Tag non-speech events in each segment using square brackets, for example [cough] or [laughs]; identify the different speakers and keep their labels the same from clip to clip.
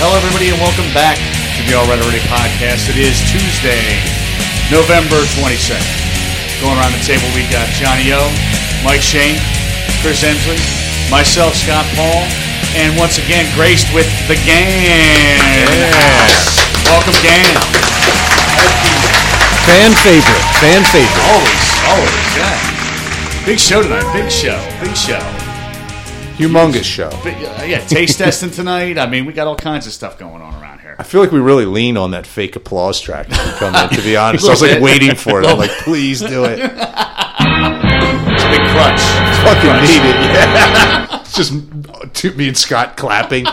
Speaker 1: Hello, everybody, and welcome back to the All Right Already podcast. It is Tuesday, November 22nd. Going around the table, we got Johnny O, Mike Shane, Chris Emsley, myself, Scott Paul, and once again, graced with the gang.
Speaker 2: Yes.
Speaker 1: Welcome, gang.
Speaker 2: Fan favorite. Fan favorite.
Speaker 1: Always, always, yeah. Big show tonight. Big show. Big show.
Speaker 2: Humongous show.
Speaker 1: But, uh, yeah, [laughs] taste testing tonight. I mean, we got all kinds of stuff going on around here.
Speaker 2: I feel like we really lean on that fake applause track to come in,
Speaker 1: [laughs]
Speaker 2: to be honest. I was like waiting for it. I'm like, please do it.
Speaker 1: It's a big crunch. It's a big
Speaker 2: Fucking
Speaker 1: crunch.
Speaker 2: need it. Yeah. It's just to me and Scott clapping.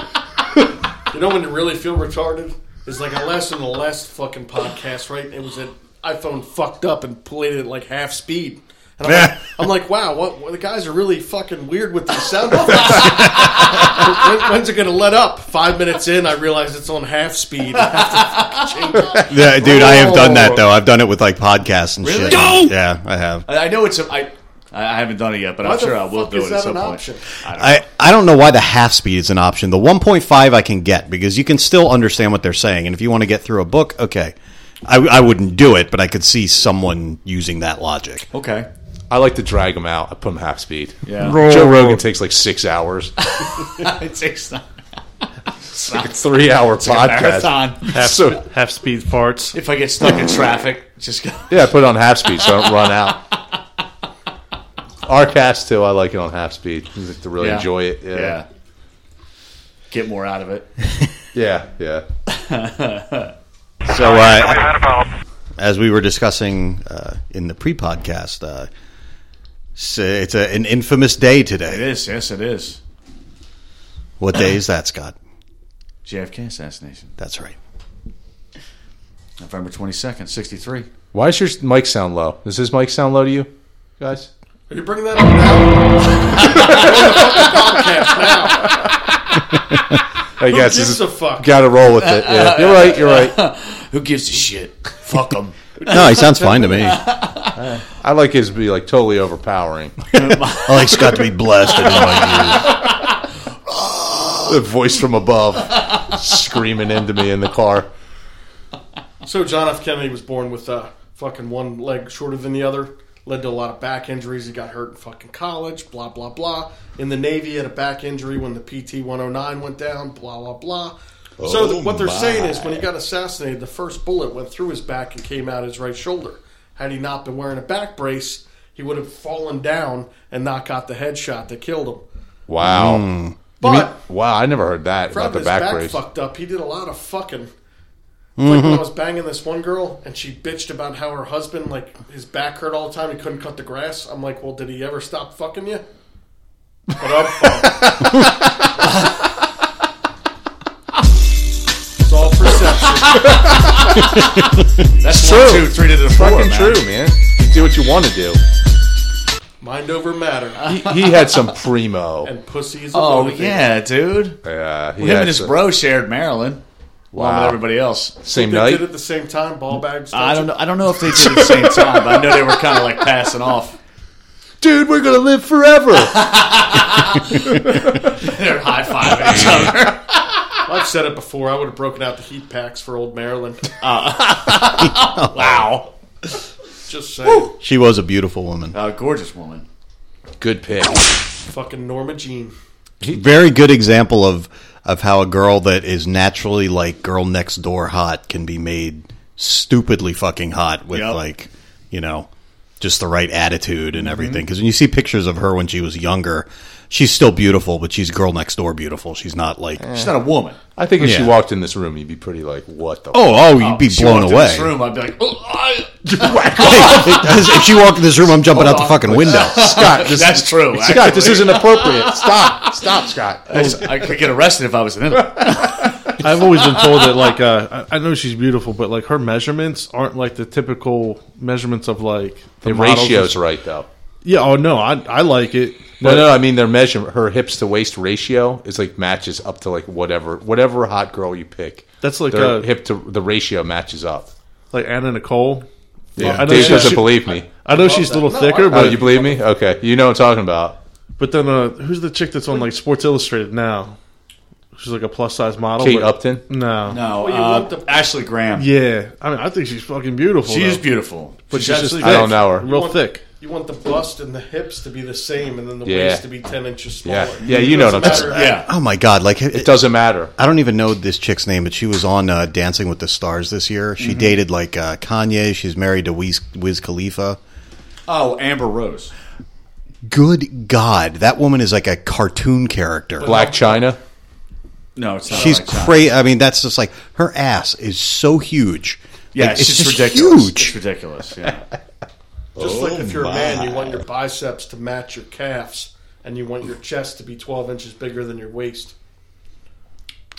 Speaker 3: You know when you really feel retarded? It's like I listened to the last fucking podcast, right? It was an iPhone fucked up and played it at like half speed. And
Speaker 1: [laughs]
Speaker 3: I'm, like, I'm like, wow, what, what- the guys are really fucking weird with these sound effects. [laughs] when, when's it going to let up? Five minutes in, I realize it's on half speed. I have to fucking change it.
Speaker 4: Yeah, dude, I have done that though. I've done it with like podcasts and
Speaker 1: Oh. Really?
Speaker 4: shit.
Speaker 1: No!
Speaker 4: Yeah, I have.
Speaker 1: I I know it's a. I, I haven't done it yet, but
Speaker 3: Why
Speaker 1: I'm
Speaker 3: the
Speaker 1: sure I will
Speaker 3: fuck
Speaker 1: do
Speaker 3: is
Speaker 1: it
Speaker 3: that
Speaker 1: at some
Speaker 3: an
Speaker 1: point.
Speaker 3: option?
Speaker 1: I don't know.
Speaker 4: I, I don't know why the half speed is an option. The 1.5 I can get because you can still understand what they're saying. And if you want to get through a book, okay. I, I wouldn't do it, but I could see someone using that logic.
Speaker 1: [laughs] Okay.
Speaker 2: I like to drag them out. I put them half speed.
Speaker 1: Yeah.
Speaker 2: Joe Rogan takes like six hours.
Speaker 1: [laughs] it takes time. It's
Speaker 2: Like a three hour
Speaker 1: not a
Speaker 2: podcast.
Speaker 1: marathon.
Speaker 2: So,
Speaker 5: half speed parts.
Speaker 1: If I get stuck in traffic, just go.
Speaker 2: yeah, I put it on half speed so I don't run out. Our cast, too, I like it on half speed to really
Speaker 1: Yeah.
Speaker 2: enjoy it.
Speaker 1: Yeah. Get more out of it.
Speaker 2: Yeah, yeah.
Speaker 1: [laughs]
Speaker 4: So, uh, as we were discussing uh, in the pre podcast, uh, s- it's a, an infamous day
Speaker 1: It
Speaker 4: today.
Speaker 1: is. Yes, [laughs] it is.
Speaker 4: What day is that, Scott?
Speaker 1: JFK assassination, [laughs]
Speaker 4: That's right.
Speaker 1: November 22nd, 63.
Speaker 2: Why does your mic sound low? Does his mic sound low to you, guys?
Speaker 3: Are you bringing that up now?
Speaker 2: I guess
Speaker 3: gives a
Speaker 2: [laughs]
Speaker 3: fuck?
Speaker 2: Got to roll with it. Yeah, you're right. You're right.
Speaker 1: Who gives a shit? Fuck them.
Speaker 4: No, he sounds fine to me. I
Speaker 2: I like his to be like totally [laughs] overpowering.
Speaker 4: like Scott to be blasted in my ears.
Speaker 2: the voice from above screaming into me in the car.
Speaker 3: So John F. Kennedy was born with uh, fucking one leg shorter than the other. Led to a lot of back injuries. He got hurt in fucking college. Blah blah blah. In the Navy, he had a back injury when the PT 109 went down. Blah blah blah. so th- what they're saying is, when he got assassinated, the first bullet went through his back and came out his right shoulder. Had he not been wearing a back brace, he would have fallen down and not got the headshot that killed him.
Speaker 2: Wow.
Speaker 3: But
Speaker 2: Wow, I never heard that about
Speaker 3: Probably
Speaker 2: the
Speaker 3: his
Speaker 2: back,
Speaker 3: back,
Speaker 2: brace. Mm-hmm.
Speaker 3: fucked up. He did a lot of fucking. Like when I was banging this one girl, and she bitched about how her husband, like his back hurt all the time. He couldn't cut the grass. I'm like, well, did he ever stop fucking you? But I'm- [laughs] it's all perception.
Speaker 1: That's one, two, three to the four.
Speaker 2: Fucking
Speaker 1: man.
Speaker 2: true, man. Do what you want to do.
Speaker 3: Mind over matter.
Speaker 2: He, he had some primo.
Speaker 3: And pussy is.
Speaker 1: Oh,
Speaker 3: motivator.
Speaker 1: yeah, dude.
Speaker 2: Yeah, he
Speaker 1: Him
Speaker 2: had
Speaker 1: and his
Speaker 2: some-
Speaker 1: bro shared Maryland. Along with
Speaker 2: Wow.
Speaker 1: everybody else.
Speaker 2: Same
Speaker 3: They
Speaker 2: night.
Speaker 3: did it at the same time. Ball bags.
Speaker 1: I don't know. I don't know if they did at the
Speaker 2: [laughs]
Speaker 1: same time, but I know they were kind of like passing off.
Speaker 2: Dude, we're gonna live forever.
Speaker 1: They're high fiving each other.
Speaker 3: I've said it before. I would have broken out the heat packs for
Speaker 2: [laughs]
Speaker 3: old Maryland.
Speaker 1: [laughs] Wow,
Speaker 3: Just saying.
Speaker 4: She was a beautiful woman.
Speaker 1: a gorgeous woman.
Speaker 2: Good pick.
Speaker 3: fucking Norma Jean.
Speaker 4: Very good example of of how a girl that is naturally like girl next door hot can be made stupidly fucking hot with
Speaker 1: Yep. Mm-hmm.
Speaker 4: like, you know, just the right attitude and everything. Because when you see pictures of her when she was younger, she's still beautiful, but she's girl next door beautiful. She's not like
Speaker 1: She's not a woman.
Speaker 2: I think if she
Speaker 4: Yeah.
Speaker 2: walked in this room, you'd be pretty like, what the?
Speaker 4: oh oh you'd be
Speaker 1: She
Speaker 4: blown
Speaker 1: walked in
Speaker 4: away.
Speaker 1: This
Speaker 4: [laughs]
Speaker 1: room, I'd be like, oh, I-
Speaker 4: if she walked in this room, I'm jumping out the
Speaker 1: on.
Speaker 4: fucking
Speaker 1: [laughs]
Speaker 4: window.
Speaker 2: Scott, this,
Speaker 1: that's true.
Speaker 2: Scott, this isn't appropriate. Stop, stop, Scott.
Speaker 1: actually. I could get arrested if I was in
Speaker 6: [laughs]
Speaker 1: it.
Speaker 5: I've always been told that, like, uh, I I know she's beautiful, but like her measurements aren't like the typical measurements of like the,
Speaker 2: The
Speaker 5: models.
Speaker 2: ratio's right though.
Speaker 5: Yeah. Oh no, I I like it.
Speaker 2: No,
Speaker 5: But
Speaker 2: no, I mean their measure, her hips to waist ratio is like matches up to like whatever, whatever hot girl you pick.
Speaker 5: That's like
Speaker 2: their
Speaker 5: a-
Speaker 2: hip to the ratio matches up.
Speaker 5: like Anna Nicole.
Speaker 2: Yeah,
Speaker 5: I know
Speaker 2: Dave
Speaker 5: she-
Speaker 2: doesn't
Speaker 5: she-
Speaker 2: believe me.
Speaker 5: I know she's a little
Speaker 3: No,
Speaker 5: thicker,
Speaker 3: I-
Speaker 2: Oh,
Speaker 5: but
Speaker 2: you believe me? Okay, you know what I'm talking about.
Speaker 5: but then uh, who's the chick that's on like Sports Illustrated now?
Speaker 7: She's like a plus size model.
Speaker 2: Kate
Speaker 7: but-
Speaker 2: Upton?
Speaker 7: No.
Speaker 6: No,
Speaker 3: Well, you
Speaker 6: uh,
Speaker 3: want the-
Speaker 6: Ashley Graham.
Speaker 7: Yeah. I mean, I think she's fucking beautiful.
Speaker 6: She is
Speaker 7: though.
Speaker 6: beautiful,
Speaker 7: But she's just,
Speaker 6: absolutely
Speaker 2: I don't
Speaker 6: thick.
Speaker 2: know her.
Speaker 7: real
Speaker 3: want-
Speaker 7: thick.
Speaker 3: You want the bust and the hips to be the same, and then the
Speaker 2: Yeah.
Speaker 3: waist to be ten inches smaller.
Speaker 2: Yeah. Yeah, you know
Speaker 3: Doesn't
Speaker 2: what I'm
Speaker 3: matter.
Speaker 6: Yeah,
Speaker 4: Oh my god! Like
Speaker 2: It doesn't matter.
Speaker 4: I don't even know this chick's name, but she was on uh, Dancing with the Stars this year. She dated like uh, Kanye. She's married to Wiz, Wiz Khalifa.
Speaker 6: Oh, Amber Rose.
Speaker 4: Good God, that woman is like a cartoon character.
Speaker 2: Black China.
Speaker 6: No, it's not.
Speaker 4: She's
Speaker 6: Alex Honnold.
Speaker 4: crazy. I mean, that's just like her ass is so huge.
Speaker 6: Yeah,
Speaker 4: Like,
Speaker 6: it's, just ridiculous. It's
Speaker 4: huge.
Speaker 6: ridiculous. Yeah.
Speaker 3: Just like
Speaker 2: Oh
Speaker 3: if you're
Speaker 4: my.
Speaker 3: a man, you want your biceps to match your calves, and you want your chest to be twelve inches bigger than your waist.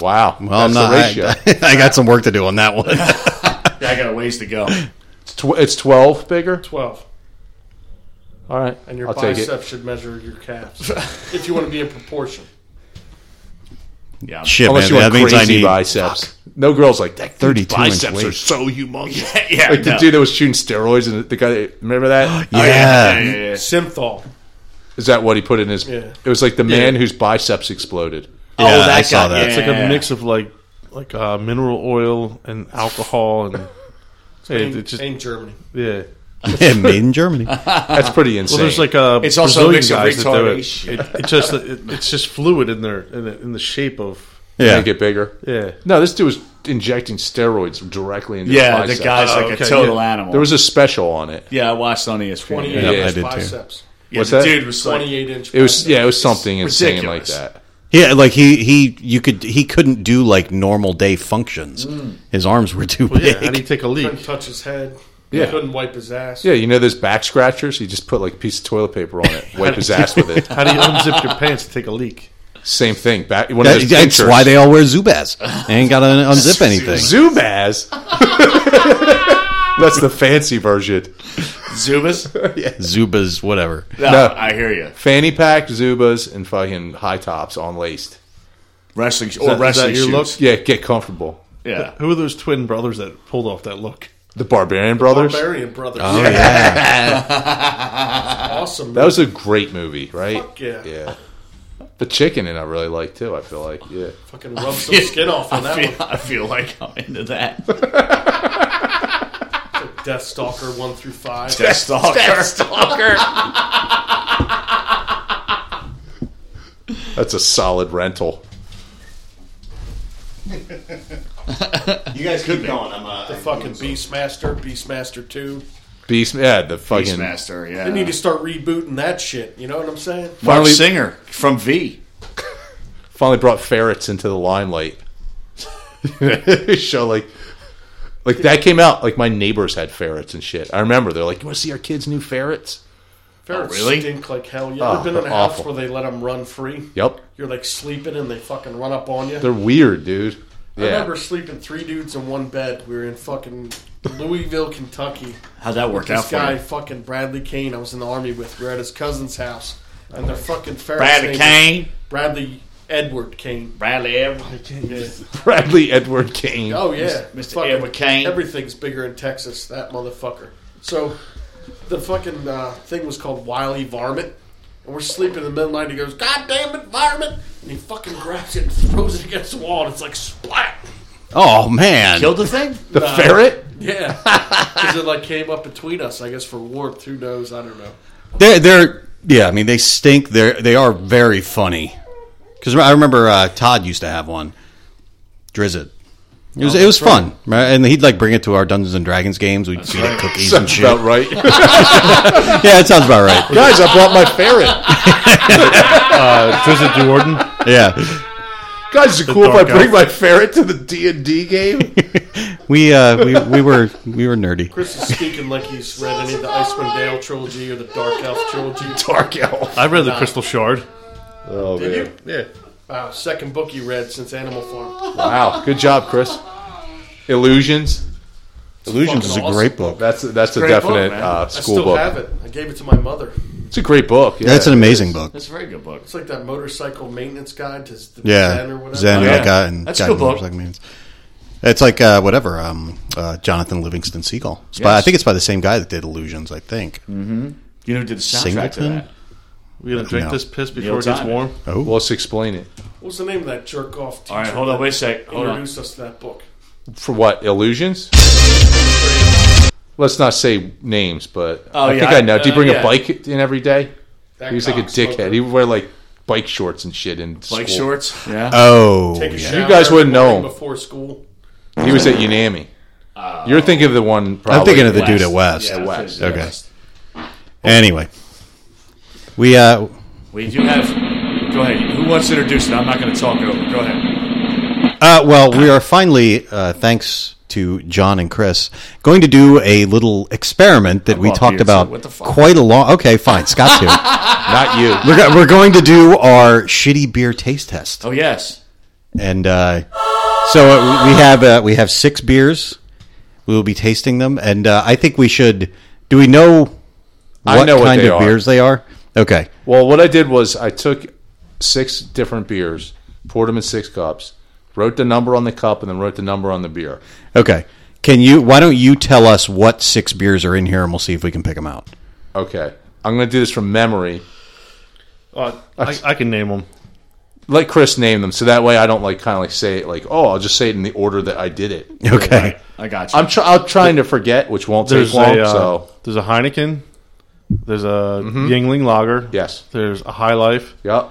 Speaker 2: Wow.
Speaker 4: Well, I'm
Speaker 2: That's
Speaker 4: not.
Speaker 2: the ratio.
Speaker 4: [laughs] I, I got some work to do on
Speaker 2: [laughs]
Speaker 4: that one.
Speaker 6: yeah, I got a ways to go.
Speaker 2: It's, tw- it's 12 bigger.
Speaker 3: Twelve,
Speaker 2: All right.
Speaker 3: and your
Speaker 2: I'll take it.
Speaker 3: biceps should measure your calves if you want to be in proportion.
Speaker 6: Yeah,
Speaker 4: Shit,
Speaker 2: Unless
Speaker 4: man,
Speaker 2: you
Speaker 4: that
Speaker 2: want
Speaker 4: means I
Speaker 2: crazy
Speaker 4: need
Speaker 2: biceps. No girl's like that.
Speaker 4: 32
Speaker 2: Thirty-two
Speaker 4: inch
Speaker 2: biceps are
Speaker 4: waist."
Speaker 2: so
Speaker 6: [laughs]
Speaker 2: humongous.
Speaker 6: yeah.
Speaker 2: Like the
Speaker 6: no. Oh,
Speaker 2: dude that was shooting steroids and the guy. Remember that?
Speaker 4: Yeah.
Speaker 6: yeah, yeah, yeah.
Speaker 3: Synthol.
Speaker 2: Is that what he put in his?
Speaker 3: Yeah.
Speaker 2: It was like the man whose biceps exploded.
Speaker 4: Yeah, I saw that.
Speaker 7: It's like
Speaker 6: Yeah.
Speaker 7: a mix of like like uh, mineral oil and alcohol and Hey,
Speaker 3: Ain't,
Speaker 7: it just-
Speaker 3: ain't Germany.
Speaker 7: yeah.
Speaker 4: Made [laughs]
Speaker 2: [laughs]
Speaker 4: in Germany.
Speaker 2: That's pretty insane.
Speaker 7: Well, there's like a
Speaker 6: It's Uh-huh. also a mix of
Speaker 7: guys that do it.
Speaker 6: retardation.
Speaker 7: It- It's just it, it's just fluid in there in the, in the shape of
Speaker 4: Yeah.
Speaker 2: make it bigger.
Speaker 7: yeah.
Speaker 2: No, this dude was injecting steroids directly into. his
Speaker 6: Yeah, the
Speaker 2: biceps.
Speaker 6: guy's
Speaker 7: Oh,
Speaker 6: like
Speaker 7: okay,
Speaker 6: a total
Speaker 7: yeah.
Speaker 6: animal.
Speaker 2: There was a special on it.
Speaker 6: yeah, I watched on ESPN.
Speaker 3: Twenty-eight
Speaker 6: Yeah,
Speaker 2: Yeah, I
Speaker 3: inch
Speaker 4: did too.
Speaker 3: biceps.
Speaker 6: yeah
Speaker 2: What's
Speaker 6: the
Speaker 2: that?
Speaker 6: dude was like,
Speaker 3: Twenty-eight inch.
Speaker 2: It was yeah, it was
Speaker 3: biceps.
Speaker 2: something insane like
Speaker 6: ridiculous.
Speaker 2: that.
Speaker 4: Yeah, like he he you could he couldn't do like normal day functions. His arms were too
Speaker 7: Well, yeah.
Speaker 4: big.
Speaker 7: How do you take a leak?
Speaker 3: Couldn't touch his head.
Speaker 2: Yeah.
Speaker 3: Couldn't wipe his ass.
Speaker 2: Yeah, you know those back scratchers? He just put like a piece of toilet paper
Speaker 6: [laughs]
Speaker 2: on it, wipe his ass with it.
Speaker 7: How do you unzip your pants to take a leak?
Speaker 2: Same thing. Back one
Speaker 4: That-
Speaker 2: of those
Speaker 4: that's
Speaker 2: pictures.
Speaker 4: why they all wear Zubaz. They ain't got to unzip anything.
Speaker 2: Zubaz. [laughs] that's the fancy version.
Speaker 3: [laughs]
Speaker 6: Zubas.
Speaker 4: Zubas, whatever.
Speaker 6: No,
Speaker 2: No.
Speaker 6: I hear you.
Speaker 2: Fanny pack, Zubas, and fucking high tops on laced.
Speaker 6: Wrestling
Speaker 7: that-
Speaker 6: or
Speaker 7: is
Speaker 6: wrestling
Speaker 7: that your look?
Speaker 6: shoes.
Speaker 2: Yeah, get comfortable.
Speaker 6: Yeah,
Speaker 7: Who are those twin brothers that pulled off that look?
Speaker 2: The Barbarian Brothers.
Speaker 3: Barbarian brothers.
Speaker 4: Oh yeah,
Speaker 3: [laughs] Awesome.
Speaker 2: That was a great movie, right?
Speaker 3: Fuck yeah.
Speaker 2: Yeah. The chicken in it I really like too, I feel like. Yeah.
Speaker 3: fucking rub some skin off on
Speaker 6: [laughs]
Speaker 3: that
Speaker 6: I
Speaker 3: one.
Speaker 6: feel, I feel like I'm into that.
Speaker 3: Death Stalker one through five.
Speaker 6: Death Stalker.
Speaker 2: That's a solid rental.
Speaker 4: you guys keep going. I'm uh,
Speaker 3: Fucking Beastmaster, Beastmaster two.
Speaker 2: Beast yeah, the fucking
Speaker 6: Beastmaster. Yeah,
Speaker 3: They need to start rebooting that shit. You know what I'm saying?
Speaker 6: Mark
Speaker 2: Finally-
Speaker 6: Singer from V.
Speaker 2: finally brought ferrets into the limelight. [laughs] Show like like that came out like my neighbors had ferrets and shit. I remember they're like, "You want to see our kids' new ferrets?"
Speaker 3: Ferrets
Speaker 6: Oh, really?
Speaker 3: stink like hell. You
Speaker 2: Oh,
Speaker 3: ever been in a
Speaker 2: they're
Speaker 3: house
Speaker 2: awful.
Speaker 3: where they let them run free?
Speaker 2: Yep,
Speaker 3: You're like sleeping and they fucking run up on you.
Speaker 2: they're weird, dude.
Speaker 3: I
Speaker 2: Yeah,
Speaker 3: remember sleeping three dudes in one bed. We were in fucking Louisville, Kentucky.
Speaker 6: How'd that work out
Speaker 3: This
Speaker 6: for
Speaker 3: guy,
Speaker 6: you?
Speaker 3: fucking Bradley Kane, I was in the army with. We were at his cousin's house, and their fucking ferrets.
Speaker 6: Bradley
Speaker 3: named-
Speaker 6: Kane.
Speaker 3: Bradley Edward Kane.
Speaker 6: Bradley Edward.
Speaker 3: Yeah.
Speaker 2: [laughs] Bradley Edward Kane.
Speaker 3: Oh yeah,
Speaker 6: Mr.
Speaker 3: Fucking
Speaker 6: Edward Kane.
Speaker 3: Everything's bigger in Texas. That motherfucker. So the fucking uh, thing was called Wiley Varmint, and we're sleeping in the middle of the night. And he goes, "God damn it, Varmint!" And he fucking grabs it and throws it against the wall, and it's like splat.
Speaker 4: oh man,
Speaker 6: Killed the thing.
Speaker 2: the ferret.
Speaker 3: [laughs] Yeah, because it like came up between us. I guess for warmth. Who knows? I don't know.
Speaker 4: they're they're yeah. I mean, they stink. They're they are very funny. Because I remember uh, Todd used to have one, Drizzt. It was it was fun, right? and he'd like bring it to our Dungeons and Dragons games. We'd feed
Speaker 2: [laughs]
Speaker 4: it cookies and
Speaker 2: Sounds
Speaker 4: shit.
Speaker 2: about right,
Speaker 4: Yeah, it sounds about right.
Speaker 2: guys. I brought my [laughs] ferret.
Speaker 7: Uh, Drizzt Jordan.
Speaker 4: Yeah.
Speaker 2: Guys, is it cool if I
Speaker 7: dark
Speaker 2: bring
Speaker 7: elf.
Speaker 2: my ferret to the D and D [laughs] game?
Speaker 4: We uh we, we were we were nerdy.
Speaker 3: Chris is speaking like he's read any of the Icewind Dale trilogy or the Dark Elf trilogy.
Speaker 2: Dark elf.
Speaker 7: I read the Crystal Shard.
Speaker 2: Oh man!
Speaker 7: Yeah.
Speaker 3: Wow, Uh, second book you read since Animal Farm.
Speaker 2: Wow, good job, Chris. Illusions.
Speaker 4: Illusions is a great book.
Speaker 2: That's that's a
Speaker 6: Great book,
Speaker 2: definite
Speaker 6: man.
Speaker 2: uh,
Speaker 3: I
Speaker 2: school
Speaker 3: still
Speaker 2: book.
Speaker 3: have it. I gave it to my mother.
Speaker 2: It's a great book. Yeah.
Speaker 4: That's an amazing book.
Speaker 6: That's a very good book.
Speaker 3: It's like that motorcycle maintenance guide to the Zen or
Speaker 4: Yeah,
Speaker 3: whatever.
Speaker 4: Zen
Speaker 6: Yeah.
Speaker 4: yeah. guy and
Speaker 6: That's a
Speaker 4: guy
Speaker 6: good book.
Speaker 4: motorcycle means. It's like uh, whatever um, uh, Jonathan Livingston Seagull. It's by- I
Speaker 6: Yes. Mm.
Speaker 4: think it's by the same guy that did Illusions. I think
Speaker 6: You know, who did the soundtrack to
Speaker 4: Singleton?
Speaker 6: that?
Speaker 7: We gonna drink
Speaker 4: No.
Speaker 7: this piss before
Speaker 6: Meal
Speaker 7: it gets
Speaker 6: time.
Speaker 7: warm?
Speaker 4: Oh.
Speaker 2: Well, let's explain it.
Speaker 3: What was the name of that jerk off teacher?
Speaker 6: All right, hold on, wait a sec. Hold on.
Speaker 3: Introduce us to that book.
Speaker 2: For what? Illusions? Let's not say names, but
Speaker 6: Oh,
Speaker 2: I
Speaker 6: yeah,
Speaker 2: think
Speaker 6: I-
Speaker 2: I know. Do you
Speaker 6: uh,
Speaker 2: bring
Speaker 6: yeah.
Speaker 2: a bike in every day?
Speaker 3: That
Speaker 2: He was like a
Speaker 3: cock
Speaker 2: dickhead.
Speaker 3: smoker.
Speaker 2: He would wear like bike shorts and shit in
Speaker 6: Bike
Speaker 2: school.
Speaker 6: shorts. Yeah.
Speaker 4: Oh,
Speaker 3: Take a
Speaker 4: yeah.
Speaker 3: shower
Speaker 2: You guys wouldn't know
Speaker 3: morning
Speaker 2: him.
Speaker 3: Before school.
Speaker 2: He was at Unami. You're thinking of the one. Probably
Speaker 4: I'm thinking of the dude at West.
Speaker 6: Yeah,
Speaker 2: West.
Speaker 6: that's it.
Speaker 4: Okay. Anyway, we uh,
Speaker 6: We do have. Go ahead. Who wants to introduce it? I'm not going to talk it over. Go ahead.
Speaker 4: Uh, well, we are finally, uh, thanks to John and Chris, going to do a little experiment that we
Speaker 6: off
Speaker 4: talked
Speaker 6: here,
Speaker 4: about
Speaker 6: so what the fuck?
Speaker 4: quite a long. Okay, fine,
Speaker 6: [laughs]
Speaker 4: Scott's here.
Speaker 2: Not you.
Speaker 4: we're, go- we're going to do our shitty beer taste test,
Speaker 6: Oh yes.
Speaker 4: and uh, so uh, we have uh, we have six beers. We will be tasting them, and uh, I think we should. Do we know what
Speaker 2: I know what
Speaker 4: kind
Speaker 2: they
Speaker 4: of
Speaker 2: are.
Speaker 4: beers they are? Okay,
Speaker 2: [laughs] Well, what I did was I took six different beers, poured them in six cups, wrote the number on the cup, and then wrote the number on the beer.
Speaker 4: okay. Can you? Why don't you tell us what six beers are in here, and we'll see if we can pick them out.
Speaker 2: Okay. I'm going to do this from memory.
Speaker 7: Uh, I, I can name them.
Speaker 2: Let Chris name them, so that way I don't like kind of like say it like, oh, I'll just say it in the order that I did it.
Speaker 4: Okay.
Speaker 6: I got you.
Speaker 2: I'm tr- I'm trying to forget, which won't
Speaker 7: There's
Speaker 2: take long.
Speaker 7: a uh,
Speaker 2: so
Speaker 7: there's a Heineken. There's a Yingling Lager.
Speaker 2: yes,
Speaker 7: There's a High Life.
Speaker 2: yep,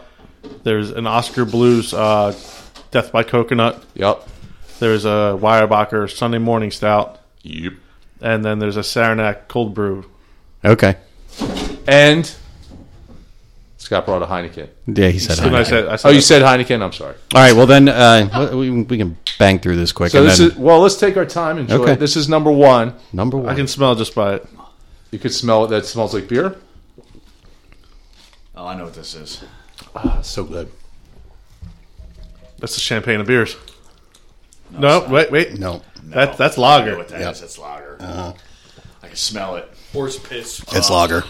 Speaker 7: There's an Oscar Blues uh, Death by Coconut.
Speaker 2: yep,
Speaker 7: There's a Weyerbacher Sunday Morning Stout.
Speaker 2: yep.
Speaker 7: And then there's a Saranac Cold Brew.
Speaker 4: Okay.
Speaker 2: And Scott brought a Heineken.
Speaker 4: Yeah, he said.
Speaker 7: And I
Speaker 4: Heineken.
Speaker 7: said, I said
Speaker 2: Oh, you said Heineken. I'm sorry.
Speaker 4: All right. Well, then uh, we, we can bang through this quick.
Speaker 2: So
Speaker 4: and
Speaker 2: this
Speaker 4: then
Speaker 2: is well. Let's take our time. Enjoy.
Speaker 4: Okay.
Speaker 2: It. This is number one.
Speaker 4: number
Speaker 7: I
Speaker 4: one.
Speaker 7: can smell just by it.
Speaker 2: You could smell it. That smells like beer.
Speaker 6: oh, I know what this is.
Speaker 2: so good.
Speaker 7: That's the champagne of beers. No, wait, wait.
Speaker 4: no,
Speaker 7: That, that's
Speaker 6: I know
Speaker 7: lager.
Speaker 6: what that is.
Speaker 4: Yep. Uh-huh.
Speaker 6: It's lager. I can smell it.
Speaker 3: Horse piss.
Speaker 4: it's lager.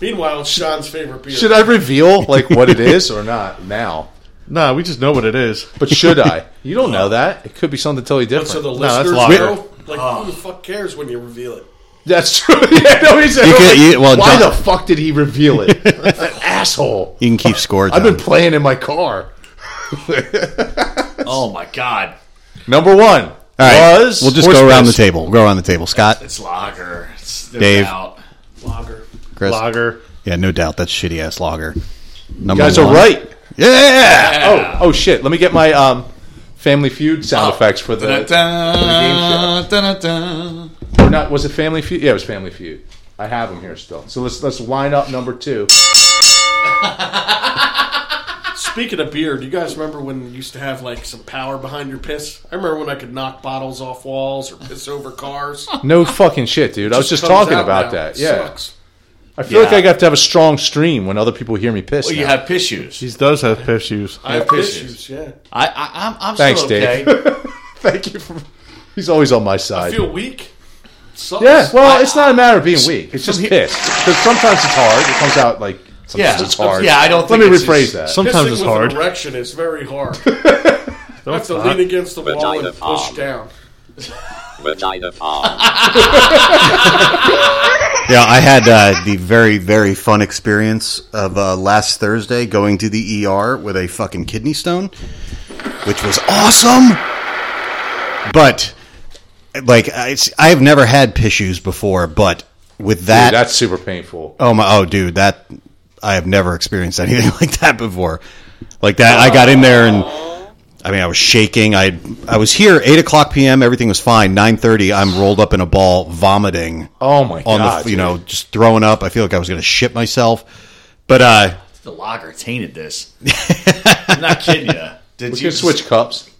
Speaker 3: Meanwhile, Sean's favorite beer.
Speaker 2: Should I reveal like what it is or not now?
Speaker 7: Nah, we just know what it is.
Speaker 2: But should
Speaker 7: [laughs]
Speaker 2: I? You don't know that. It could be something totally different.
Speaker 3: So the
Speaker 7: that's
Speaker 3: listeners
Speaker 7: lager.
Speaker 3: know? Like, who the fuck cares when you reveal it?
Speaker 2: That's true. [laughs] yeah, no, he's
Speaker 4: You could- you- well,
Speaker 2: why
Speaker 4: John-
Speaker 2: the fuck did he reveal
Speaker 4: [laughs]
Speaker 2: it? That asshole.
Speaker 4: You can keep score.
Speaker 2: I've been
Speaker 4: John.
Speaker 2: playing in my car.
Speaker 6: Oh my god,
Speaker 2: Number one
Speaker 4: All right.
Speaker 2: was.
Speaker 4: we'll just
Speaker 2: horse
Speaker 4: go around
Speaker 2: piss.
Speaker 4: the table. We'll go around the table. Scott,
Speaker 6: it's lager. It's, there's
Speaker 4: Dave.
Speaker 6: doubt.
Speaker 3: Lager.
Speaker 4: Chris.
Speaker 7: Lager.
Speaker 4: Yeah, no doubt. That's shitty ass lager.
Speaker 2: You
Speaker 4: Number
Speaker 2: guys
Speaker 4: one.
Speaker 2: are right.
Speaker 4: Yeah.
Speaker 2: Oh, oh shit. Let me get my um, Family Feud sound
Speaker 6: Oh,
Speaker 2: effects for the.
Speaker 6: Da-da-da, da-da-da.
Speaker 2: Or not? Was it Family Feud? Yeah, it was Family Feud. I have them here still. So let's let's line up number two.
Speaker 3: Speaking of beer, do you guys remember when you used to have like some power behind your piss? I remember when I could knock bottles off walls or piss over cars.
Speaker 2: No fucking shit, dude. I was just
Speaker 3: Comes
Speaker 2: talking
Speaker 3: out
Speaker 2: about
Speaker 3: now.
Speaker 2: that. Yeah,
Speaker 3: Sucks.
Speaker 2: I feel like
Speaker 6: Yeah.
Speaker 2: I have to have a strong stream when other people hear me piss.
Speaker 6: Well, you
Speaker 2: now.
Speaker 6: have piss shoes.
Speaker 7: He does have piss shoes.
Speaker 3: I have
Speaker 6: piss
Speaker 3: issues. Yeah,
Speaker 6: I, I, I'm, I'm
Speaker 2: Thanks,
Speaker 6: still okay.
Speaker 2: Dave. [laughs] Thank you for. He's always on my
Speaker 3: I
Speaker 2: side.
Speaker 3: feel weak. It sucks.
Speaker 2: yeah, well, it's not a matter of being weak. It's just piss. Because sometimes it's hard. It comes out like sometimes
Speaker 6: Yeah.
Speaker 2: it's hard.
Speaker 6: Yeah, I don't
Speaker 2: Let
Speaker 6: think
Speaker 2: me
Speaker 6: it's
Speaker 2: rephrase
Speaker 6: as-
Speaker 2: that.
Speaker 3: Pissing
Speaker 7: Sometimes it's
Speaker 3: with
Speaker 7: hard.
Speaker 3: An erection is very hard. you have to lean against the wall and push down.
Speaker 8: Vagina palm.
Speaker 4: Yeah, I had uh, the very very fun experience of uh, last Thursday going to the ER with a fucking kidney stone, which was awesome. But like, I, it's- I've never had pissues before, but with that,
Speaker 2: Dude, that's super painful.
Speaker 4: Oh my! Oh, dude, that I have never experienced anything [laughs] like that before. Like that, I got in there and I mean, I was shaking. I I was here eight o'clock p.m. Everything was fine. Nine thirty, I'm rolled up in a ball, vomiting
Speaker 2: Oh my
Speaker 4: on
Speaker 2: god!
Speaker 4: the you
Speaker 2: dude.
Speaker 4: know just throwing up. I feel like I was gonna shit myself. But uh,
Speaker 6: The lager tainted
Speaker 2: [laughs]
Speaker 6: this. I'm not kidding you. Did
Speaker 2: we
Speaker 6: you
Speaker 2: can switch cups.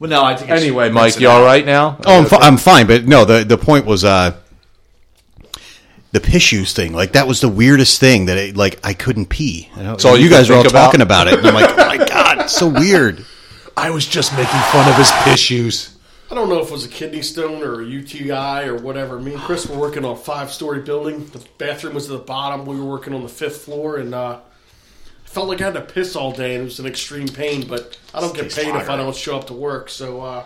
Speaker 6: Well, no, I think. it's-
Speaker 2: Anyway,
Speaker 6: rinse
Speaker 2: Mike,
Speaker 6: it
Speaker 2: you
Speaker 6: out.
Speaker 2: all right now?
Speaker 4: oh, I'm, fi- I'm fine. But no, the the point was uh. The pissues thing, like that was the weirdest thing that it, like I couldn't pee. So
Speaker 2: all you
Speaker 4: you
Speaker 2: could
Speaker 4: guys were all
Speaker 2: think about?
Speaker 4: talking about it. And I'm like, oh my god, it's so weird.
Speaker 2: I was just making fun of his issues.
Speaker 3: I don't know if it was a kidney stone or a UTI or whatever. Me and Chris were working on a five story building. The bathroom was at the bottom. We were working on the fifth floor, and uh, I felt like I had to piss all
Speaker 2: [laughs]
Speaker 3: day, and it was an extreme pain. But I don't get paid if I don't show up to work, so uh,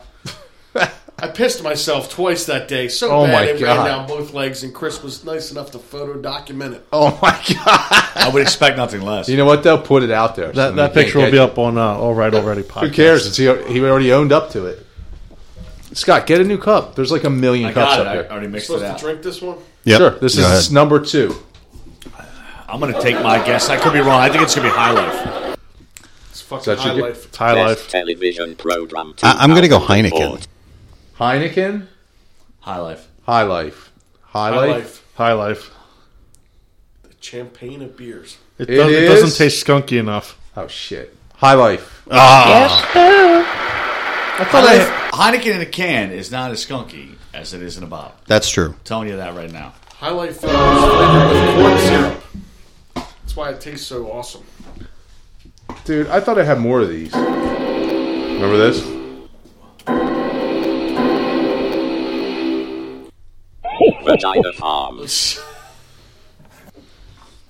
Speaker 3: I pissed myself twice that day so
Speaker 2: Oh my
Speaker 3: bad it
Speaker 2: God.
Speaker 3: ran down both legs, and Chris was nice enough to photo document it.
Speaker 2: Oh my god!
Speaker 6: I would expect nothing less.
Speaker 2: You know what? They'll put it out there.
Speaker 7: That, that picture will be up on uh, All Right Already podcast.
Speaker 2: Who cares? It's, he, he already owned up to it. Scott, get a new cup. There's like a million
Speaker 6: I
Speaker 2: cups
Speaker 6: got it.
Speaker 2: up
Speaker 6: I
Speaker 2: there.
Speaker 6: already mixed it
Speaker 3: Supposed
Speaker 6: out.
Speaker 3: to drink this one?
Speaker 4: Yep.
Speaker 2: [laughs] Sure. This
Speaker 4: Go
Speaker 2: is
Speaker 4: ahead.
Speaker 2: number two.
Speaker 6: I'm going to take my guess. I could be wrong. I think it's going to be High Life.
Speaker 3: It's fucking
Speaker 2: That should
Speaker 3: high
Speaker 2: get-
Speaker 3: life.
Speaker 7: It's high
Speaker 8: Best
Speaker 7: life.
Speaker 8: television program.
Speaker 4: I- I'm going to go
Speaker 8: 2004.
Speaker 4: Heineken.
Speaker 2: Heineken,
Speaker 6: High Life.
Speaker 2: High Life, High,
Speaker 3: High
Speaker 2: Life.
Speaker 3: life.
Speaker 7: High life.
Speaker 3: The champaign of beers.
Speaker 7: It,
Speaker 2: It
Speaker 7: does, it doesn't
Speaker 2: is-
Speaker 7: taste skunky enough.
Speaker 2: Oh shit, High Life.
Speaker 6: I thought Heineken in a can is not as skunky as it is in a bottle.
Speaker 4: That's true.
Speaker 6: telling you that right now.
Speaker 3: High life uh, is flavored with corn syrup. That's why it tastes so awesome.
Speaker 2: Dude, I thought I had more of these. Remember this?
Speaker 8: Vagina Farm.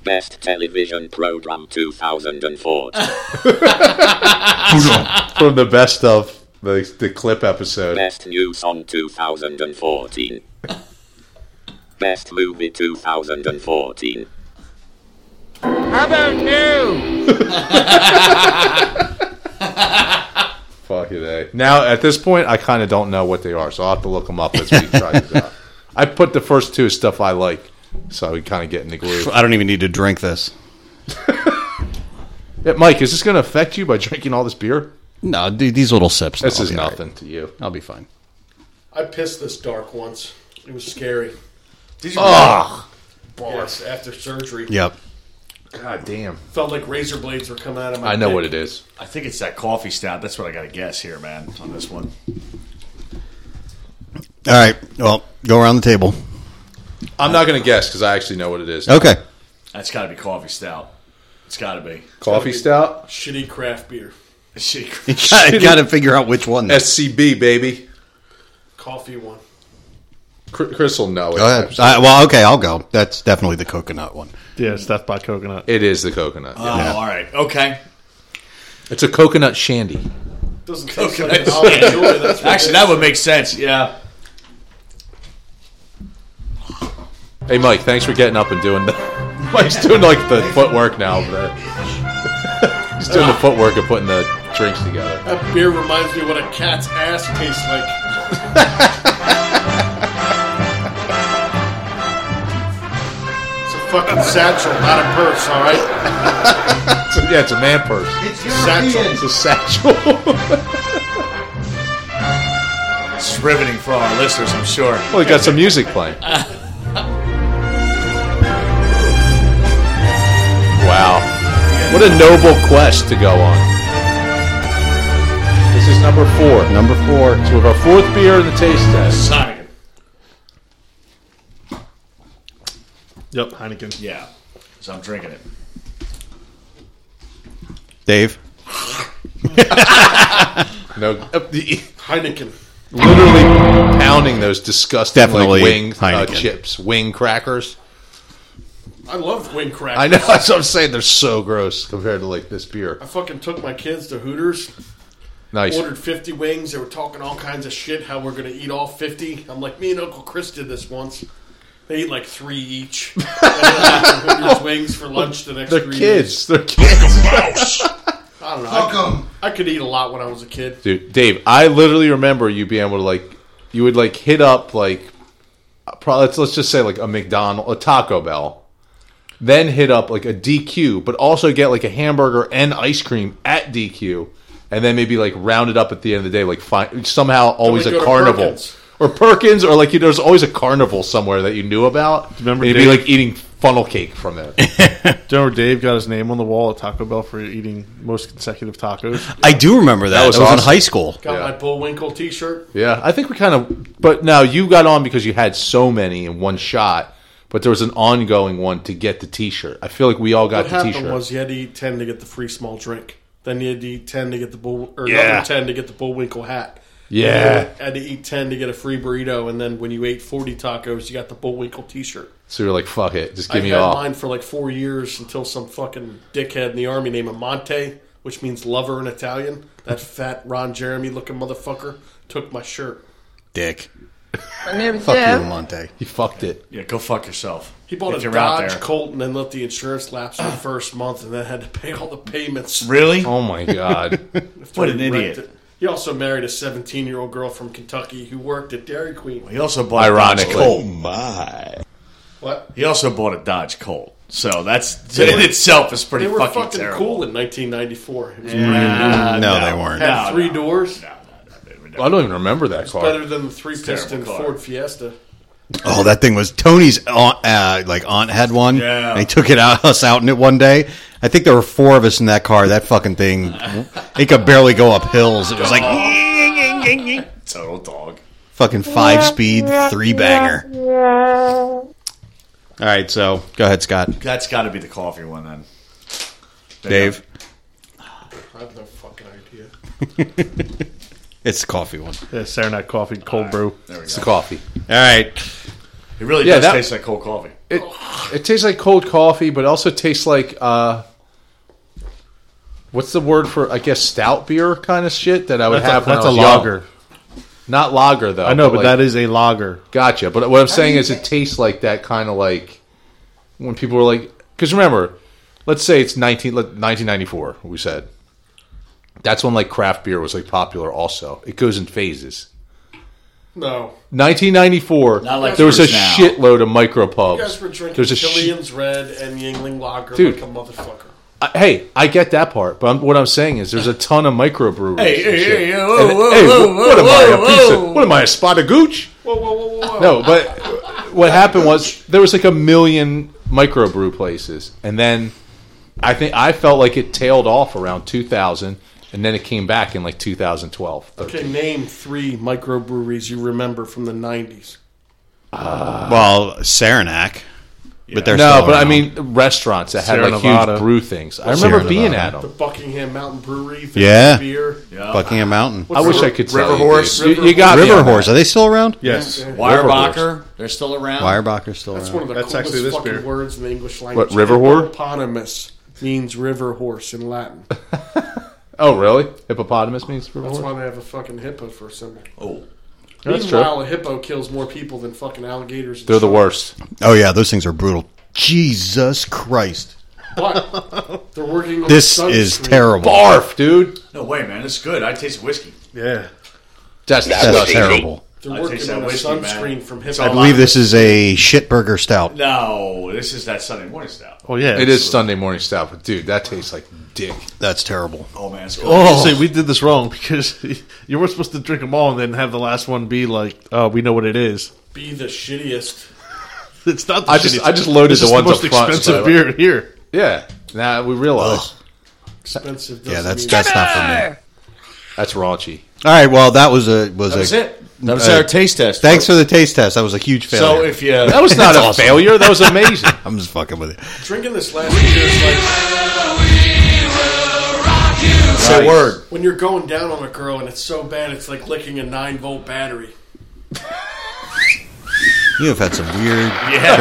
Speaker 8: Best television program 2004.
Speaker 2: From the best of the, the clip episode.
Speaker 8: Best news on 2014. Best movie 2014.
Speaker 2: Fuck eh? you, they. Now, at this point, I kind of don't know what they are, so I'll have to look them up as we try this out. I put the first two as stuff I like, so we kind of get in the groove.
Speaker 4: I don't even need to drink this.
Speaker 2: Yeah, Mike, is this going to affect you by drinking all this beer?
Speaker 4: No, dude, these little sips.
Speaker 2: This
Speaker 4: I'll
Speaker 2: is
Speaker 4: be all right.
Speaker 2: nothing to you.
Speaker 4: I'll be fine.
Speaker 3: I pissed this dark once. It was scary.
Speaker 6: Did you oh.
Speaker 3: Yes, after surgery.
Speaker 4: Yep.
Speaker 2: God damn.
Speaker 3: Felt like razor blades were coming out of my
Speaker 2: I know
Speaker 3: dick.
Speaker 2: what it is.
Speaker 6: I think it's that coffee stout. That's what I got to guess here, man, on this one.
Speaker 4: All right. Well, go around the table.
Speaker 2: I'm not going to guess because I actually know what it is.
Speaker 4: Okay. [laughs]
Speaker 6: That's got to be coffee stout. It's got to be.
Speaker 2: Coffee stout?
Speaker 3: Shitty craft
Speaker 6: [laughs]
Speaker 3: beer.
Speaker 6: She-
Speaker 4: I got to figure out which one.
Speaker 2: SCB, baby.
Speaker 3: Coffee one.
Speaker 2: Cr- Chris will know it.
Speaker 4: Go ahead. I, well, okay, I'll go. That's definitely the coconut one.
Speaker 7: Yeah, it's Death by Coconut.
Speaker 2: It is the coconut.
Speaker 6: Oh, all right. Okay.
Speaker 2: It's a coconut shandy.
Speaker 3: Doesn't taste
Speaker 6: Coconut
Speaker 2: [laughs]
Speaker 3: like an olive
Speaker 6: sand.
Speaker 3: joy. That's what
Speaker 6: Actually,
Speaker 3: it
Speaker 6: that
Speaker 3: is.
Speaker 6: would make sense. Yeah.
Speaker 2: Hey, Mike, thanks for getting up and doing that. [laughs] Mike's doing like the footwork now. But [laughs] he's doing the footwork of putting the drinks together.
Speaker 3: That beer reminds me of what a cat's ass tastes [laughs] like. it's a fucking satchel, not a purse, all right?
Speaker 2: It's a- yeah, it's a man purse.
Speaker 3: Satchel.
Speaker 2: It's a satchel. [laughs]
Speaker 6: It's riveting for our listeners, I'm sure.
Speaker 2: well, he got some music playing. Wow. What a noble quest to go on. This is number four.
Speaker 4: Number four.
Speaker 2: So we have our fourth beer in the taste test.
Speaker 6: Heineken.
Speaker 7: Yep, Heineken.
Speaker 6: Yeah. So I'm drinking it.
Speaker 4: Dave.
Speaker 2: No, literally
Speaker 3: Heineken.
Speaker 2: pounding those disgusting
Speaker 4: Definitely
Speaker 2: like, wing uh,
Speaker 4: Heineken.
Speaker 2: chips, wing crackers.
Speaker 3: I love wing crackers.
Speaker 2: I know [laughs] that's what I'm saying. They're so gross compared to like this beer.
Speaker 3: I fucking took my kids to Hooters,
Speaker 2: Nice.
Speaker 3: ordered 50 wings. They were talking all kinds of shit, how we're going to eat all 50. I'm like, me and Uncle Chris did this once. They eat like three each. [laughs] And then they ate Hooters wings for lunch the next
Speaker 2: They're
Speaker 3: three
Speaker 2: kids.
Speaker 3: days.
Speaker 2: They're kids.
Speaker 3: I don't know. I could- I could eat a lot when I was a kid.
Speaker 2: Dude, Dave, I literally remember you being able to like, you would like hit up like, probably let's, let's just say like a McDonald, a Taco Bell, then hit up like a DQ, but also get like a hamburger and ice cream at DQ, and then maybe like round it up at the end of the day, like find somehow always
Speaker 3: we
Speaker 2: a
Speaker 3: go to
Speaker 2: carnival.
Speaker 3: Perkins.
Speaker 2: Or Perkins, or like you, there's always a carnival somewhere that you knew about.
Speaker 7: Remember
Speaker 2: and you'd be
Speaker 7: Dave-
Speaker 2: like eating funnel cake from it.
Speaker 7: Do you remember Dave got his name on the wall at Taco Bell for eating most consecutive tacos?
Speaker 4: I do remember that.
Speaker 2: That was
Speaker 4: I was in
Speaker 2: awesome.
Speaker 4: high school.
Speaker 3: Got
Speaker 2: Yeah.
Speaker 3: my Bullwinkle T-shirt.
Speaker 2: Yeah, I think we kind of. But now you got on because you had so many in one shot. But there was an ongoing one to get the T-shirt. I feel like we all got
Speaker 3: What
Speaker 2: the
Speaker 3: happened
Speaker 2: T-shirt.
Speaker 3: was you had to eat ten to get the free small drink. Then you had to eat ten to get the bull or
Speaker 2: Yeah.
Speaker 3: another ten to get the Bullwinkle hat.
Speaker 2: Yeah.
Speaker 3: You had to eat ten to get a free burrito, and then when you ate forty tacos, you got the Bullwinkle T-shirt.
Speaker 2: so you're like, "Fuck it, just give
Speaker 3: I
Speaker 2: me
Speaker 3: had
Speaker 2: all."
Speaker 3: mine for like four years until some fucking dickhead in the army named Amante,
Speaker 6: [laughs]
Speaker 3: which means lover in Italian. That fat Ron Jeremy looking motherfucker took my shirt.
Speaker 4: dick.
Speaker 9: Fuck
Speaker 4: Fuck you, Monte.
Speaker 2: He fucked it.
Speaker 6: Yeah, go fuck yourself.
Speaker 3: He bought
Speaker 6: If
Speaker 3: a
Speaker 6: you're out
Speaker 3: Dodge
Speaker 6: there.
Speaker 3: Colt and then let the insurance lapse for the first month and then had to pay all the payments.
Speaker 6: Really?
Speaker 2: Oh my god. [laughs]
Speaker 3: after
Speaker 6: what an
Speaker 3: he wrecked
Speaker 6: idiot.
Speaker 3: it. He also married a 17 year old girl from Kentucky who worked at Dairy Queen.
Speaker 6: He also bought a
Speaker 2: Ironically.
Speaker 6: Dodge
Speaker 1: Oh
Speaker 6: Colt.
Speaker 4: my!
Speaker 3: What?
Speaker 6: He also bought a Dodge Colt. So that's in itself is pretty
Speaker 3: They were
Speaker 6: fucking,
Speaker 3: fucking,
Speaker 6: terrible.
Speaker 3: cool in 1994. It was
Speaker 4: no, they weren't.
Speaker 3: had
Speaker 6: No,
Speaker 3: three
Speaker 6: no.
Speaker 3: doors.
Speaker 2: Well, I don't even remember that car.
Speaker 3: Better than the three piston
Speaker 6: terrible car.
Speaker 3: Ford Fiesta.
Speaker 4: Oh, that thing was Tony's aunt. Uh, like aunt had one.
Speaker 6: Yeah.
Speaker 4: and he took it out [laughs] us out in it one day. I think there were four of us in that car. That
Speaker 3: [laughs]
Speaker 4: fucking thing, it could barely go up hills. It was like
Speaker 6: Total dog.
Speaker 4: fucking five speed three banger. All right, so go ahead, Scott,
Speaker 6: That's got to be the coffee one then.
Speaker 4: Dave.
Speaker 3: I have no fucking idea.
Speaker 4: It's the coffee one.
Speaker 7: Yeah, Saranac coffee, cold brew.
Speaker 6: There we
Speaker 2: It's the
Speaker 6: go.
Speaker 2: coffee.
Speaker 4: All right,
Speaker 6: It really
Speaker 2: Yeah,
Speaker 6: does
Speaker 2: that-
Speaker 6: taste like cold coffee.
Speaker 2: It it tastes like cold coffee, but it also tastes like uh, what's the word for? I guess stout beer kind of shit that I would
Speaker 7: That's a,
Speaker 2: have. when
Speaker 7: that's
Speaker 2: I
Speaker 7: a
Speaker 2: was young.
Speaker 7: lager.
Speaker 2: not lager though.
Speaker 7: I know, but
Speaker 2: like-
Speaker 7: that is a lager.
Speaker 2: Gotcha. But what I'm saying is, it tastes like that kind of like when people were like, because remember, let's say it's 19, let- 1994, we said. That's when like craft beer was like popular. Also, it goes in phases.
Speaker 3: No.
Speaker 2: 1994,
Speaker 6: Not like
Speaker 2: there was a
Speaker 6: Spruce now.
Speaker 2: shitload of micro
Speaker 3: You guys
Speaker 2: pubs.
Speaker 3: were drinking
Speaker 2: There's a shi-
Speaker 3: Killian's Red and Yingling Lager
Speaker 2: Dude.
Speaker 3: like a motherfucker.
Speaker 2: I- hey, I get that part, but I'm, what I'm saying is there's a ton of microbreweries.
Speaker 6: Hey,
Speaker 2: and
Speaker 6: hey,
Speaker 2: shit.
Speaker 6: hey,
Speaker 2: And-
Speaker 6: whoa, whoa, whoa,
Speaker 2: wh- what am I?
Speaker 6: whoa,
Speaker 2: A piece of,
Speaker 6: whoa.
Speaker 2: what am I? A spot of gooch?
Speaker 3: Whoa, whoa, whoa, whoa, whoa.
Speaker 2: No, but what happened was there was like a million microbrew places, and then I think I felt like it tailed off around 2000, and then it came back in like 2012.
Speaker 3: [laughs] Okay, name three microbreweries you remember from the 90s.
Speaker 4: well, Saranac, but they're
Speaker 2: No,
Speaker 4: still
Speaker 2: but I
Speaker 4: around.
Speaker 2: mean restaurants that had
Speaker 7: Sierra
Speaker 2: like
Speaker 7: Nevada.
Speaker 2: huge brew things. I
Speaker 4: Sierra
Speaker 2: remember being
Speaker 4: Nevada.
Speaker 2: at
Speaker 3: The
Speaker 2: them.
Speaker 3: Buckingham Mountain Brewery, Victor's
Speaker 4: Yeah.
Speaker 3: Beer.
Speaker 4: Buckingham Mountain,
Speaker 2: I wish I could.
Speaker 6: River
Speaker 2: tell you,
Speaker 6: Horse?
Speaker 2: dude. You, you got me
Speaker 4: River
Speaker 2: on that.
Speaker 4: Horse. Are they still around?
Speaker 7: Yes.
Speaker 6: Weyerbacher, they're still around.
Speaker 4: Weyerbacher's still
Speaker 3: That's
Speaker 4: around.
Speaker 3: one of the
Speaker 7: That's
Speaker 3: coolest
Speaker 7: actually this
Speaker 3: fucking
Speaker 7: beer.
Speaker 3: words in the English language.
Speaker 2: river whore?
Speaker 3: Hippopotamus means river horse in Latin.
Speaker 2: Oh, really? Hippopotamus means river
Speaker 3: That's
Speaker 2: horse.
Speaker 3: why they have a fucking hippo for a symbol.
Speaker 6: Oh,
Speaker 3: Meanwhile, a hippo kills more people than fucking alligators. and
Speaker 2: They're the worst.
Speaker 3: sharks.
Speaker 4: Oh yeah, those things are brutal. Jesus Christ,
Speaker 3: But they're working. On
Speaker 4: this
Speaker 3: the
Speaker 4: is
Speaker 3: sunscreen.
Speaker 4: terrible.
Speaker 2: Barf, dude.
Speaker 6: no way, man. It's good. I taste whiskey.
Speaker 7: Yeah.
Speaker 2: That's
Speaker 4: That's
Speaker 2: disgusting.
Speaker 4: terrible.
Speaker 6: I
Speaker 3: They're
Speaker 6: taste
Speaker 3: working
Speaker 6: that
Speaker 3: on a
Speaker 6: whiskey, man.
Speaker 3: sunscreen from
Speaker 6: It's all
Speaker 3: hippo.
Speaker 4: I believe this is a shit burger stout.
Speaker 6: No, this is that Sunday morning stout.
Speaker 7: Oh yeah.
Speaker 2: It is Sunday morning stuff, but dude, that tastes like dick.
Speaker 4: That's terrible.
Speaker 6: Oh man, it's good.
Speaker 7: Oh. Say we did this wrong because [laughs] you were supposed to drink them all and then have the last one be like, "Oh, we know what it is." [laughs]
Speaker 3: be the shittiest.
Speaker 7: It's not. The
Speaker 2: I just-
Speaker 7: shittiest-
Speaker 2: I just loaded
Speaker 7: this
Speaker 2: the
Speaker 7: is
Speaker 2: ones
Speaker 7: the most
Speaker 2: up front,
Speaker 7: expensive
Speaker 2: so-
Speaker 7: beer here.
Speaker 2: Yeah. Now we
Speaker 6: Oh,
Speaker 2: realize
Speaker 3: Expensive.
Speaker 4: Yeah,
Speaker 3: doesn't
Speaker 4: that's
Speaker 3: mean-
Speaker 4: that's not for me.
Speaker 2: that's raunchy.
Speaker 4: All right, well that was a was
Speaker 6: that was
Speaker 4: a
Speaker 6: it. That was
Speaker 4: uh,
Speaker 6: our taste test.
Speaker 4: thanks for the taste test. That was a huge failure.
Speaker 6: So if you [laughs]
Speaker 2: That was not a
Speaker 4: That's awesome.
Speaker 2: failure. That was amazing.
Speaker 4: I'm just fucking with it.
Speaker 3: Drinking this last beer is like
Speaker 6: say word,
Speaker 3: when you're going down on a girl and it's so bad, it's like licking a nine volt battery.
Speaker 4: You have had some weird, [laughs]
Speaker 6: [laughs] yeah,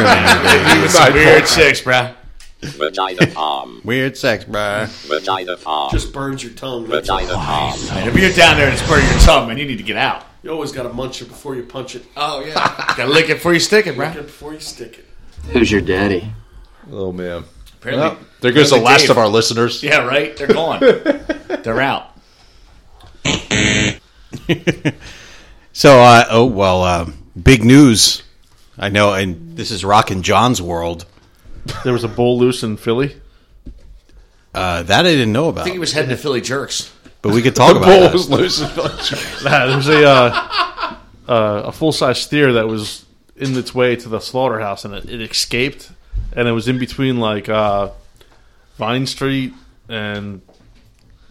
Speaker 4: primitive days.
Speaker 6: some weird six, bruh.
Speaker 8: Vagina palm.
Speaker 4: weird sex, bruh.
Speaker 8: Vagina palm.
Speaker 3: Just burns your tongue. That's all.
Speaker 8: Vagina palm.
Speaker 6: If you're down there and it's burning your tongue, man, you need to get out.
Speaker 3: You always got to munch it before you punch it.
Speaker 6: Oh yeah, [laughs] gotta lick it before you stick it,
Speaker 3: Lick
Speaker 6: bruh.
Speaker 3: it before you stick it.
Speaker 9: Who's your daddy?
Speaker 2: Oh man.
Speaker 6: Apparently,
Speaker 2: there goes the
Speaker 6: apparently
Speaker 2: last
Speaker 6: Dave-
Speaker 2: of our listeners.
Speaker 6: Yeah, right. They're gone. They're out.
Speaker 4: So uh, oh well, um, big news. I know, and this is rocking John's world.
Speaker 7: [laughs] There was a bull loose in Philly.
Speaker 4: Uh, that I didn't know
Speaker 6: I
Speaker 4: about,
Speaker 6: think he was heading to Philly Jerks.
Speaker 4: but we could talk about
Speaker 2: Bull
Speaker 4: that.
Speaker 2: was losing.
Speaker 7: [laughs] Nah, there was a uh, uh, a full size steer that was in its way to the slaughterhouse, and it, it escaped, and it was in between like uh, Vine Street and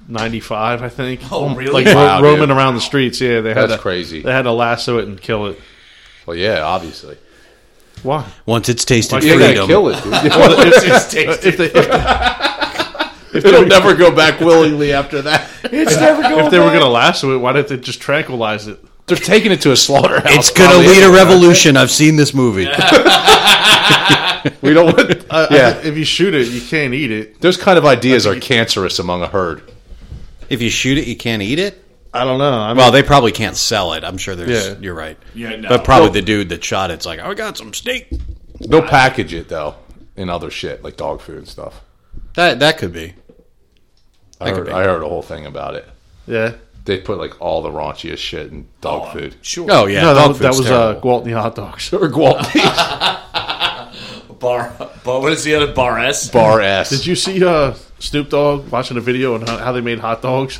Speaker 7: ninety five, I think.
Speaker 6: Oh, really? [laughs]
Speaker 7: Like [laughs]
Speaker 2: Wow,
Speaker 7: ro- roaming
Speaker 2: dude.
Speaker 7: around the streets. Yeah, they had
Speaker 2: That's
Speaker 7: to-
Speaker 2: crazy.
Speaker 7: They had to lasso it and kill it.
Speaker 2: [laughs] well, yeah, obviously.
Speaker 7: Why?
Speaker 4: Once it's tasted
Speaker 7: You
Speaker 2: You're
Speaker 4: freedom,
Speaker 2: gonna kill [laughs] it, dude.
Speaker 6: It's tasty.
Speaker 7: If they, if,
Speaker 2: It'll never go back willingly after that.
Speaker 7: if they were gonna lasso it, why didn't they just tranquilize it?
Speaker 2: [laughs] They're taking it to a slaughterhouse.
Speaker 4: it's gonna lead a revolution. I've seen this movie. [laughs]
Speaker 2: [laughs] We don't. Want, uh, yeah,
Speaker 7: If you shoot it, you can't eat it.
Speaker 2: those kind of ideas are cancerous among a herd.
Speaker 4: If you shoot it, you can't eat it.
Speaker 7: I don't know. I mean,
Speaker 4: Well, they probably can't sell it. I'm sure there's.
Speaker 7: Yeah.
Speaker 4: You're right.
Speaker 6: Yeah, no.
Speaker 4: But probably the dude that shot it's like, I got some steak.
Speaker 2: They'll package it though in other shit like dog food and stuff.
Speaker 4: That that could be.
Speaker 2: I
Speaker 4: could
Speaker 2: heard,
Speaker 4: be.
Speaker 2: I heard a whole thing about it.
Speaker 7: yeah.
Speaker 2: They put like all the raunchiest shit in dog food.
Speaker 4: Sure. Oh yeah.
Speaker 7: no, that
Speaker 4: dog
Speaker 7: was, that
Speaker 4: food's
Speaker 7: was uh,
Speaker 4: terrible.
Speaker 7: Gwaltney hot dogs.
Speaker 2: Or [laughs] Gwal-
Speaker 6: bar, bar. What is the other bar S?
Speaker 2: bar ass.
Speaker 7: Did you see uh, Snoop Dogg watching a video on how, how they made hot dogs?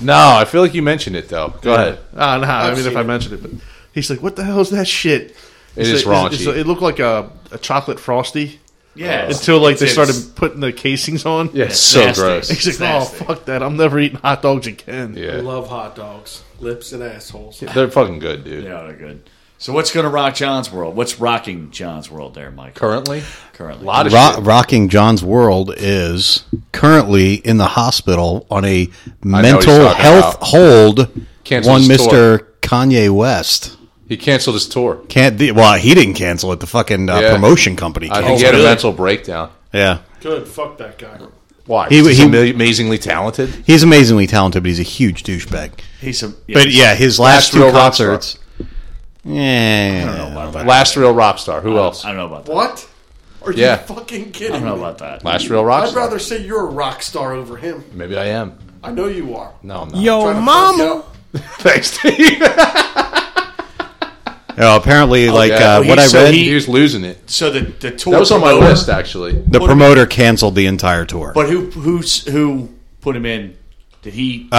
Speaker 2: No, I feel like you mentioned it though. Go ahead.
Speaker 7: Uh, nah, I mean, if
Speaker 3: seen
Speaker 7: I
Speaker 3: it.
Speaker 7: mentioned it, but he's like, "What the hell is that shit?"
Speaker 2: It
Speaker 7: It's
Speaker 2: is
Speaker 7: like-
Speaker 2: raunchy.
Speaker 7: it's- it's- it looked like a, a chocolate frosty
Speaker 6: Yeah.
Speaker 7: until like they
Speaker 6: it's-
Speaker 7: started putting the casings on.
Speaker 2: Yeah, it's so
Speaker 6: nasty.
Speaker 2: gross.
Speaker 7: He's like,
Speaker 6: It's
Speaker 7: "Oh
Speaker 6: nasty."
Speaker 7: fuck that! I'm never eating hot dogs again."
Speaker 3: I
Speaker 2: Yeah,
Speaker 3: love hot dogs, lips and assholes.
Speaker 2: they're fucking good, dude.
Speaker 6: Yeah, they're good. So what's going to rock John's world? What's rocking John's world there, Mike?
Speaker 2: Currently,
Speaker 6: Currently.
Speaker 2: a lot of
Speaker 4: Ro-
Speaker 2: shit.
Speaker 4: rocking John's world is currently in the hospital on a
Speaker 2: what he's
Speaker 4: mental
Speaker 2: talking
Speaker 4: health
Speaker 2: about.
Speaker 4: hold.
Speaker 2: Cancel
Speaker 4: one
Speaker 2: his
Speaker 4: Mister
Speaker 2: tour.
Speaker 4: Kanye West
Speaker 2: He canceled his tour.
Speaker 4: can't. De- well, he didn't cancel it. The fucking uh,
Speaker 2: Yeah.
Speaker 4: promotion company.
Speaker 2: I
Speaker 4: canceled
Speaker 2: think he had
Speaker 4: it.
Speaker 2: a mental breakdown.
Speaker 4: yeah.
Speaker 3: Good, fuck that guy.
Speaker 2: Why?
Speaker 4: He-
Speaker 2: He was
Speaker 4: he-
Speaker 2: amazingly talented.
Speaker 4: He's amazingly talented, but he's a huge douchebag.
Speaker 6: He's a yeah,
Speaker 4: But yeah, his
Speaker 2: Last
Speaker 4: last, two
Speaker 2: real rock star.
Speaker 4: concerts. Yeah, I don't know about
Speaker 2: Last real rock star. Who else?
Speaker 6: I don't know about that.
Speaker 3: What? Are
Speaker 2: Yeah.
Speaker 3: you fucking
Speaker 6: I
Speaker 3: kidding
Speaker 6: don't know
Speaker 3: me?
Speaker 6: about that.
Speaker 2: Last real rock
Speaker 3: I'd
Speaker 2: star.
Speaker 3: rather say you're a rock star over him.
Speaker 2: Maybe I am.
Speaker 3: I know you are.
Speaker 2: No, I'm not.
Speaker 3: Trying
Speaker 4: Yo,
Speaker 3: to fuck you up.
Speaker 2: [laughs] thanks.
Speaker 4: uh,
Speaker 2: Steve.
Speaker 4: Oh, apparently, like
Speaker 2: yeah.
Speaker 4: uh,
Speaker 2: Well,
Speaker 4: what I
Speaker 6: he- so
Speaker 4: read,
Speaker 2: he was losing it.
Speaker 6: So the the tour
Speaker 2: That was on my
Speaker 6: promoter-
Speaker 2: list actually.
Speaker 4: the promoter canceled the entire tour.
Speaker 6: But who who's who put him in? Did he?
Speaker 4: uh,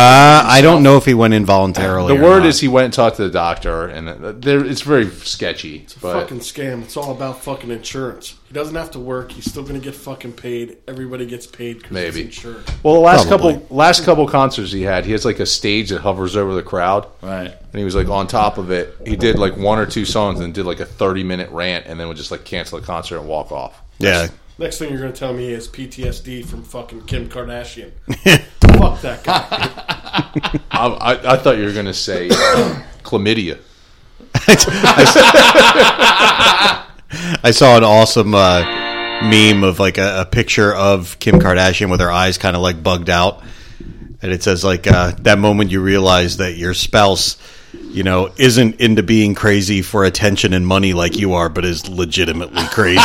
Speaker 4: I don't know if he went involuntarily.
Speaker 2: The
Speaker 4: or
Speaker 2: word
Speaker 4: not.
Speaker 2: is he went and talked to the doctor, and uh, there, it's very sketchy. But
Speaker 3: fucking scam. It's all about fucking insurance. He doesn't have to work. He's still going to get fucking paid. Everybody gets paid because it's
Speaker 2: Maybe.
Speaker 3: insured.
Speaker 2: well, the last
Speaker 4: Probably.
Speaker 2: couple last couple concerts he had, he has like a stage that hovers over the crowd,
Speaker 6: right.
Speaker 2: and he was like on top of it. He did like one or two songs and did like a thirty minute rant, and then would just like cancel the concert and walk off.
Speaker 4: yeah.
Speaker 3: Next thing you're going to tell me is PTSD from fucking Kim
Speaker 6: [laughs]
Speaker 3: Kardashian. fuck that guy.
Speaker 2: I, I, I thought you were gonna say um, chlamydia.
Speaker 4: I saw an awesome uh, meme of like a, a picture of Kim Kardashian with her eyes kind of like bugged out, and it says like uh, that moment you realize that your spouse, you know, isn't into being crazy for attention and money like you are, but is legitimately crazy.
Speaker 2: [laughs]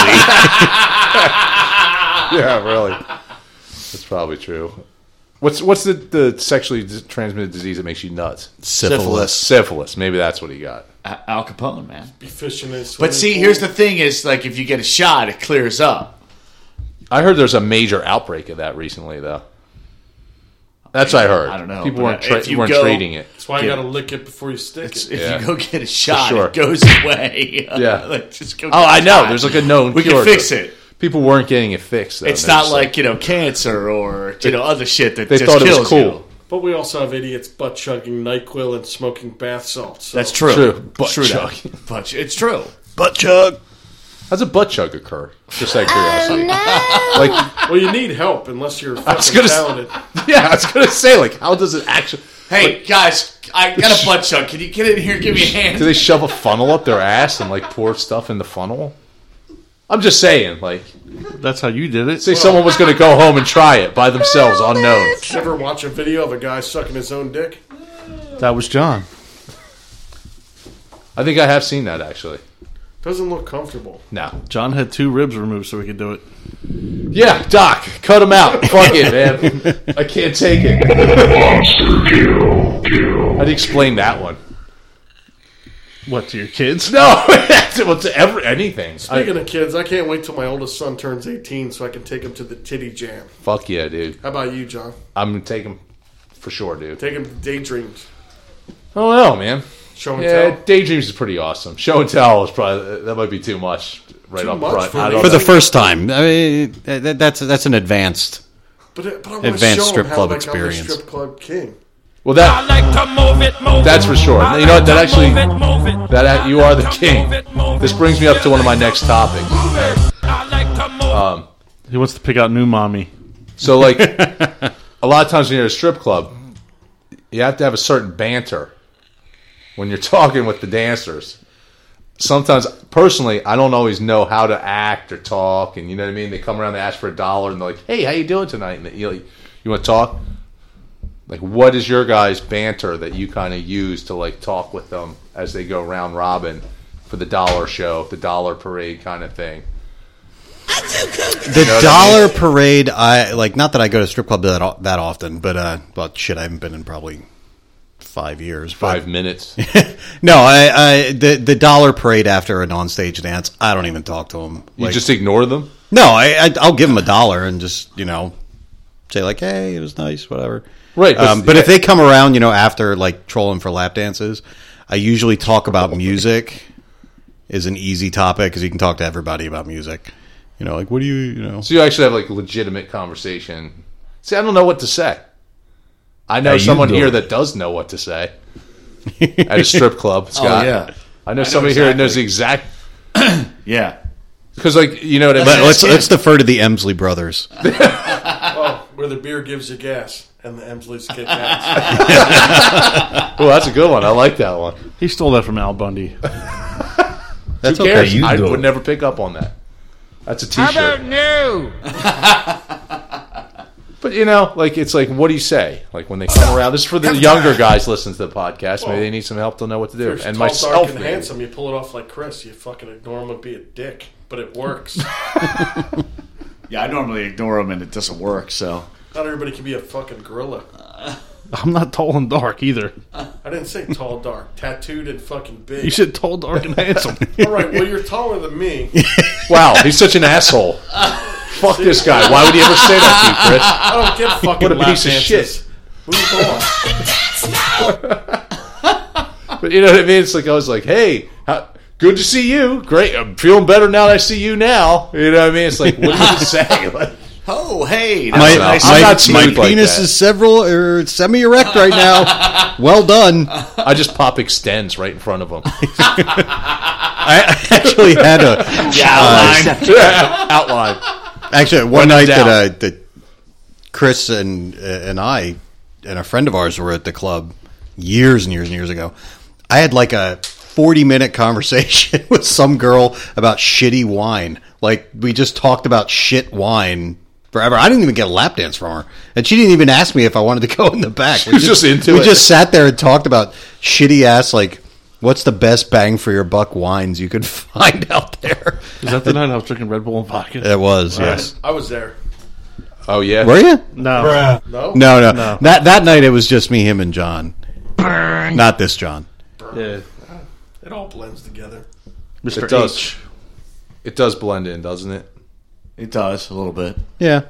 Speaker 2: yeah, really. That's probably true. What's what's the, the sexually dis- transmitted disease that makes you nuts?
Speaker 4: Syphilis.
Speaker 2: Syphilis. Maybe that's what he got.
Speaker 6: A- Al Capone, man.
Speaker 3: Be fishing in his
Speaker 6: But see,
Speaker 3: swimming
Speaker 6: here's
Speaker 3: pool.
Speaker 6: the thing: is like if you get a shot, it clears up.
Speaker 2: I heard there's a major outbreak of that recently, though. That's what I heard.
Speaker 6: I don't know,
Speaker 2: People
Speaker 6: but
Speaker 2: weren't,
Speaker 6: if
Speaker 2: tra-
Speaker 6: you
Speaker 2: weren't
Speaker 6: go-
Speaker 2: treating it.
Speaker 3: That's why you got to lick it before you stick
Speaker 6: It's-
Speaker 3: it.
Speaker 6: If
Speaker 2: Yeah.
Speaker 6: you go get a shot,
Speaker 2: sure.
Speaker 6: it goes [laughs] away. [laughs]
Speaker 2: Yeah.
Speaker 6: like just go.
Speaker 2: Oh,
Speaker 6: get a
Speaker 2: I know.
Speaker 6: shot.
Speaker 2: There's like a known.
Speaker 6: We can
Speaker 2: cure
Speaker 6: fix
Speaker 2: to-
Speaker 6: it.
Speaker 2: People weren't getting it fixed. Though.
Speaker 6: It's
Speaker 2: They're
Speaker 6: not
Speaker 2: just
Speaker 6: like you know cancer or you know other shit that
Speaker 2: they
Speaker 6: just
Speaker 2: thought it
Speaker 6: kills
Speaker 2: was cool.
Speaker 6: you.
Speaker 3: But we also have idiots butt chugging NyQuil and smoking bath salts. So
Speaker 6: That's true.
Speaker 2: True. Butt
Speaker 6: true that.
Speaker 2: chug.
Speaker 1: [laughs]
Speaker 6: But it's true.
Speaker 4: [laughs] Butt chug.
Speaker 2: How's a butt chug occur? Just out of curiosity. [laughs] Like,
Speaker 3: Well, you need help
Speaker 6: [laughs]
Speaker 3: unless you're fucking
Speaker 2: gonna s-
Speaker 3: talented.
Speaker 2: yeah, I was gonna say, like, how does it actually?
Speaker 6: Hey guys, I got a butt chug. Can you get in here? and Give me a hand.
Speaker 2: Do they shove a funnel up their ass and like pour stuff in the funnel? I'm just saying, like,
Speaker 7: That's how you did it.
Speaker 2: say someone was going to go home and try it by themselves, unknown.
Speaker 3: Ever watch a video of a guy sucking his own dick?
Speaker 7: that was John.
Speaker 2: I think I have seen that actually.
Speaker 3: Doesn't look comfortable.
Speaker 2: No.
Speaker 7: John had two ribs removed so he could do it.
Speaker 2: Yeah, Doc, cut him out. Fuck it, man. I can't take it. I'd explain that one.
Speaker 7: What to your
Speaker 2: [laughs]
Speaker 7: kids?
Speaker 2: No, that's well, to every anything. I,
Speaker 3: Speaking of kids, I can't wait till my oldest son turns 18 so I can take him to the titty jam.
Speaker 2: fuck yeah, dude.
Speaker 3: How about you, John?
Speaker 2: I'm gonna take him for sure, dude.
Speaker 3: Take him to daydreams.
Speaker 2: Oh no, man.
Speaker 3: Show and
Speaker 2: Yeah,
Speaker 3: tell.
Speaker 2: daydreams is pretty awesome. Show and tell is probably that might be too much right
Speaker 3: Too
Speaker 2: up
Speaker 3: much
Speaker 2: front.
Speaker 3: for
Speaker 2: I
Speaker 3: me.
Speaker 2: don't
Speaker 4: For
Speaker 2: know.
Speaker 4: the first time, I mean, that, that's that's an advanced.
Speaker 3: But, but I want to
Speaker 4: Advanced
Speaker 3: show
Speaker 4: strip
Speaker 3: him how
Speaker 4: club
Speaker 3: like, I'm
Speaker 4: experience.
Speaker 3: the strip club king.
Speaker 2: well, that
Speaker 9: I like to move it, move it.
Speaker 2: That's for sure.
Speaker 9: I
Speaker 2: You know what? That
Speaker 9: like to
Speaker 2: actually-
Speaker 9: move it, move it.
Speaker 2: that act- you are the
Speaker 9: I like to
Speaker 2: king.
Speaker 9: move it, move
Speaker 2: This
Speaker 9: it.
Speaker 2: brings me up to one of my next Oh, topics.
Speaker 9: Move it. I like to move
Speaker 7: He wants to pick out new mommy.
Speaker 2: So [laughs] like a lot of times when you're at a strip club, you have to have a certain banter when you're [laughs] talking with the dancers. Sometimes personally, I don't always know how to act or talk and you know what I mean? They come around, they ask for a dollar and they're like, Hey, how you doing tonight? And you like, you wanna talk? Like, what is your guys' banter that you kind of use to like talk with them as they go round robin for the dollar show, the dollar parade kind of thing?
Speaker 4: The dollar parade, I like. Not that I go to strip club that o- that often, but uh, well, shit, I haven't been in probably five years. but-
Speaker 2: Five minutes.
Speaker 4: No, I, I the the dollar parade after an onstage dance. I don't even talk to them.
Speaker 2: You just ignore them.
Speaker 4: no, I, I I'll give them a dollar and just you know say like, hey, it was nice, whatever.
Speaker 2: Right, but-
Speaker 4: Um, but if they come around, you know, after like trolling for lap dances, I usually talk about music. Is an easy topic because you can talk to everybody about music. You know, like what do you you know?
Speaker 2: So you actually have like legitimate conversation. See, I don't know what to say. I know
Speaker 4: How you
Speaker 2: someone here
Speaker 4: doing?
Speaker 2: that does know what to say [laughs] at a strip [laughs] club. Scott.
Speaker 1: yeah.
Speaker 2: I know somebody here that knows the
Speaker 1: exactly.
Speaker 2: exact
Speaker 1: Yeah.
Speaker 2: because like you know what I mean.
Speaker 4: [laughs] Let,
Speaker 2: [laughs]
Speaker 4: let's let's defer to the Emsley brothers.
Speaker 3: Oh, where the beer gives you gas and the Emsleys
Speaker 2: [laughs]
Speaker 3: kick ass.
Speaker 2: oh, that's a good one. I like that one.
Speaker 7: He stole that from Al Bundy. [laughs]
Speaker 4: That's
Speaker 2: Who
Speaker 4: okay.
Speaker 2: cares?
Speaker 1: you
Speaker 2: I
Speaker 1: do
Speaker 2: would
Speaker 1: it.
Speaker 2: never pick up on that. That's a T-shirt.
Speaker 9: new?
Speaker 2: But you know, like it's like, what do you say? Like when they come around, this is for
Speaker 3: [laughs]
Speaker 2: the younger guys listening to the podcast. Maybe they need some help to know what to do.
Speaker 3: You're
Speaker 2: And
Speaker 3: tall,
Speaker 2: myself,
Speaker 3: dark, and
Speaker 2: maybe.
Speaker 3: handsome. You pull it off like Chris. You fucking ignore him and be a dick, but it
Speaker 2: [laughs]
Speaker 3: works.
Speaker 1: [laughs] Yeah, I normally ignore them and it doesn't work. So
Speaker 3: Not everybody can be a fucking gorilla.
Speaker 7: I'm not tall and dark either.
Speaker 3: I didn't say tall, dark, tattooed, and fucking big.
Speaker 7: You said tall, dark, and handsome.
Speaker 3: All right, well, you're taller
Speaker 2: [laughs]
Speaker 3: than me.
Speaker 2: wow, he's such an asshole.
Speaker 3: [laughs]
Speaker 2: Fuck this guy. Why would he ever say that to you, Chris?
Speaker 3: I don't get fucking
Speaker 2: What a
Speaker 3: lap
Speaker 2: piece of
Speaker 3: dances.
Speaker 2: shit.
Speaker 3: Move on.
Speaker 2: [laughs] But you know what I mean? It's like I was like, hey, how, good to see you. Great, I'm feeling better now that I see you now. You know what I mean? It's like, what do you say? [laughs] Like,
Speaker 1: oh hey,
Speaker 4: My,
Speaker 2: don't know.
Speaker 4: my-
Speaker 2: I'm not
Speaker 4: my
Speaker 2: smooth like
Speaker 4: penis
Speaker 2: that.
Speaker 4: is several or semi erect right now.
Speaker 2: [laughs]
Speaker 4: well done.
Speaker 2: I just pop extends right in front of him.
Speaker 4: I actually had a
Speaker 2: [laughs] Outline.
Speaker 4: actually one night
Speaker 2: down.
Speaker 4: that, uh, that Chris and uh, and I and a friend of ours were at the club years and years and years ago. I had like a forty minute conversation [laughs] with some girl about shitty wine. Like we just talked about shit wine. Forever. I didn't even get a lap dance from her, and she didn't even ask me if I wanted to [laughs] go in the back. She
Speaker 2: was just into
Speaker 4: we
Speaker 2: it.
Speaker 4: just sat there and talked about shitty ass like, what's the best bang for your buck wines you could [laughs] find out there.
Speaker 7: Is that the night I was drinking Red Bull and vodka?
Speaker 4: It was yes.
Speaker 3: I was there.
Speaker 2: Oh yeah.
Speaker 4: Were you?
Speaker 7: No.
Speaker 3: No?
Speaker 4: No, no, That that night it was just me, him, and John. Not this John.
Speaker 7: Yeah.
Speaker 3: It all blends together.
Speaker 7: Mr.
Speaker 2: It does.
Speaker 7: H.
Speaker 2: It does blend in, doesn't it?
Speaker 1: it does a little bit.
Speaker 4: Yeah.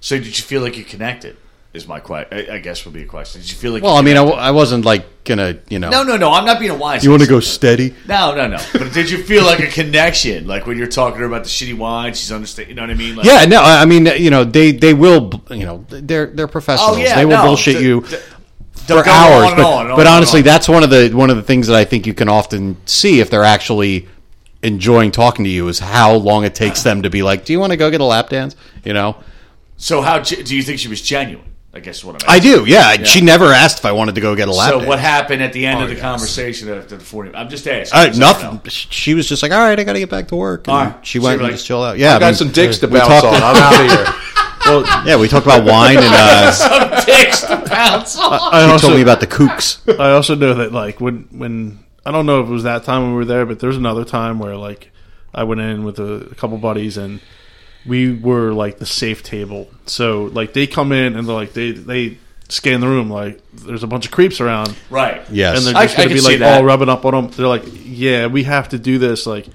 Speaker 1: So did you feel like you connected? Is my question? I guess would be a question. Did you feel like?
Speaker 4: Well,
Speaker 1: you
Speaker 4: I mean, I, w- I wasn't like gonna, you know.
Speaker 1: No, no, no. I'm not being a wise.
Speaker 4: You want to go steady?
Speaker 1: [laughs] No, no, no. But did you feel like a connection? Like when you're talking to her about the shitty wine, she's understand. You know what I mean? Like,
Speaker 4: Yeah, no. I I mean, you know, they they will, b- you know, they're they're professionals.
Speaker 1: Oh yeah.
Speaker 4: they will
Speaker 1: no.
Speaker 4: bullshit
Speaker 1: D-
Speaker 4: you
Speaker 1: d-
Speaker 4: for
Speaker 1: go on
Speaker 4: hours.
Speaker 1: and
Speaker 4: but
Speaker 1: on and on
Speaker 4: but
Speaker 1: and
Speaker 4: honestly,
Speaker 1: on.
Speaker 4: that's one of the one of the things that I think you can often see if they're actually enjoying talking to you is how long it takes them to be like, "Do you want to go get a lap dance?" You know.
Speaker 1: So how ge- do you think she was genuine? I guess is what I'm.
Speaker 4: I do. Yeah. She never asked if I wanted to go get a lap
Speaker 1: So
Speaker 4: dance.
Speaker 1: what happened at the end
Speaker 2: Oh,
Speaker 1: of the conversation after the 40? I'm just asking.
Speaker 4: Uh,
Speaker 1: Because I don't
Speaker 4: nothing.
Speaker 1: know.
Speaker 4: She was just like, "All right, I got to get back to work." And
Speaker 1: All right.
Speaker 4: She
Speaker 1: So
Speaker 4: went
Speaker 1: you're
Speaker 4: and
Speaker 1: like,
Speaker 4: just chilled out. Yeah, I
Speaker 2: I got
Speaker 4: mean,
Speaker 2: some dicks to
Speaker 4: we
Speaker 2: bounce
Speaker 4: talked-
Speaker 2: on. I'm out of here.
Speaker 4: [laughs] Yeah, we talked about wine, and uh,
Speaker 1: Dicks to
Speaker 2: [laughs]
Speaker 1: bounce off.
Speaker 7: I
Speaker 4: she
Speaker 7: also,
Speaker 4: told me about the kooks.
Speaker 7: I also know that, like, when, when, I don't know if it was that time we were there, but there's another time where, like, I went in with a, a couple buddies and we were, like, the safe table. So, like, they come in and they're like, they, they scan the room, like, there's a bunch of creeps around.
Speaker 1: Right.
Speaker 4: Yes,
Speaker 7: and they're
Speaker 1: I-
Speaker 7: just
Speaker 1: I
Speaker 7: going to
Speaker 1: can
Speaker 7: be
Speaker 1: see
Speaker 7: like
Speaker 1: that.
Speaker 7: all rubbing up on them. They're like, yeah, we have to do this. Like,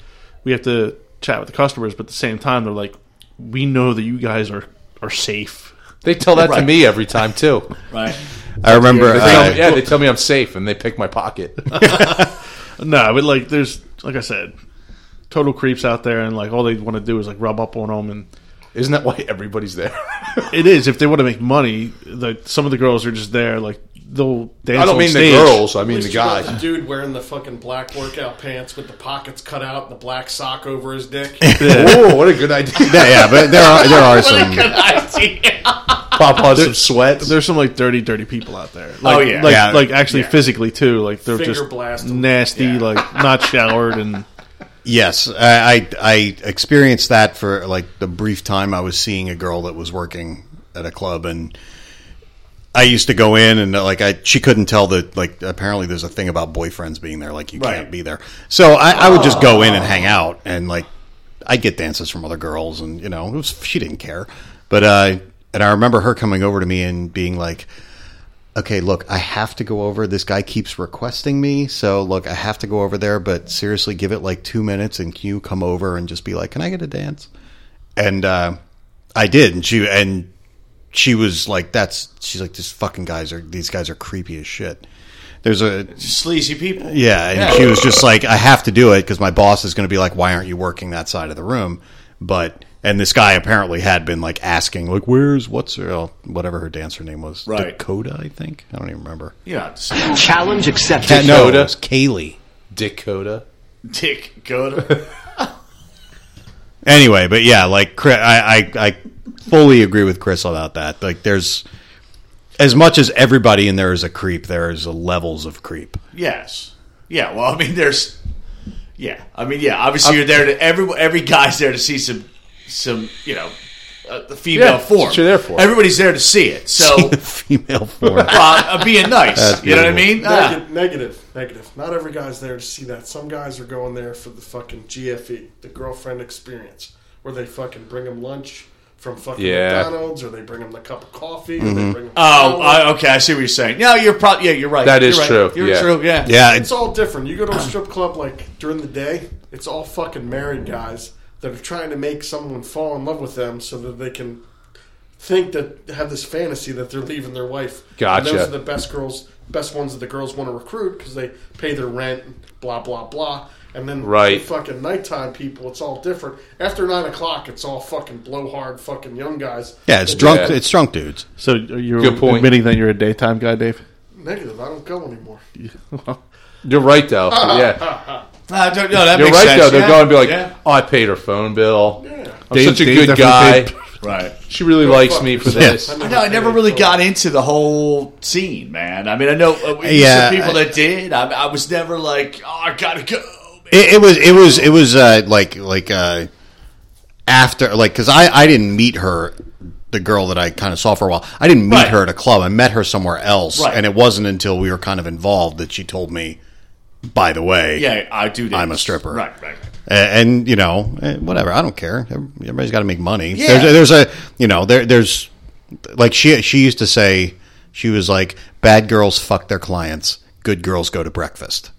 Speaker 7: we have to chat with the customers, but at the same time, they're like, we know that you guys are are safe.
Speaker 2: [laughs] They tell that to
Speaker 1: Right.
Speaker 2: me every time too.
Speaker 1: Right. [laughs]
Speaker 4: I
Speaker 2: [laughs]
Speaker 4: remember.
Speaker 2: They tell me-
Speaker 4: Uh,
Speaker 2: yeah, they tell me I'm safe, and they pick my [laughs] pocket.
Speaker 7: No, but like, there's like I said, total creeps out there, and like all they want to do is like rub up on them, and
Speaker 2: Isn't that why everybody's there?
Speaker 7: it is if they want to make money. Like some of the girls are just there, like they'll
Speaker 2: [laughs]
Speaker 7: dance.
Speaker 2: I don't
Speaker 7: on
Speaker 2: mean the
Speaker 7: stage.
Speaker 2: girls. I mean
Speaker 3: At
Speaker 2: the
Speaker 3: least you got
Speaker 2: guys.
Speaker 3: The dude wearing the fucking black workout pants with the pockets cut out and the black sock over his
Speaker 2: [laughs]
Speaker 3: dick.
Speaker 2: Oh, what a good idea!
Speaker 4: yeah, yeah, but there are there are some.
Speaker 2: Pop on some sweat.
Speaker 7: There's some like dirty, dirty people out there. Like,
Speaker 1: Oh, yeah.
Speaker 7: like,
Speaker 4: Yeah.
Speaker 7: like actually physically too. Like they're
Speaker 3: Finger
Speaker 7: just
Speaker 3: blast 'em.
Speaker 7: nasty,
Speaker 1: Yeah.
Speaker 7: like not showered and.
Speaker 4: Yes, I, I I experienced that for like the brief time I was seeing a girl that was working at a club, and I used to go in and uh, like I she couldn't tell that like apparently there's a thing about boyfriends being there like you
Speaker 6: Right.
Speaker 4: can't be there. So I, I would just go in and hang out and like I'd get dances from other girls and you know it was she didn't care. But uh and I remember her coming over to me and being like okay, look, I have to go over. This guy keeps requesting me. So, look, I have to go over there, but seriously, give it like two minutes and you come over and just be like, can I get a dance? And uh, I did. And she, and she was like, that's, she's like, this fucking guys are, these guys are creepy as shit. There's a,
Speaker 1: Sleazy people.
Speaker 4: yeah. And she was just like, I have to do it because my boss is going to be like, why aren't you working that side of the room? But, and this guy apparently had been like asking, like, where's what's her, oh, whatever her dancer name was,
Speaker 1: Right.
Speaker 4: Dakota, I think. I don't even remember.
Speaker 1: You know, just
Speaker 10: Challenge accepted.
Speaker 4: Cat- no,
Speaker 2: Dakota.
Speaker 4: it was Kaylee.
Speaker 2: Dakota.
Speaker 1: dick good.
Speaker 4: Anyway, but yeah, like Chris, I, I, I fully agree with Chris about that. Like, there's as much as everybody in there is a creep. There is a levels of creep. [laughs]
Speaker 1: Yes. Yeah. Well, I mean, there's. Yeah. I mean, yeah. Obviously, you're there to every every guy's there to see some some you know uh, the female
Speaker 2: Yeah, that's
Speaker 1: form.
Speaker 2: what you're there for.
Speaker 1: Everybody's there to see it. So
Speaker 2: [laughs]
Speaker 4: The
Speaker 1: [laughs]
Speaker 4: female form.
Speaker 1: uh, being nice.
Speaker 4: That's
Speaker 1: You know what I
Speaker 4: beautiful.
Speaker 1: mean? Ah.
Speaker 3: Neg- negative, negative. Not every guy's there to see that. Some guys are going there for the fucking GFE, the girlfriend experience, where they fucking bring them lunch from fucking
Speaker 2: Yeah.
Speaker 3: McDonald's, or they bring them the cup of coffee, or they bring 'em
Speaker 1: Oh,
Speaker 3: flowers.
Speaker 1: I, okay. I see what you're saying. No, you're probably. Yeah, you're right.
Speaker 2: That
Speaker 1: You're
Speaker 2: is
Speaker 1: right.
Speaker 2: true,
Speaker 1: You're
Speaker 2: yeah.
Speaker 1: true. Yeah.
Speaker 4: yeah,
Speaker 3: it's
Speaker 4: it's,
Speaker 3: all different. You go to a strip club like during the day, it's all fucking married guys that are trying to make someone fall in love with them so that they can think that have this fantasy that they're leaving their wife. And
Speaker 2: Gotcha.
Speaker 3: those are the best girls, best ones that the girls want to recruit because they pay their rent, and blah blah blah. And then
Speaker 2: Right.
Speaker 3: the fucking nighttime people, it's all different. After nine o'clock, it's all fucking blowhard, fucking young guys.
Speaker 4: yeah, it's drunk.
Speaker 2: Yeah.
Speaker 4: It's drunk dudes.
Speaker 7: So you're
Speaker 2: Good point.
Speaker 7: admitting that you're a daytime guy, Dave?
Speaker 3: Negative. I don't go anymore.
Speaker 2: You're right [laughs] though. yeah,
Speaker 1: Ah, don't- no, that
Speaker 2: you're
Speaker 1: makes
Speaker 2: right
Speaker 1: sense.
Speaker 2: though. They're
Speaker 1: yeah.
Speaker 2: going to be like,
Speaker 1: Yeah.
Speaker 2: "Oh, I paid her phone bill.
Speaker 3: Yeah.
Speaker 2: I'm
Speaker 7: Dave-
Speaker 2: such a
Speaker 7: Dave
Speaker 2: good
Speaker 7: definitely
Speaker 2: guy. [laughs]
Speaker 7: paid-
Speaker 1: right.
Speaker 2: She really likes me for this."
Speaker 4: Yes.
Speaker 2: Yeah.
Speaker 1: I know. I never
Speaker 3: paid
Speaker 1: really
Speaker 3: for it.
Speaker 1: got into the whole scene, man. I mean, I know uh, we
Speaker 4: Yeah,
Speaker 1: some people
Speaker 4: I-
Speaker 1: that did. I, I was never like, oh, I gotta go. man."
Speaker 4: It, it was. It was. It was uh, like like uh, after like because I I didn't meet her. The girl that I kind of saw for a while, I didn't meet
Speaker 1: Right.
Speaker 4: her at a club. I met her somewhere else,
Speaker 1: Right.
Speaker 4: and it wasn't until we were kind of involved that she told me. By the way,
Speaker 1: Yeah, I do. This.
Speaker 4: I'm a stripper.
Speaker 1: Right, right, right.
Speaker 4: and, and, you know eh, whatever i don't care everybody's got to make money
Speaker 1: Yeah.
Speaker 4: there's, there's a you know there there's like she she used to say she was like bad girls fuck their clients good girls go to breakfast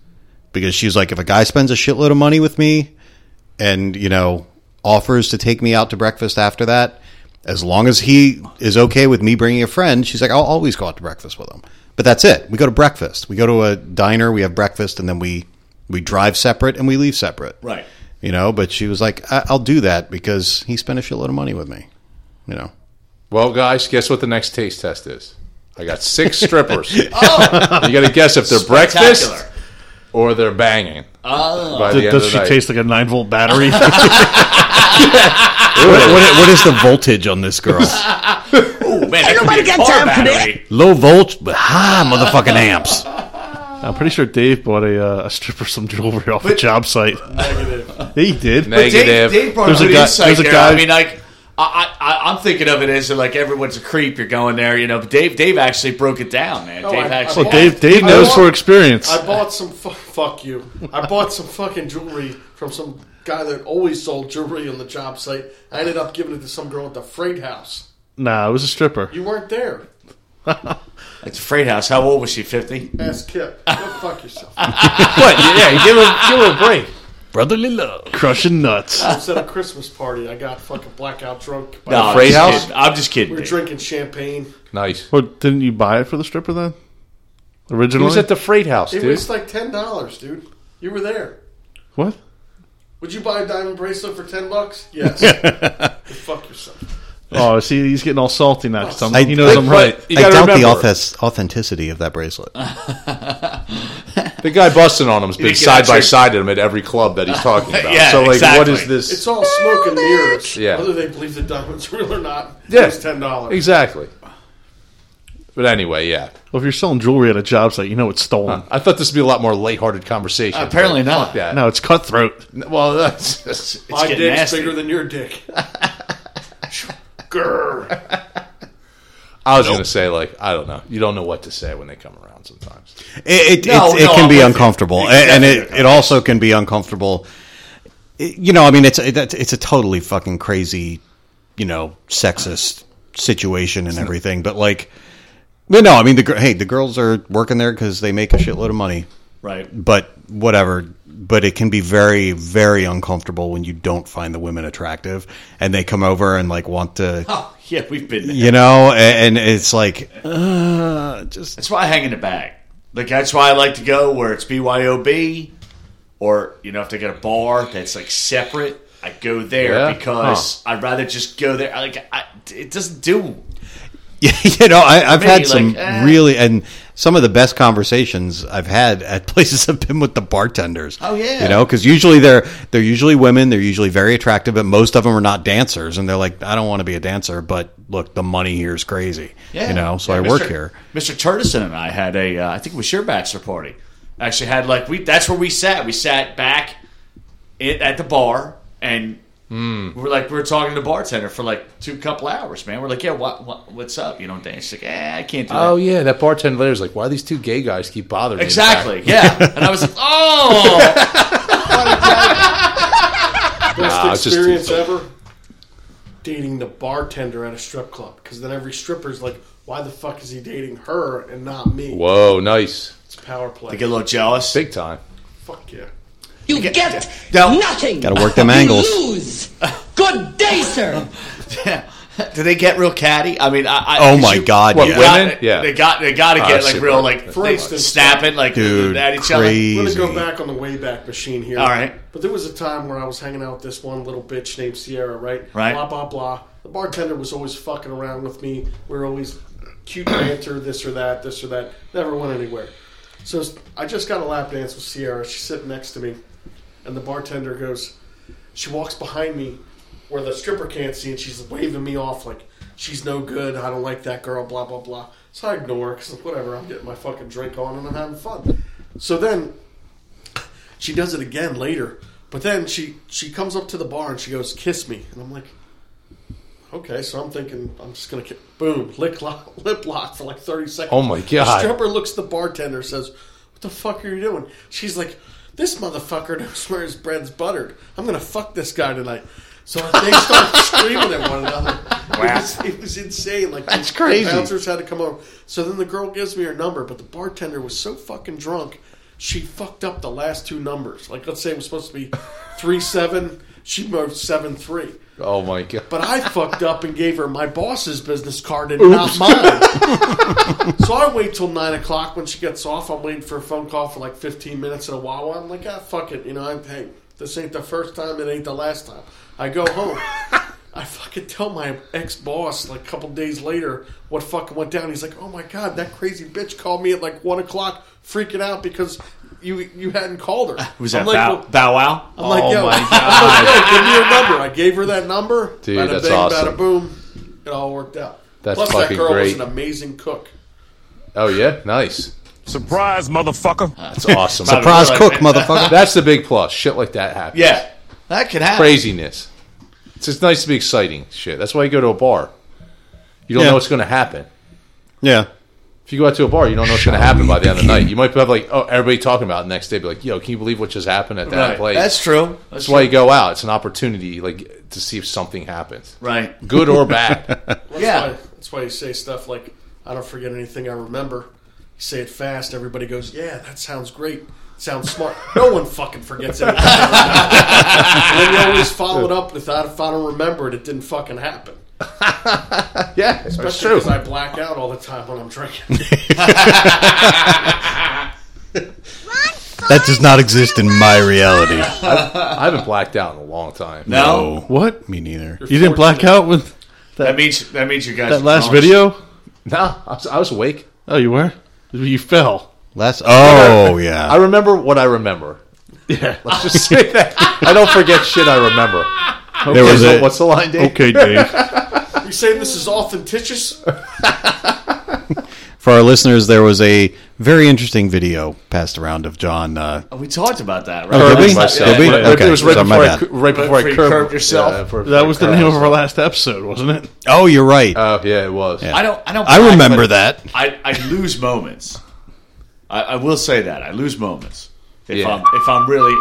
Speaker 4: because she's like if a guy spends a shitload of money with me and you know offers to take me out to breakfast after that as long as he is okay with me bringing a friend she's like i'll always go out to breakfast with him but that's it we go to breakfast we go to a diner we have breakfast and then we we drive separate and we leave separate
Speaker 1: Right.
Speaker 4: you know but she was like I- i'll do that because he spent a shitload of money with me you know
Speaker 2: Well, guys, guess what the next taste test is? I got [laughs] six strippers. You got to guess if they're breakfast
Speaker 1: Spectacular.
Speaker 2: or they're banging. Oh. By the end
Speaker 7: Does
Speaker 2: of
Speaker 7: she
Speaker 2: the night.
Speaker 7: taste like a nine volt battery?
Speaker 4: what, what, what is the voltage on this girl
Speaker 1: Ooh, man, ain't nobody got time battery.
Speaker 4: low voltage but high motherfucking amps
Speaker 7: I'm pretty sure Dave bought a, uh, a stripper some jewelry off a job site. he
Speaker 1: But Dave,
Speaker 7: did.
Speaker 2: negative?
Speaker 1: Dave brought
Speaker 7: There's
Speaker 1: a
Speaker 7: a
Speaker 1: good
Speaker 7: guy-
Speaker 1: insight
Speaker 7: there's a
Speaker 1: there.
Speaker 7: guy-
Speaker 1: I mean, like. I, I, I'm thinking of it as like everyone's a creep. You're going there, you know. But Dave, Dave actually broke it down, man.
Speaker 3: No,
Speaker 1: Dave
Speaker 3: Oh, I- I
Speaker 1: actually,
Speaker 7: Well, Dave, Dave knows for experience.
Speaker 3: I bought some. Fu- fuck you. I bought some fucking jewelry from some guy that always sold jewelry on the job site. I ended up giving it to some girl at the freight house.
Speaker 7: nah, it was a stripper.
Speaker 3: You weren't there.
Speaker 1: it's a freight house. How old was she? Fifty.
Speaker 3: Ass Kip. Go fuck yourself.
Speaker 2: What? Yeah, give her, give her a break. Ah.
Speaker 4: brotherly love
Speaker 7: Crushing nuts.
Speaker 3: I was at a Christmas party. I got fucking blackout drunk.
Speaker 1: No, I'm
Speaker 2: freight
Speaker 1: just
Speaker 2: house?
Speaker 1: kidding. I'm just kidding.
Speaker 3: We were
Speaker 1: Dave.
Speaker 3: drinking champagne.
Speaker 2: Nice.
Speaker 7: Well, Oh, didn't you buy it for the stripper then?
Speaker 2: He
Speaker 7: Originally?
Speaker 2: was at the freight house,
Speaker 3: It
Speaker 2: dude.
Speaker 3: was like ten dollars, dude. You were there.
Speaker 7: what?
Speaker 3: Would you buy a diamond bracelet for ten bucks?
Speaker 2: [laughs]
Speaker 3: Yes. Go fuck yourself.
Speaker 7: Oh, see, he's getting all salty now because
Speaker 4: I-
Speaker 7: he knows I'm
Speaker 2: But
Speaker 7: right.
Speaker 2: you
Speaker 4: i
Speaker 2: gotta
Speaker 4: doubt the
Speaker 2: remember,
Speaker 4: auth- authenticity of that bracelet
Speaker 2: The guy busting on him has been
Speaker 1: didn't get
Speaker 2: side by
Speaker 1: that
Speaker 2: side at him at every club that he's [laughs] talking about.
Speaker 1: Yeah,
Speaker 2: so, like, what
Speaker 1: exactly.
Speaker 2: is this?
Speaker 3: It's all smoke and mirrors.
Speaker 2: Yeah.
Speaker 3: Whether they believe the diamond's real or not.
Speaker 2: Yeah.
Speaker 3: It was ten dollars.
Speaker 2: exactly. But anyway, yeah.
Speaker 7: Well, if you're selling jewelry at a job site, you know it's stolen.
Speaker 2: I thought this would be a lot more lighthearted conversation.
Speaker 1: Apparently
Speaker 2: but
Speaker 1: not.
Speaker 2: Fuck that.
Speaker 7: No, it's cutthroat.
Speaker 2: Well, that's. that's-
Speaker 3: My
Speaker 1: getting
Speaker 3: dick's
Speaker 1: nasty.
Speaker 3: bigger than your dick. Grr.
Speaker 2: I was gonna say like I don't know. You don't know what to say when they come around sometimes.
Speaker 4: It it,
Speaker 1: No,
Speaker 4: it's- it
Speaker 1: no,
Speaker 4: can
Speaker 1: I'm
Speaker 4: be
Speaker 1: with you.
Speaker 4: uncomfortable,
Speaker 1: It's
Speaker 4: and
Speaker 1: definitely
Speaker 4: it, it also can be uncomfortable. You know, I mean, it's it, that's- it's a totally fucking crazy, you know, sexist situation and everything. But like, but no, I mean, the gir- hey, the girls are working there because they make a shitload of money,
Speaker 1: Right.
Speaker 4: but whatever. But it can be very, very uncomfortable when you don't find the women attractive, and they come over and like want to,
Speaker 1: Oh, yeah, we've been there.
Speaker 4: you know, a- and, and it's like, uh, just
Speaker 1: That's why I hang in the bag. Like that's why I like to go where it's BYOB, or you know if they got a bar that's like separate, I go there
Speaker 2: Yeah?
Speaker 1: because I'd rather just go there. I- Like I, it doesn't do.
Speaker 4: Yeah, [laughs] you know, I, I've
Speaker 1: me,
Speaker 4: had
Speaker 1: like,
Speaker 4: some
Speaker 1: eh.
Speaker 4: really and some of the best conversations I've had at [laughs] places have been with the bartenders.
Speaker 1: Oh, yeah.
Speaker 4: you know, because usually they're they're usually women. They're usually very attractive, but most of them are not dancers, and they're like, I don't want to be a dancer, but look, the money here is crazy. you know, so
Speaker 1: Yeah,
Speaker 4: I work
Speaker 1: Mr.
Speaker 4: here.
Speaker 1: Mr. Turtison and I had a, uh, I think it was your bachelor party. Actually, had like we. That's where we sat. We sat back it, at the bar, and
Speaker 4: Hmm.
Speaker 1: we were like we were talking to the bartender for like two couple hours. Man, we're like, yeah, what, what what's up? You don't dance? She's like, eh, I can't do that.
Speaker 2: Oh yeah, that bartender there is like, why do these two gay guys keep bothering me?
Speaker 1: Exactly. Yeah. [laughs] And I was like, [laughs] oh,
Speaker 3: Best
Speaker 2: Nah, it's just-
Speaker 3: experience ever dating the bartender at a strip club because then every stripper's like, why the fuck is he dating her and not me?
Speaker 2: Whoa, nice,
Speaker 3: It's power play.
Speaker 1: I get a little jealous.
Speaker 2: big time.
Speaker 3: fuck yeah.
Speaker 10: You get
Speaker 1: No.
Speaker 10: nothing.
Speaker 4: Gotta
Speaker 7: [laughs]
Speaker 4: work them angles.
Speaker 10: You lose. Good day, sir.
Speaker 1: [laughs] Do they get real catty? I mean, I, I
Speaker 4: Oh
Speaker 1: did
Speaker 4: my
Speaker 1: you-
Speaker 4: God,
Speaker 2: What,
Speaker 4: yeah.
Speaker 2: women?
Speaker 1: Got-
Speaker 2: Yeah.
Speaker 1: they got they got to get
Speaker 2: Ah,
Speaker 1: like
Speaker 2: shit,
Speaker 1: real
Speaker 2: bro.
Speaker 1: like
Speaker 3: For
Speaker 1: they
Speaker 3: instance,
Speaker 1: snapping like
Speaker 4: Dude,
Speaker 1: at each
Speaker 4: crazy.
Speaker 3: I'm gonna
Speaker 4: Easy.
Speaker 3: go back on the way back machine here.
Speaker 1: All right.
Speaker 3: But there was a time where I was hanging out with this one little bitch named Sierra, right?
Speaker 1: Right.
Speaker 3: Blah blah blah. The bartender was always fucking around with me. We were always cute banter, this or that, this or that. Never went anywhere. So I just got a lap dance with Sierra. She's sitting next to me, and the bartender goes. She walks behind me, where the stripper can't see, and she's waving me off like she's no good. I don't like that girl. Blah blah blah. So I ignore her because whatever. I'm getting my fucking drink on and I'm having fun. So then she does it again later. But then she she comes up to the bar and she goes, "Kiss me," and I'm like, "Okay." So I'm thinking I'm just gonna ki- boom lip lock, [laughs] lip lock for like thirty seconds.
Speaker 2: Oh my
Speaker 3: The
Speaker 2: God.
Speaker 3: stripper looks at the bartender, says, "What the fuck are you doing?" She's like, "This motherfucker [laughs] knows where his bread's buttered. I'm gonna fuck this guy tonight." So [laughs] they start screaming at one another. It was, it was insane. Like that's
Speaker 1: crazy.
Speaker 3: bouncers had to come over. So then the girl gives me her number, but the bartender was so fucking drunk, she fucked up the last two numbers. Like let's say it was supposed to be three seven, she wrote seven three.
Speaker 2: Oh my god.
Speaker 3: But I fucked up and gave her my boss's business card and not mine.
Speaker 1: [laughs]
Speaker 3: so I wait till nine o'clock when she gets off. I'm waiting for a phone call for like fifteen minutes at a Wawa. I'm like, ah, fuck it. You know, I'm hey, this ain't the first time. It ain't the last time. I go
Speaker 1: [laughs]
Speaker 3: home. I fucking tell my ex boss like a couple days later what fucking went down. He's like, oh my god, that crazy bitch called me at like one o'clock, freaking out because you you hadn't called her.
Speaker 1: Was
Speaker 3: I'm
Speaker 1: that
Speaker 3: like,
Speaker 1: bow,
Speaker 3: well-
Speaker 1: bow Wow?
Speaker 3: I'm like,
Speaker 7: Oh
Speaker 3: yo,
Speaker 7: my
Speaker 3: [laughs] I'm like, yo, give me your number. I gave her that number.
Speaker 2: Dude,
Speaker 3: bada
Speaker 2: that's
Speaker 3: bing,
Speaker 2: awesome.
Speaker 3: Bada boom. It all worked out.
Speaker 2: That's
Speaker 3: Plus,
Speaker 2: fucking
Speaker 3: that girl was
Speaker 2: great.
Speaker 3: an amazing cook.
Speaker 2: Oh yeah, nice.
Speaker 9: Surprise, motherfucker.
Speaker 2: That's awesome.
Speaker 4: Surprise
Speaker 7: [laughs]
Speaker 1: really,
Speaker 4: cook,
Speaker 1: man.
Speaker 4: motherfucker.
Speaker 2: That's the big plus. Shit like that happens.
Speaker 1: Yeah, that could happen.
Speaker 2: Craziness. It's just nice to be exciting. Shit. That's why you go to a bar. You don't
Speaker 4: Yeah.
Speaker 2: know what's going to happen.
Speaker 4: yeah,
Speaker 2: If you go out to a bar, you don't know what's going to happen by the end of the night. You might have like, oh, everybody talking about it next day. Be like, yo, can you believe what just happened at that
Speaker 1: Right.
Speaker 2: place?
Speaker 1: That's true. That's
Speaker 2: That's why you go out. It's an opportunity, like, to see if something happens,
Speaker 1: right.
Speaker 2: good or bad.
Speaker 3: That's
Speaker 1: Yeah.
Speaker 3: Why, that's why you say stuff like, I don't forget anything I remember. You say it fast, everybody goes, yeah, that sounds great. Sounds smart. No one fucking
Speaker 2: [laughs]
Speaker 3: forgets anything. they remember. and then you always follow it up with, "I- if I don't remember it, it didn't fucking happen.
Speaker 2: [laughs] yeah, that's
Speaker 3: Especially
Speaker 2: true.
Speaker 3: because I black out all the time when I'm drinking. [laughs]
Speaker 4: that does not exist in my reality.
Speaker 2: I haven't blacked out in a long time.
Speaker 1: No,
Speaker 7: What?
Speaker 4: me neither.
Speaker 7: You didn't black out with
Speaker 1: that means that means you guys.
Speaker 7: that last
Speaker 1: are
Speaker 7: video?
Speaker 2: No, I was, I was awake.
Speaker 7: Oh, you were? You fell.
Speaker 4: Last, oh yeah,
Speaker 2: I remember what I remember.
Speaker 7: Yeah.
Speaker 2: [laughs] Let's just say that. I don't forget shit I remember.
Speaker 4: there was
Speaker 2: So
Speaker 4: a,
Speaker 2: what's the line, [laughs] Dave?
Speaker 7: Okay, Dave.
Speaker 3: you saying this is all fictitious?
Speaker 4: for for our listeners, there was a very interesting video passed around of John. Uh,
Speaker 1: We talked about that, right?
Speaker 2: Oh,
Speaker 4: Kirby?
Speaker 1: Last night.
Speaker 4: Kirby?
Speaker 1: Yeah,
Speaker 4: Okay,
Speaker 2: it was right
Speaker 4: so my
Speaker 2: before I,
Speaker 4: bad.
Speaker 2: cu- right before I
Speaker 1: Before you
Speaker 2: curbed,
Speaker 1: curbed yourself.
Speaker 2: Yeah, before-
Speaker 7: That was the
Speaker 2: before I
Speaker 7: name of
Speaker 2: curbed
Speaker 7: our last episode, wasn't it?
Speaker 4: oh, you're right.
Speaker 2: myself. Oh yeah, it was.
Speaker 1: I don't. I don't.
Speaker 4: I
Speaker 1: black,
Speaker 4: remember
Speaker 1: but
Speaker 4: that.
Speaker 1: I, I lose moments. I, I will say that I lose moments if
Speaker 2: Yeah.
Speaker 1: I'm if I'm really.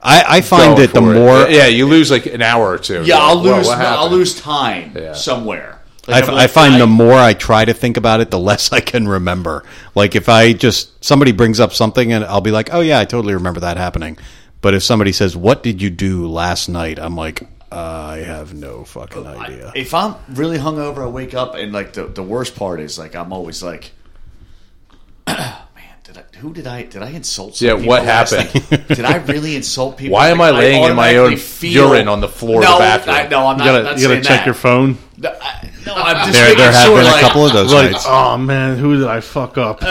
Speaker 4: I, I
Speaker 2: Going
Speaker 4: find that the
Speaker 2: for it.
Speaker 4: more
Speaker 2: yeah, you lose like an hour or two.
Speaker 1: Yeah,
Speaker 2: You're
Speaker 1: I'll
Speaker 2: like, "Whoa,
Speaker 1: lose.
Speaker 2: what
Speaker 1: I'll
Speaker 2: happened?"
Speaker 1: lose time
Speaker 2: Yeah.
Speaker 1: somewhere.
Speaker 4: I,
Speaker 1: Like, I'm
Speaker 4: I
Speaker 1: like,
Speaker 4: find
Speaker 1: I-
Speaker 4: the more I try to think about it, the less I can remember. Like if I just somebody brings up something and I'll be like, "Oh yeah, I totally remember that happening." But if somebody says, "What did you do last night?" I'm like, "I have no fucking idea."
Speaker 1: If I'm really hungover, I wake up and like the, the worst part is like I'm always like, [clears throat] man, did I, who did I did I insult? Some
Speaker 2: Yeah,
Speaker 1: people
Speaker 2: what
Speaker 1: last
Speaker 2: happened?
Speaker 1: night? did I really
Speaker 2: [laughs]
Speaker 1: insult people?
Speaker 2: Why am I laying in my own
Speaker 1: automatically
Speaker 2: urine on the floor of
Speaker 1: No,
Speaker 2: the bathroom?
Speaker 1: I, no, I'm not.
Speaker 7: You gotta,
Speaker 1: not
Speaker 7: you gotta
Speaker 1: saying
Speaker 7: check
Speaker 1: that.
Speaker 7: your phone.
Speaker 1: No, I, no, I'm just
Speaker 4: There,
Speaker 1: making
Speaker 4: there have
Speaker 1: sure,
Speaker 4: been
Speaker 1: like-
Speaker 4: a couple of those
Speaker 7: Like,
Speaker 4: nights.
Speaker 7: oh man, who did I fuck
Speaker 2: [laughs]
Speaker 7: up?
Speaker 1: I,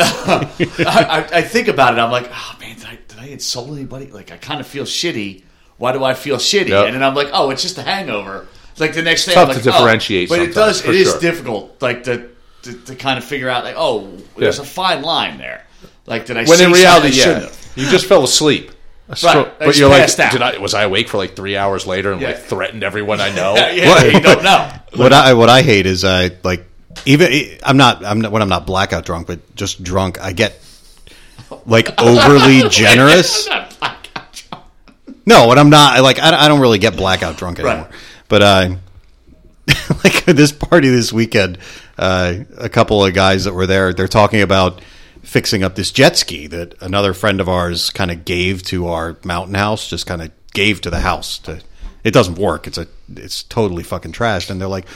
Speaker 1: I, I think about it. I'm like, oh man, did I, did I insult anybody? Like, I kind of feel shitty. Why do I feel shitty?
Speaker 2: Yep.
Speaker 1: And then I'm like, oh, it's just a hangover. It's like the next day,
Speaker 2: Tough
Speaker 1: I'm like,
Speaker 2: to differentiate
Speaker 1: Oh. But it
Speaker 2: sometimes,
Speaker 1: does.
Speaker 2: for
Speaker 1: It is
Speaker 2: sure.
Speaker 1: difficult, like to, to to kind of figure out, like, oh, there's
Speaker 2: Yeah.
Speaker 1: a fine line there. Like, did I
Speaker 2: When
Speaker 1: see
Speaker 2: in reality,
Speaker 1: something I shouldn't
Speaker 2: yeah, you just fell asleep.
Speaker 1: Have?
Speaker 7: Sure.
Speaker 1: Right. I
Speaker 2: But
Speaker 1: just
Speaker 2: you're like,
Speaker 1: passed out.
Speaker 2: did I was I awake for like three hours later and
Speaker 1: Yeah.
Speaker 2: like threatened everyone
Speaker 1: [laughs]
Speaker 2: I know?
Speaker 1: Yeah,
Speaker 4: What?
Speaker 1: you
Speaker 2: [laughs]
Speaker 1: don't know.
Speaker 4: what I what I hate is I like even e, I'm not I'm not when I'm not blackout drunk, but just drunk, I get
Speaker 1: [laughs]
Speaker 4: like overly generous.
Speaker 1: I'm not blackout drunk.
Speaker 4: No, and I'm not I, like I, I don't really get blackout drunk anymore.
Speaker 1: Right.
Speaker 4: But uh, [laughs] like this party this weekend, uh, a couple of guys that were there, they're talking about fixing up this jet ski that another friend of ours kind of gave to our mountain house, just kind of gave to the house. To, it doesn't work. It's a it's totally fucking trashed. And they're like,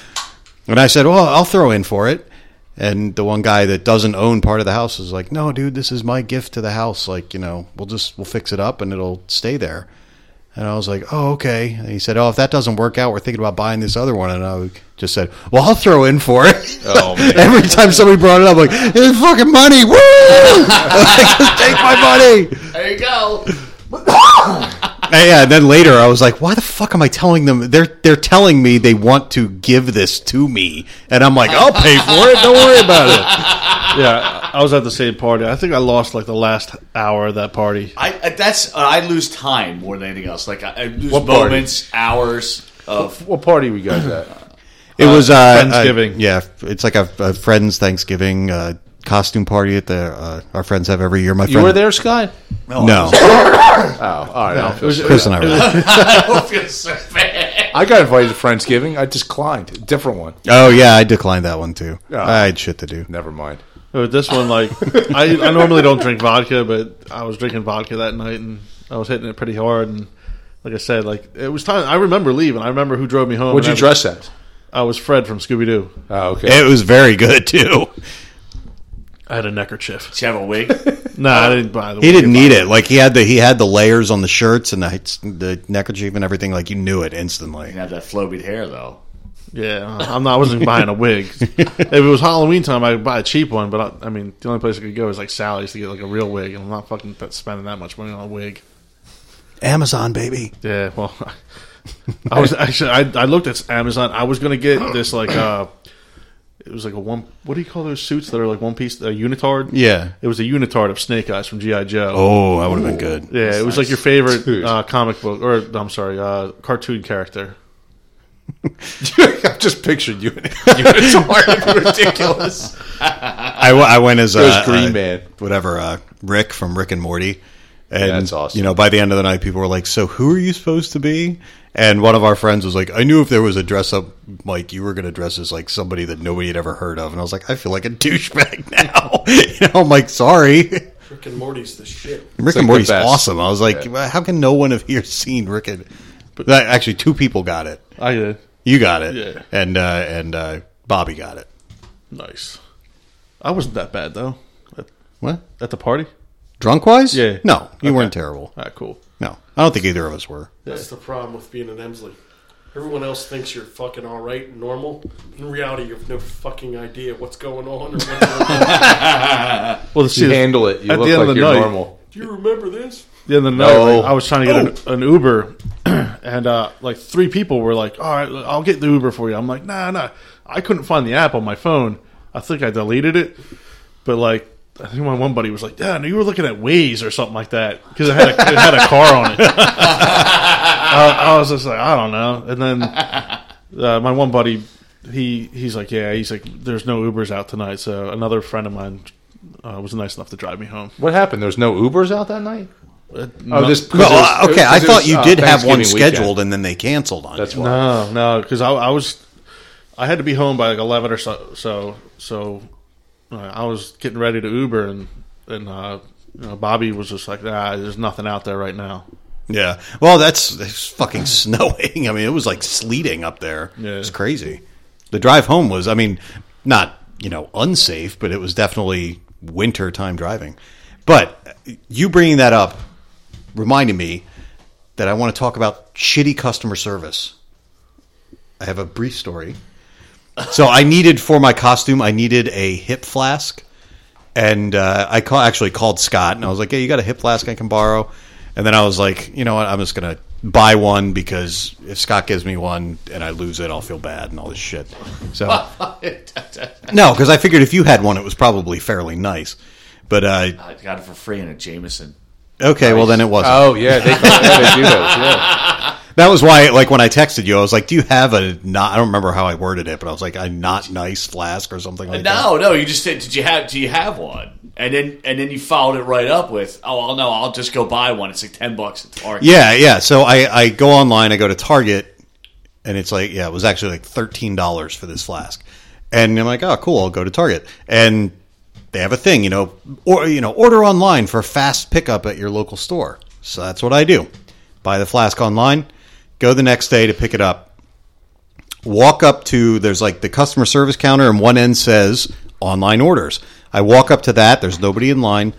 Speaker 4: and I said, well, I'll throw in for it. And the one guy that doesn't own part of the house is like, no, dude, this is my gift to the house. Like, you know, we'll just we'll fix it up and it'll stay there. And I was like, oh, okay. And he said, oh, if that doesn't work out, we're thinking about buying this other one. And I just said, well, I'll throw in for it.
Speaker 2: Oh, man.
Speaker 4: [laughs] Every time somebody brought it up, I'm like, it's fucking money. Woo! [laughs] Like, take my money.
Speaker 1: There you go.
Speaker 4: And yeah, and then later I was like, why the fuck am I telling them? They're they're telling me they want to give this to me, and I'm like, I'll pay for it. Don't worry about it.
Speaker 7: yeah, I was at the same party. I think I lost like the last hour of that party.
Speaker 1: I, I that's uh, I lose time more than anything else. Like I, I lose
Speaker 2: What party?
Speaker 1: moments, hours
Speaker 2: [laughs]
Speaker 1: of
Speaker 2: What party we guys at?
Speaker 4: It was uh, uh,
Speaker 7: Friendsgiving.
Speaker 4: yeah, it's like a, a friend's Thanksgiving uh, costume party that the, uh, our friends have every year. My
Speaker 2: You
Speaker 4: friend-
Speaker 2: were there, Scott?
Speaker 4: No,
Speaker 2: Oh, all right. I feel sorry.
Speaker 4: Chris and I were. there.
Speaker 1: I don't [laughs] feel so bad.
Speaker 2: I got invited to Friendsgiving. I declined. A different one.
Speaker 4: Oh yeah, I declined that one too.
Speaker 2: Yeah.
Speaker 4: I had shit to do.
Speaker 2: Never mind.
Speaker 7: But this one, like, I, I normally don't drink vodka, but I was drinking vodka that night, and I was hitting it pretty hard. And like I said, like it was time. I remember leaving. I remember who drove me home.
Speaker 2: What'd you
Speaker 7: and I-
Speaker 2: dress as?
Speaker 7: I was Fred from Scooby Doo.
Speaker 2: Oh, okay.
Speaker 4: It was very good too.
Speaker 7: I had a neckerchief.
Speaker 1: Did you have a wig?
Speaker 7: No, I didn't buy the.
Speaker 4: He didn't need it. Like he had the he had the layers on the shirts and the, the neckerchief and everything. Like you knew it instantly.
Speaker 1: didn't have that flowbeat hair though. [laughs]
Speaker 7: Yeah, uh, I'm not. I wasn't buying a wig.
Speaker 4: [laughs]
Speaker 7: if it was Halloween time, I'd buy a cheap one. But I, I mean, the only place I could go is like Sally's to get like a real wig, and I'm not fucking that- spending that much money on a wig.
Speaker 4: Amazon baby.
Speaker 7: Yeah, well, I was actually I, I looked at Amazon. I was gonna get this like uh, it was like a one. What do you call those suits that are like one piece? A unitard.
Speaker 4: Yeah.
Speaker 7: it was a unitard of Snake Eyes from GI Joe.
Speaker 4: Oh, that would have been good.
Speaker 7: yeah, it was like your favorite uh, comic book or I'm sorry, uh, cartoon character.
Speaker 2: [laughs] I just pictured you in it. [laughs] You were totally ridiculous.
Speaker 4: I, w- I went as uh,
Speaker 2: was Green
Speaker 4: uh,
Speaker 2: Man.
Speaker 4: whatever uh, Rick from Rick and Morty, and
Speaker 2: that's awesome.
Speaker 4: you know by the end of the night, people were like, "So who are you supposed to be?" And one of our friends was like, "I knew if there was a dress up, like you were going to dress as like somebody that nobody had ever heard of," and I was like, "I feel like a [laughs] douchebag now." [laughs] you know, I'm like, "Sorry." [laughs]
Speaker 3: Rick and Morty's the shit.
Speaker 4: Rick
Speaker 2: like the
Speaker 4: and Morty's
Speaker 2: best.
Speaker 4: awesome. I was like,
Speaker 2: Yeah.
Speaker 4: "Well, "How can no one have here seen Rick and?" But that, actually, two people got it.
Speaker 7: I did
Speaker 4: You got it,
Speaker 7: Yeah.
Speaker 4: and uh, and uh, Bobby got it.
Speaker 7: nice. I wasn't that bad though at,
Speaker 4: What?
Speaker 7: at the party.
Speaker 4: Drunk wise?
Speaker 7: Yeah.
Speaker 4: No, you weren't terrible.
Speaker 7: All right, cool.
Speaker 4: No, I don't think either of us were.
Speaker 3: That's the problem with being an Emsley. Everyone else thinks you're fucking all right, and normal. In reality, you have no fucking idea what's going on. Or what's
Speaker 1: [laughs]
Speaker 3: going on.
Speaker 7: Well, the see,
Speaker 2: You
Speaker 7: the-
Speaker 2: handle it. You
Speaker 7: at
Speaker 2: look
Speaker 7: the end
Speaker 2: like
Speaker 7: of the
Speaker 2: you're
Speaker 7: night-
Speaker 2: normal.
Speaker 3: Do you remember this?
Speaker 7: the other night,
Speaker 2: No.
Speaker 7: like, I was trying to get an, an Uber, [clears throat] and uh, like three people were like, "All right, I'll get the Uber for you." I'm like, "Nah, nah." I couldn't find the app on my phone. I think I deleted it, But like, I think my one buddy was like, "Yeah, no, you were looking at Waze or something like that because it had a, it had a car on it." [laughs] I, I was just like, I don't know. And then uh, my one buddy, he he's like, yeah, he's like, there's no Ubers out tonight. So another friend of mine uh, was nice enough to drive me home.
Speaker 2: What happened? There's no Ubers out that night. Oh, uh,
Speaker 7: No-
Speaker 4: Well, uh, okay, I thought you did have one
Speaker 2: scheduled.
Speaker 4: scheduled and then they canceled on
Speaker 2: That's
Speaker 4: you.
Speaker 2: why.
Speaker 7: No, Oh, no, because I, I was, I had to be home by like eleven or so. So, so uh, I was getting ready to Uber, and and uh, you know, Bobby was just like, nah, there's nothing out there right now.
Speaker 4: Yeah. Well, that's it's fucking [laughs] snowing. I mean, it was like sleeting up there.
Speaker 7: Yeah.
Speaker 4: It was crazy. The drive home was, I mean, not, you know, unsafe, but it was definitely winter time driving. But you bringing that up reminded me that I want to talk about shitty customer service. I have a brief story. So I needed for my costume, I needed a hip flask and uh, I call, actually called Scott and I was like, "Hey, you got a hip flask I can borrow?" And then I was like, "You know what? I'm just gonna buy one because if Scott gives me one and I lose it, I'll feel bad and all this shit." So no, because I figured if you had one, it was probably fairly nice. But uh,
Speaker 1: I got it for free in a Jameson.
Speaker 4: okay, well then it wasn't.
Speaker 2: Oh yeah, they, yeah, they do those. Yeah.
Speaker 4: That was why, like when I texted you, I was like, "Do you have a not?" I don't remember how I worded it, but I was like, "A not nice flask or something like that."
Speaker 1: No, no, you just said, did you have? Do you have one? And then and then you followed it right up with, oh, well, no, I'll just go buy one. It's like ten bucks at Target.
Speaker 4: Yeah, yeah. So I, I go online, I go to Target, and it's like, yeah, it was actually like thirteen dollars for this flask, and I'm like, oh, cool, I'll go to Target, and they have a thing, you know, or you know, order online for fast pickup at your local store. So that's what I do: buy the flask online, go the next day to pick it up. Walk up to there's like the customer service counter, and one end says online orders. I walk up to that. There's nobody in line,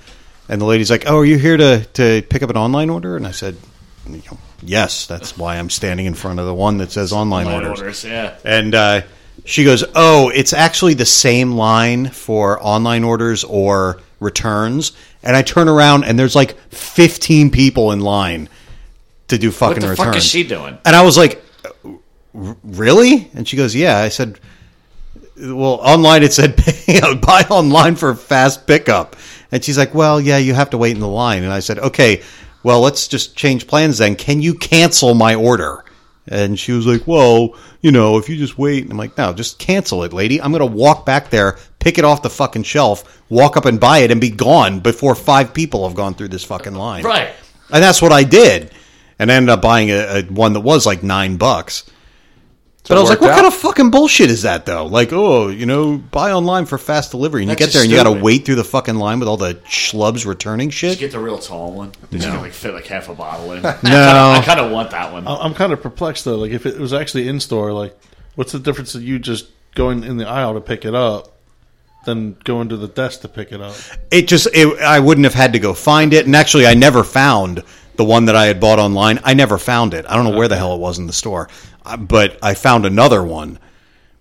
Speaker 4: and the lady's like, "Oh, are you here to to pick up an online order?" And I said, you know, "Yes, that's why I'm standing in front of the one that says online,
Speaker 1: Online
Speaker 4: orders.
Speaker 1: orders, yeah.
Speaker 4: And uh, she goes, "Oh, it's actually the same line for online orders or returns." And I turn around, and there's like 15 people in line to do fucking
Speaker 1: What the
Speaker 4: returns.
Speaker 1: fuck is she doing?
Speaker 4: And I was like, "R- "Really?" And she goes, "Yeah." I said, "Well, online it said [laughs] you know, buy online for fast pickup." And she's like, "Well, yeah, you have to wait in the line." And I said, "Okay, well, let's just change plans then. Can you cancel my order?" And she was like, "Well, you know, if you just wait." And I'm like, "No, just cancel it, lady. I'm going to walk back there, pick it off the fucking shelf, walk up and buy it and be gone before five people have gone through this fucking line."
Speaker 1: Right.
Speaker 4: And that's what I did. And I ended up buying a, a one that was like nine bucks. but I was like,
Speaker 2: worked
Speaker 4: what kind
Speaker 2: out.
Speaker 4: of fucking bullshit is that though? Like, oh, you know, buy online for fast delivery, and you
Speaker 1: That's
Speaker 4: get there and you
Speaker 1: just
Speaker 4: got to
Speaker 1: stupid.
Speaker 4: wait through the fucking line with all the schlubs returning shit.
Speaker 1: Did you get the real tall one? Did you like fit like half a bottle in?
Speaker 4: No.
Speaker 1: I kind of want that one.
Speaker 7: I- I'm kind of perplexed though. Like if it was actually in store, like what's the difference of you just going in the aisle to pick it up than going to the desk to pick it up?
Speaker 4: it just it, i wouldn't have had to go find it and actually i never found the one that i had bought online i never found it i don't know where the hell it was in the store Uh, but i found another one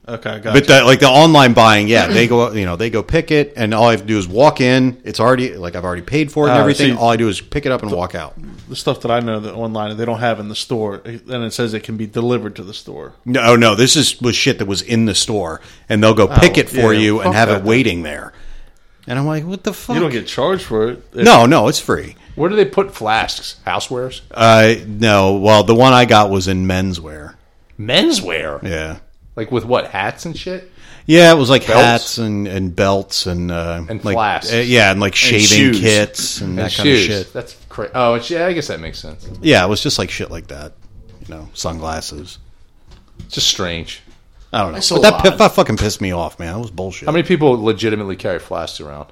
Speaker 7: Okay, I got
Speaker 4: but the, like the online buying yeah they
Speaker 7: Mm-hmm.
Speaker 4: go you know they go pick it and all i have to do is walk in it's already like i've already paid for it and
Speaker 7: Ah,
Speaker 4: everything
Speaker 7: see-
Speaker 4: all i do is pick it up and walk out
Speaker 7: the stuff that I know that online they don't have in the store, and it says it can be delivered to the store.
Speaker 4: no oh, no this is was shit that was in the store and they'll go pick it for
Speaker 7: Oh, yeah,
Speaker 4: you and
Speaker 7: fuck
Speaker 4: have
Speaker 7: that
Speaker 4: it
Speaker 7: then.
Speaker 4: waiting there and i'm like what the fuck
Speaker 7: You don't get uh, charged for it. If-
Speaker 4: no no it's free
Speaker 2: Where do they put flasks? Housewares?
Speaker 4: uh no well the one i got was in menswear
Speaker 2: Menswear?
Speaker 4: yeah
Speaker 2: Like with what hats and shit?
Speaker 4: Yeah, it was like
Speaker 2: Belts?
Speaker 4: hats and, and belts and uh,
Speaker 2: And
Speaker 4: like
Speaker 2: flasks.
Speaker 4: uh, yeah, and like shaving
Speaker 2: shoes.
Speaker 4: kits and, that
Speaker 2: And
Speaker 4: kind of
Speaker 2: shoes.
Speaker 4: shit.
Speaker 2: That's crazy. Oh, it's, yeah, I guess that makes sense.
Speaker 4: Yeah, it was just like shit like that. You know, sunglasses.
Speaker 2: It's just strange.
Speaker 4: I don't know.
Speaker 1: That's a
Speaker 4: But that,
Speaker 1: lot.
Speaker 4: pi- that fucking pissed me off, man. That was bullshit.
Speaker 2: How many people legitimately carry flasks around?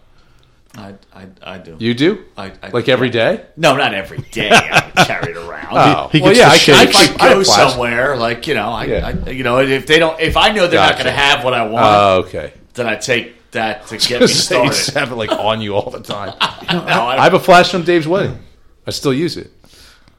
Speaker 1: I, I, I do.
Speaker 2: You do?
Speaker 1: I- I-
Speaker 2: like every day?
Speaker 1: No, not every day. I don't carry it around.
Speaker 2: Oh,
Speaker 7: he
Speaker 2: well,
Speaker 7: gets
Speaker 2: yeah,
Speaker 7: the
Speaker 2: I, can, I,
Speaker 1: if
Speaker 2: can-
Speaker 1: I
Speaker 2: I
Speaker 1: go
Speaker 2: have flasks.
Speaker 1: somewhere, like you know, I,
Speaker 2: Yeah.
Speaker 1: I you know, if they don't, if I know they're not
Speaker 2: Gotcha.
Speaker 1: going to have what I want,
Speaker 2: Oh, okay.
Speaker 1: then I take that to get me
Speaker 2: They [laughs] just
Speaker 1: started.
Speaker 2: have it like on you all
Speaker 1: [laughs]
Speaker 2: the time.
Speaker 1: No,
Speaker 2: I
Speaker 1: I,
Speaker 2: have a flash from Dave's wedding. I still use it.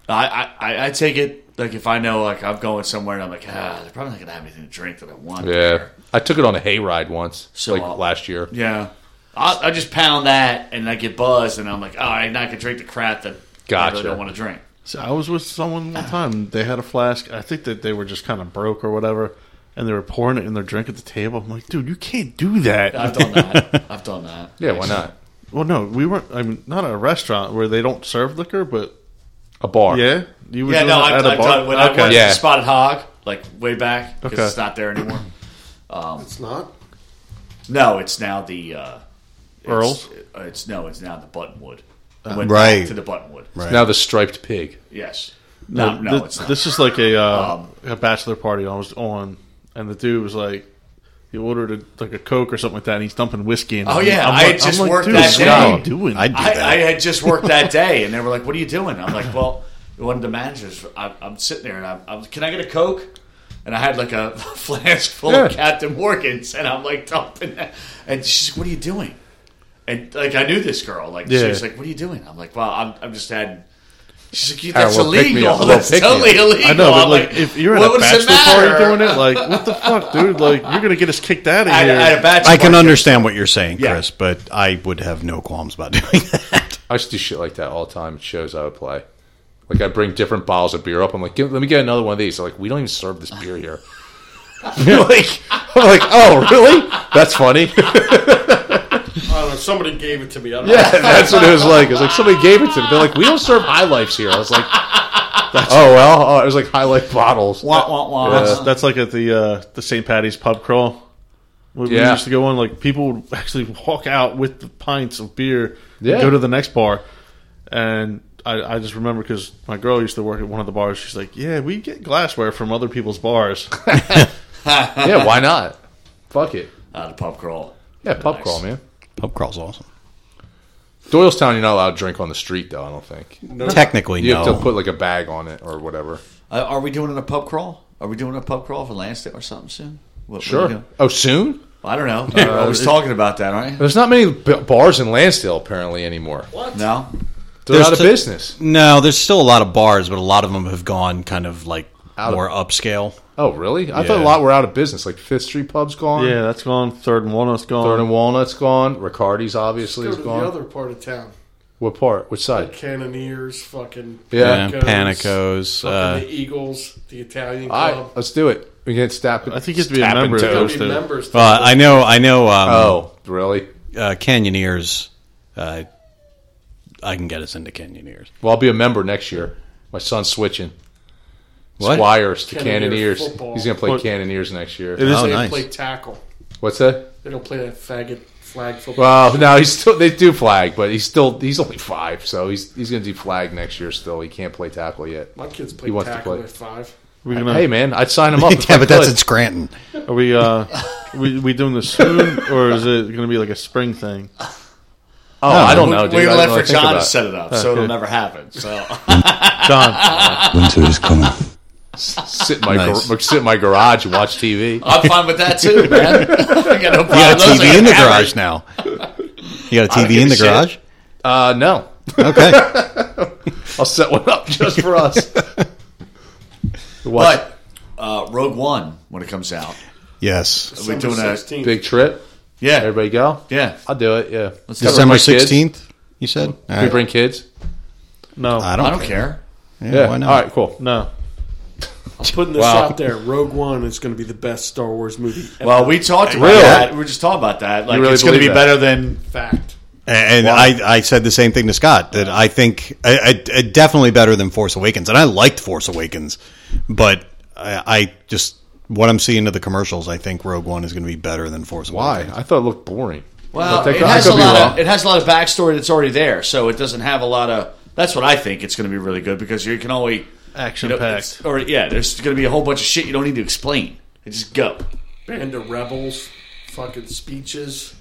Speaker 1: I, I, I take it like if I know like I'm going somewhere and I'm like, ah, they're probably not going to have anything to drink that I want.
Speaker 2: Yeah. I took it on a hayride once,
Speaker 1: So,
Speaker 2: like
Speaker 1: uh,
Speaker 2: last year.
Speaker 1: yeah. I, I just pound that and I get buzzed and I'm like, all right, now I can drink the crap that I
Speaker 2: Gotcha.
Speaker 1: really don't want to drink.
Speaker 7: So I was with someone one time. They had a flask. I think that they were just kind of broke or whatever, and they were pouring it in their drink at the table. I'm like, dude, you can't do that.
Speaker 1: I've done that. I've done that.
Speaker 2: Yeah, why not?
Speaker 7: Well, no, we weren't. I mean, not at a restaurant where they don't serve liquor, but
Speaker 2: A bar.
Speaker 7: yeah, you were
Speaker 1: Yeah,
Speaker 7: doing
Speaker 1: no,
Speaker 7: that
Speaker 1: I've,
Speaker 7: at a
Speaker 1: I've
Speaker 7: bar.
Speaker 1: done when I went
Speaker 2: Yeah.
Speaker 1: to Spotted Hog, like way back, because
Speaker 7: Okay.
Speaker 1: it's not there anymore.
Speaker 3: It's not.
Speaker 1: No, it's now the uh, it's-
Speaker 7: Earls?
Speaker 1: uh, It's, no, it's now the Buttonwood. I went
Speaker 4: Right.
Speaker 1: back to the Buttonwood.
Speaker 4: Right.
Speaker 2: Now the striped pig.
Speaker 1: Yes.
Speaker 7: No,
Speaker 1: No, no,
Speaker 7: thi-
Speaker 1: it's not. Um,
Speaker 7: this is like a uh, a bachelor party I was on, and the dude was like, he ordered a, like a coke or something like that, and he's dumping whiskey. In
Speaker 1: Oh,
Speaker 7: it.
Speaker 1: yeah, I
Speaker 7: like-
Speaker 1: had just
Speaker 7: like,
Speaker 1: worked
Speaker 7: dude,
Speaker 1: that
Speaker 7: what
Speaker 1: day.
Speaker 7: are you doing?
Speaker 4: I'd do
Speaker 1: I,
Speaker 4: that.
Speaker 1: I had just worked that day, and they were like, "What are you doing?" I'm like, "Well, one of the managers. I'm, I'm sitting there, and I'm, I'm, can I get a coke?" And I had like a [laughs] flask full of
Speaker 2: Yeah.
Speaker 1: Captain Morgan's, and I'm like dumping that. And she's like, "What are you doing?" And like I knew this girl. Like she
Speaker 7: Yeah.
Speaker 1: was like, "What are you doing?" I'm like, "Well, I'm, I'm just had." She's like, "You-
Speaker 2: Ah,
Speaker 1: "That's
Speaker 2: well, pick me
Speaker 1: illegal. [laughs]
Speaker 2: up. Well,
Speaker 1: That's
Speaker 2: pick me
Speaker 1: totally
Speaker 2: up."
Speaker 1: illegal."
Speaker 7: I know, but
Speaker 1: I'm
Speaker 7: like, if you're at
Speaker 1: "Well,
Speaker 7: a
Speaker 1: what does it
Speaker 7: bachelor party
Speaker 1: matter?"
Speaker 7: doing it, like, what the fuck, dude? Like, you're gonna get us kicked out of
Speaker 1: at,
Speaker 7: here.
Speaker 1: at a bachelor
Speaker 4: I can
Speaker 1: party.
Speaker 4: understand what you're saying,
Speaker 1: Yeah.
Speaker 4: Chris, but I would have no qualms about [laughs] doing that.
Speaker 2: I used to do shit like that all the time at shows I would play. Like I'd bring different bottles of beer up. I'm like, "Give- let me get another one of these. They're like, we don't even serve this beer here. [laughs] like I'm like, oh really? That's funny. [laughs]
Speaker 3: I don't know. Somebody gave it to me. I don't
Speaker 2: Yeah, that's what it was like. It was like somebody gave it to me. They're like, we don't serve high lifes here. I was like, oh well. Oh, [laughs] it was like high life bottles.
Speaker 1: Wah, wah, wah.
Speaker 2: Yeah.
Speaker 7: That's, that's like at the uh, the St. Patty's pub crawl. When we
Speaker 2: Yeah.
Speaker 7: used to go on, like people would actually walk out with the pints of beer, and
Speaker 2: Yeah.
Speaker 7: go to the next bar, and I, I just remember because my girl used to work at one of the bars. She's like, "Yeah, we get glassware from other people's bars."
Speaker 2: Yeah, why not? Fuck it.
Speaker 1: Uh, the pub crawl.
Speaker 2: Yeah, pub
Speaker 1: Nice.
Speaker 2: crawl, man.
Speaker 4: Pub crawl's awesome.
Speaker 2: Doylestown, you're not allowed to drink on the street, though. I don't think you
Speaker 4: Technically,
Speaker 2: have
Speaker 4: no.
Speaker 2: to put like a bag on it or whatever.
Speaker 1: Uh, are we doing a pub crawl? Are we doing a pub crawl for Lansdale or something soon? What- what are we
Speaker 2: Sure. Uh,
Speaker 1: doing?
Speaker 2: Oh, soon?
Speaker 1: I don't
Speaker 2: [laughs]
Speaker 1: know. You're always talking about that, aren't you?
Speaker 2: There's not many b- bars in Lansdale apparently anymore.
Speaker 1: No.
Speaker 2: They're
Speaker 4: There's
Speaker 2: out of
Speaker 4: t-
Speaker 2: business.
Speaker 4: no, there's still a lot of bars, but a lot of them have gone kind of like
Speaker 2: Out of-
Speaker 4: more upscale.
Speaker 2: Oh, really? I thought a
Speaker 4: Yeah.
Speaker 2: lot were out of business. Like Fifth Street Pub's gone.
Speaker 7: yeah, that's gone. Third and Walnut's gone.
Speaker 2: Third and Walnut's gone. Ricardi's
Speaker 3: Go
Speaker 2: obviously
Speaker 3: to
Speaker 2: is
Speaker 3: the
Speaker 2: gone.
Speaker 3: other part of town.
Speaker 2: What part? Which side?
Speaker 3: Cannoneers, fucking
Speaker 2: Yeah.
Speaker 4: Yeah, Panicos.
Speaker 3: fucking
Speaker 4: Uh,
Speaker 3: the Eagles, the Italian
Speaker 2: All
Speaker 3: club.
Speaker 2: right, let's do it. We can stop it.
Speaker 7: I think you have to be a member of
Speaker 2: Tap and
Speaker 7: those
Speaker 2: toe.
Speaker 3: Gotta be
Speaker 7: two.
Speaker 3: members.
Speaker 4: well, I know, I know. Um,
Speaker 2: Oh, really?
Speaker 4: uh, Canyoneers. Uh, I can get us into Canyoneers.
Speaker 2: Well, I'll be a member next year. My son's switching.
Speaker 4: What?
Speaker 2: Squires to
Speaker 3: Cannoneer
Speaker 2: Cannoneers.
Speaker 3: football.
Speaker 2: He's going to play
Speaker 7: What-
Speaker 2: Cannoneers next year.
Speaker 7: It is
Speaker 4: Oh,
Speaker 3: they
Speaker 4: nice.
Speaker 3: play
Speaker 4: [laughs]
Speaker 3: tackle.
Speaker 2: What's that?
Speaker 3: They don't play that faggot flag football.
Speaker 2: Well, no, he's still they do flag, but he's still he's only five, so he's he's going to do flag next year. Still, he can't play tackle yet.
Speaker 3: My kids
Speaker 2: He
Speaker 3: play
Speaker 2: wants to
Speaker 3: tackle
Speaker 2: play.
Speaker 3: at five.
Speaker 7: We're gonna,
Speaker 2: Hey, man, I'd sign [laughs] him up. if I could.
Speaker 4: Scranton.
Speaker 7: are we uh, we we doing this soon, or is it going to be like a spring thing?
Speaker 2: Oh, I don't
Speaker 1: We're
Speaker 2: know, dude.
Speaker 1: going to
Speaker 2: I don't
Speaker 1: let
Speaker 2: really
Speaker 1: for
Speaker 2: think
Speaker 1: John
Speaker 2: about
Speaker 1: to
Speaker 2: it.
Speaker 1: set it up,
Speaker 2: [laughs]
Speaker 1: so it'll never happen. So
Speaker 7: John,
Speaker 11: Winter is coming.
Speaker 2: sit in my
Speaker 4: Nice.
Speaker 2: gar- sit in my garage and watch TV.
Speaker 1: I'm fine with that too, man. [laughs] I got no problem.
Speaker 4: You got a
Speaker 1: Those
Speaker 4: TV
Speaker 1: are
Speaker 4: in the
Speaker 1: cameras.
Speaker 4: garage now. You got a
Speaker 1: don't
Speaker 4: TV in the
Speaker 1: give a
Speaker 4: garage?
Speaker 1: shit.
Speaker 2: [laughs] Uh, no,
Speaker 4: Okay.
Speaker 2: [laughs] I'll set one up just for us. What
Speaker 1: But uh, Rogue One when it comes out,
Speaker 4: yes.
Speaker 1: we're doing a
Speaker 2: big trip?
Speaker 1: yeah,
Speaker 2: Everybody go.
Speaker 1: yeah.
Speaker 2: I'll do it. Yeah, Let's
Speaker 4: December 16th, you said? All
Speaker 2: We
Speaker 4: right.
Speaker 2: bring kids.
Speaker 7: no,
Speaker 4: I don't,
Speaker 1: I don't care.
Speaker 4: Yeah,
Speaker 2: Yeah.
Speaker 4: why not?
Speaker 2: All right. Cool.
Speaker 7: no.
Speaker 3: I'm putting this
Speaker 2: Wow.
Speaker 3: out there. Rogue One is going to be the best Star Wars movie. Ever.
Speaker 1: Well, we talked about
Speaker 2: Really?
Speaker 1: that. We were just talking about that. Like
Speaker 2: really
Speaker 1: it's going to be
Speaker 2: believe that?
Speaker 1: better than
Speaker 3: fact.
Speaker 4: And I, I said the same thing to Scott that I think I, I, I definitely better than Force Awakens, and I liked Force Awakens, but I, I just what I'm seeing of the commercials, I think Rogue One is going to be better than Force
Speaker 2: Why?
Speaker 4: Awakens.
Speaker 2: I thought it looked boring.
Speaker 1: Well,
Speaker 2: But
Speaker 1: it
Speaker 2: that- I
Speaker 1: has
Speaker 2: could
Speaker 1: a
Speaker 2: be
Speaker 1: lot
Speaker 2: wrong.
Speaker 1: of it has a lot of backstory that's already there, so it doesn't have a lot of. That's what I think it's going to be really good because you can only
Speaker 7: Action
Speaker 1: you know,
Speaker 7: packed.
Speaker 1: it's- Or yeah, there's going to be a whole bunch of shit you don't need to explain. It just go.
Speaker 3: Band of rebels, fucking speeches,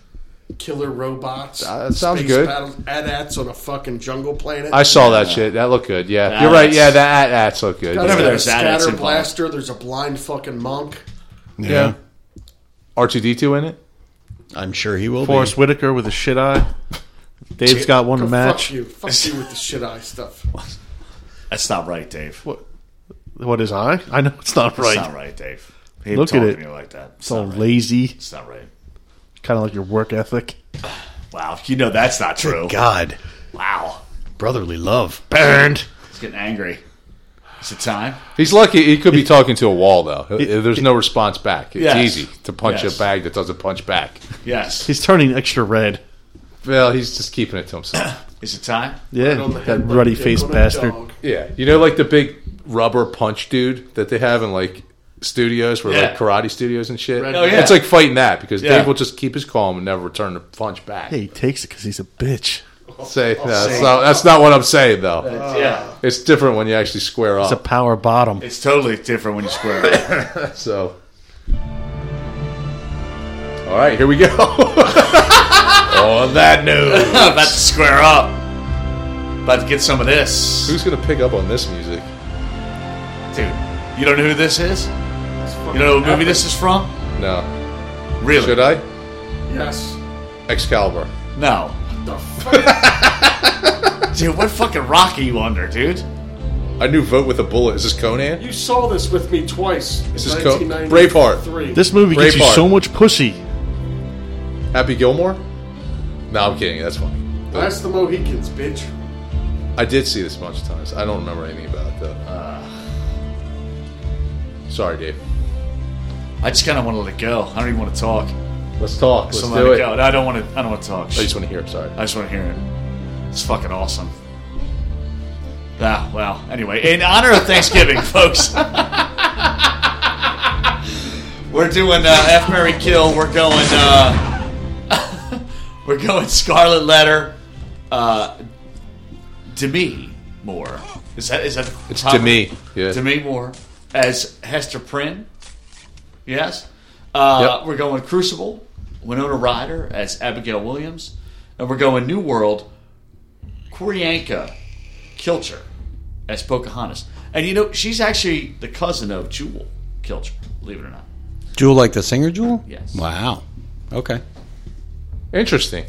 Speaker 3: killer robots.
Speaker 1: Uh,
Speaker 2: that sounds good.
Speaker 3: Battles, AT-ATs on a fucking jungle planet.
Speaker 2: I saw that shit. That looked good. Yeah,
Speaker 1: That-
Speaker 2: you're right. Yeah, that that's looked good.
Speaker 3: Got
Speaker 1: Whenever
Speaker 2: Yeah.
Speaker 1: there's
Speaker 3: a
Speaker 1: AT-ATs
Speaker 3: scatter
Speaker 1: involved.
Speaker 3: blaster. There's a blind fucking monk.
Speaker 4: Yeah.
Speaker 2: R two D two in it.
Speaker 4: I'm sure he will.
Speaker 7: Forrest
Speaker 4: be.
Speaker 7: Whitaker with a shit eye. Dave's got one to
Speaker 3: Go
Speaker 7: match.
Speaker 3: Fuck you. Fuck you with the shit eye stuff.
Speaker 1: That's not right, Dave.
Speaker 7: What is I? I know it's not
Speaker 1: That's
Speaker 7: right.
Speaker 1: not right, Dave. He
Speaker 7: Look at
Speaker 1: talking
Speaker 7: it.
Speaker 1: to me like that. It's
Speaker 7: It's all
Speaker 1: not right.
Speaker 7: lazy.
Speaker 1: It's not right.
Speaker 7: Kind of like your work ethic.
Speaker 1: Wow, you know that's not true.
Speaker 4: God,
Speaker 1: Wow,
Speaker 4: brotherly love.
Speaker 7: Burned.
Speaker 1: he's getting angry. Is it time?
Speaker 2: He's lucky. He could be talking to a wall though. There's no response back. It's
Speaker 1: Yes.
Speaker 2: easy to punch
Speaker 1: Yes.
Speaker 2: a bag that doesn't punch back.
Speaker 1: Yes.
Speaker 7: He's turning extra red.
Speaker 2: Well, he's just keeping it to himself.
Speaker 1: Is it time?
Speaker 7: Yeah,
Speaker 3: on the
Speaker 7: that
Speaker 3: head like a
Speaker 7: ruddy
Speaker 3: dick
Speaker 7: faced
Speaker 3: on a
Speaker 7: bastard.
Speaker 3: dog.
Speaker 2: yeah, you know, like the big rubber punch dude that they have in like studios, where
Speaker 1: Yeah.
Speaker 2: like karate studios and shit.
Speaker 1: Oh, yeah.
Speaker 2: it's like fighting that because
Speaker 1: Yeah.
Speaker 2: Dave will just keep his calm and never return the punch back.
Speaker 7: Yeah, he takes it because he's a bitch.
Speaker 2: Say no, that's, not, that's not what I'm saying though.
Speaker 1: yeah.
Speaker 2: it's different when you actually square
Speaker 7: It's a
Speaker 2: up.
Speaker 7: power bottom.
Speaker 1: It's totally different when you square it.
Speaker 2: so, all right, here we go. [laughs] On that note.
Speaker 1: about to square up. About to get some of this.
Speaker 2: Who's gonna pick up on this music?
Speaker 1: Dude, you don't know who this is? You know
Speaker 3: [laughs]
Speaker 1: what movie this is from?
Speaker 2: No.
Speaker 1: Really?
Speaker 2: Should I?
Speaker 3: Yes.
Speaker 2: Excalibur.
Speaker 1: No.
Speaker 3: The fuck?
Speaker 1: Dude, what fucking rock are you under, dude?
Speaker 2: I knew Vote with a Bullet. Is this Conan?
Speaker 3: you saw this with me twice.
Speaker 2: This
Speaker 3: in
Speaker 2: is co-
Speaker 3: 1993.
Speaker 7: This movie gets you
Speaker 2: Braveheart.
Speaker 7: so much pussy.
Speaker 2: Happy Gilmore? No, I'm kidding. That's funny.
Speaker 3: That's the Mohicans, bitch.
Speaker 2: I did see this a bunch of times. I don't remember anything about it though. Sorry, Dave.
Speaker 1: I just kind of want to let go. I don't even want to talk.
Speaker 2: Let's talk. Let's
Speaker 1: So let
Speaker 2: do
Speaker 1: it
Speaker 2: it.
Speaker 1: go. No, I don't want to. I don't want to talk.
Speaker 2: I just want to hear. it, Sorry.
Speaker 1: I just want to hear it. It's fucking awesome. Ah, well, anyway, in honor of Thanksgiving, [laughs] folks, we're doing uh, F Mary Kill. We're going. Uh, [laughs] we're going Scarlet Letter. Uh, Demi Moore. Is that is that?
Speaker 2: It's Demi. Yeah.
Speaker 1: Demi Moore as Hester Prynne. Yes. Uh,
Speaker 2: Yep.
Speaker 1: We're going Crucible, Winona Ryder as Abigail Williams, and we're going New World, Kurianka Kilcher as Pocahontas. And you know, she's actually the cousin of Jewel Kilcher, believe it or not.
Speaker 4: Jewel like the singer Jewel?
Speaker 1: Yes.
Speaker 4: Wow. Okay.
Speaker 2: Interesting.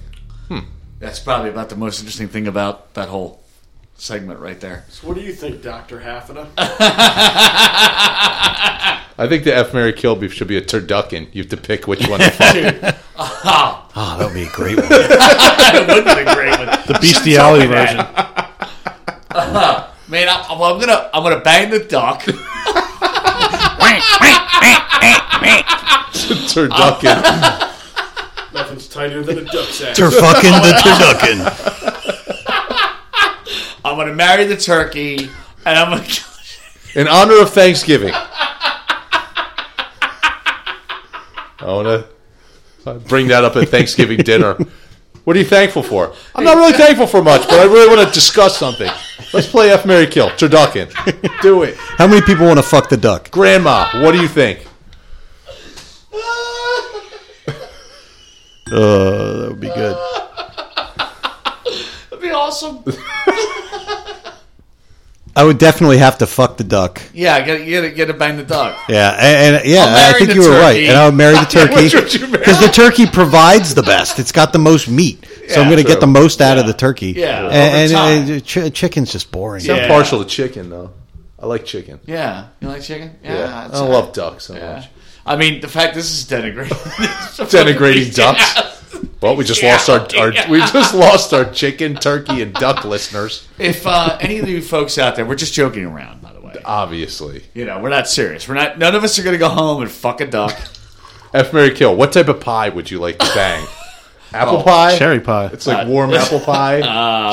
Speaker 1: That's probably about the most interesting thing about that whole segment right there.
Speaker 3: So what do you think, Doctor Halfina?
Speaker 2: I think the F Mary Kill beef should be a turducken. You have to pick which one
Speaker 1: [laughs]
Speaker 2: to fuck.
Speaker 4: Oh, that would be a great one.
Speaker 1: [laughs]
Speaker 4: [laughs]
Speaker 1: That would be a great one.
Speaker 7: The bestiality
Speaker 1: Tell me
Speaker 7: version.
Speaker 1: that. [laughs] Man, I, I'm, I'm gonna I'm gonna bang the
Speaker 7: [laughs]
Speaker 1: duck.
Speaker 2: [laughs]
Speaker 1: [laughs]
Speaker 2: turducken.
Speaker 3: Nothing's tighter than a duck's ass.
Speaker 4: You're fucking the turducken.
Speaker 1: I'm gonna marry the turkey, and I'm gonna. kill-
Speaker 2: In honor of Thanksgiving. I want to bring that up at Thanksgiving dinner. What are you thankful for? I'm not really thankful for much, but I really want to discuss something. Let's play F Mary Kill, Turducken. Do it.
Speaker 4: How many people want to fuck the duck?
Speaker 2: Grandma, what do you think?
Speaker 4: Uh, that would be good.
Speaker 1: That'd be awesome.
Speaker 4: I would definitely have to fuck the duck.
Speaker 1: Yeah, I gotta, you gotta, you gotta bang the duck.
Speaker 4: Yeah, and, and- yeah,
Speaker 1: marry
Speaker 4: I think
Speaker 1: the
Speaker 4: you were right.
Speaker 1: turkey.
Speaker 4: And I
Speaker 1: [laughs]
Speaker 4: would marry the turkey
Speaker 2: which would you marry?
Speaker 4: because the turkey provides the best. It's got the most meat, so
Speaker 1: Yeah,
Speaker 4: I'm going to
Speaker 2: true.
Speaker 4: get the most out of the turkey.
Speaker 1: Yeah, over
Speaker 4: and, and,
Speaker 1: time.
Speaker 4: uh, ch- chicken's just boring.
Speaker 1: Yeah.
Speaker 2: I'm partial to chicken, though. I like chicken.
Speaker 1: Yeah, you like chicken? Yeah,
Speaker 2: Yeah. I
Speaker 1: it's-
Speaker 2: don't love duck so
Speaker 1: yeah.
Speaker 2: much.
Speaker 1: I mean, the fact this is [laughs] denigrating. [laughs]
Speaker 2: Denigrating ducks. Well, we just lost our, our we just lost our chicken, turkey, and duck listeners.
Speaker 1: If uh, any of you folks out there, we're just joking around, by the way.
Speaker 2: Obviously.
Speaker 1: You know, we're not serious. We're not. None of us are gonna go home and fuck a duck.
Speaker 2: F Mary Kill, what type of pie would you
Speaker 1: [laughs]
Speaker 2: like to bang?
Speaker 1: Oh,
Speaker 2: apple pie?
Speaker 7: Cherry pie.
Speaker 2: It's like warm
Speaker 1: [laughs]
Speaker 2: apple pie,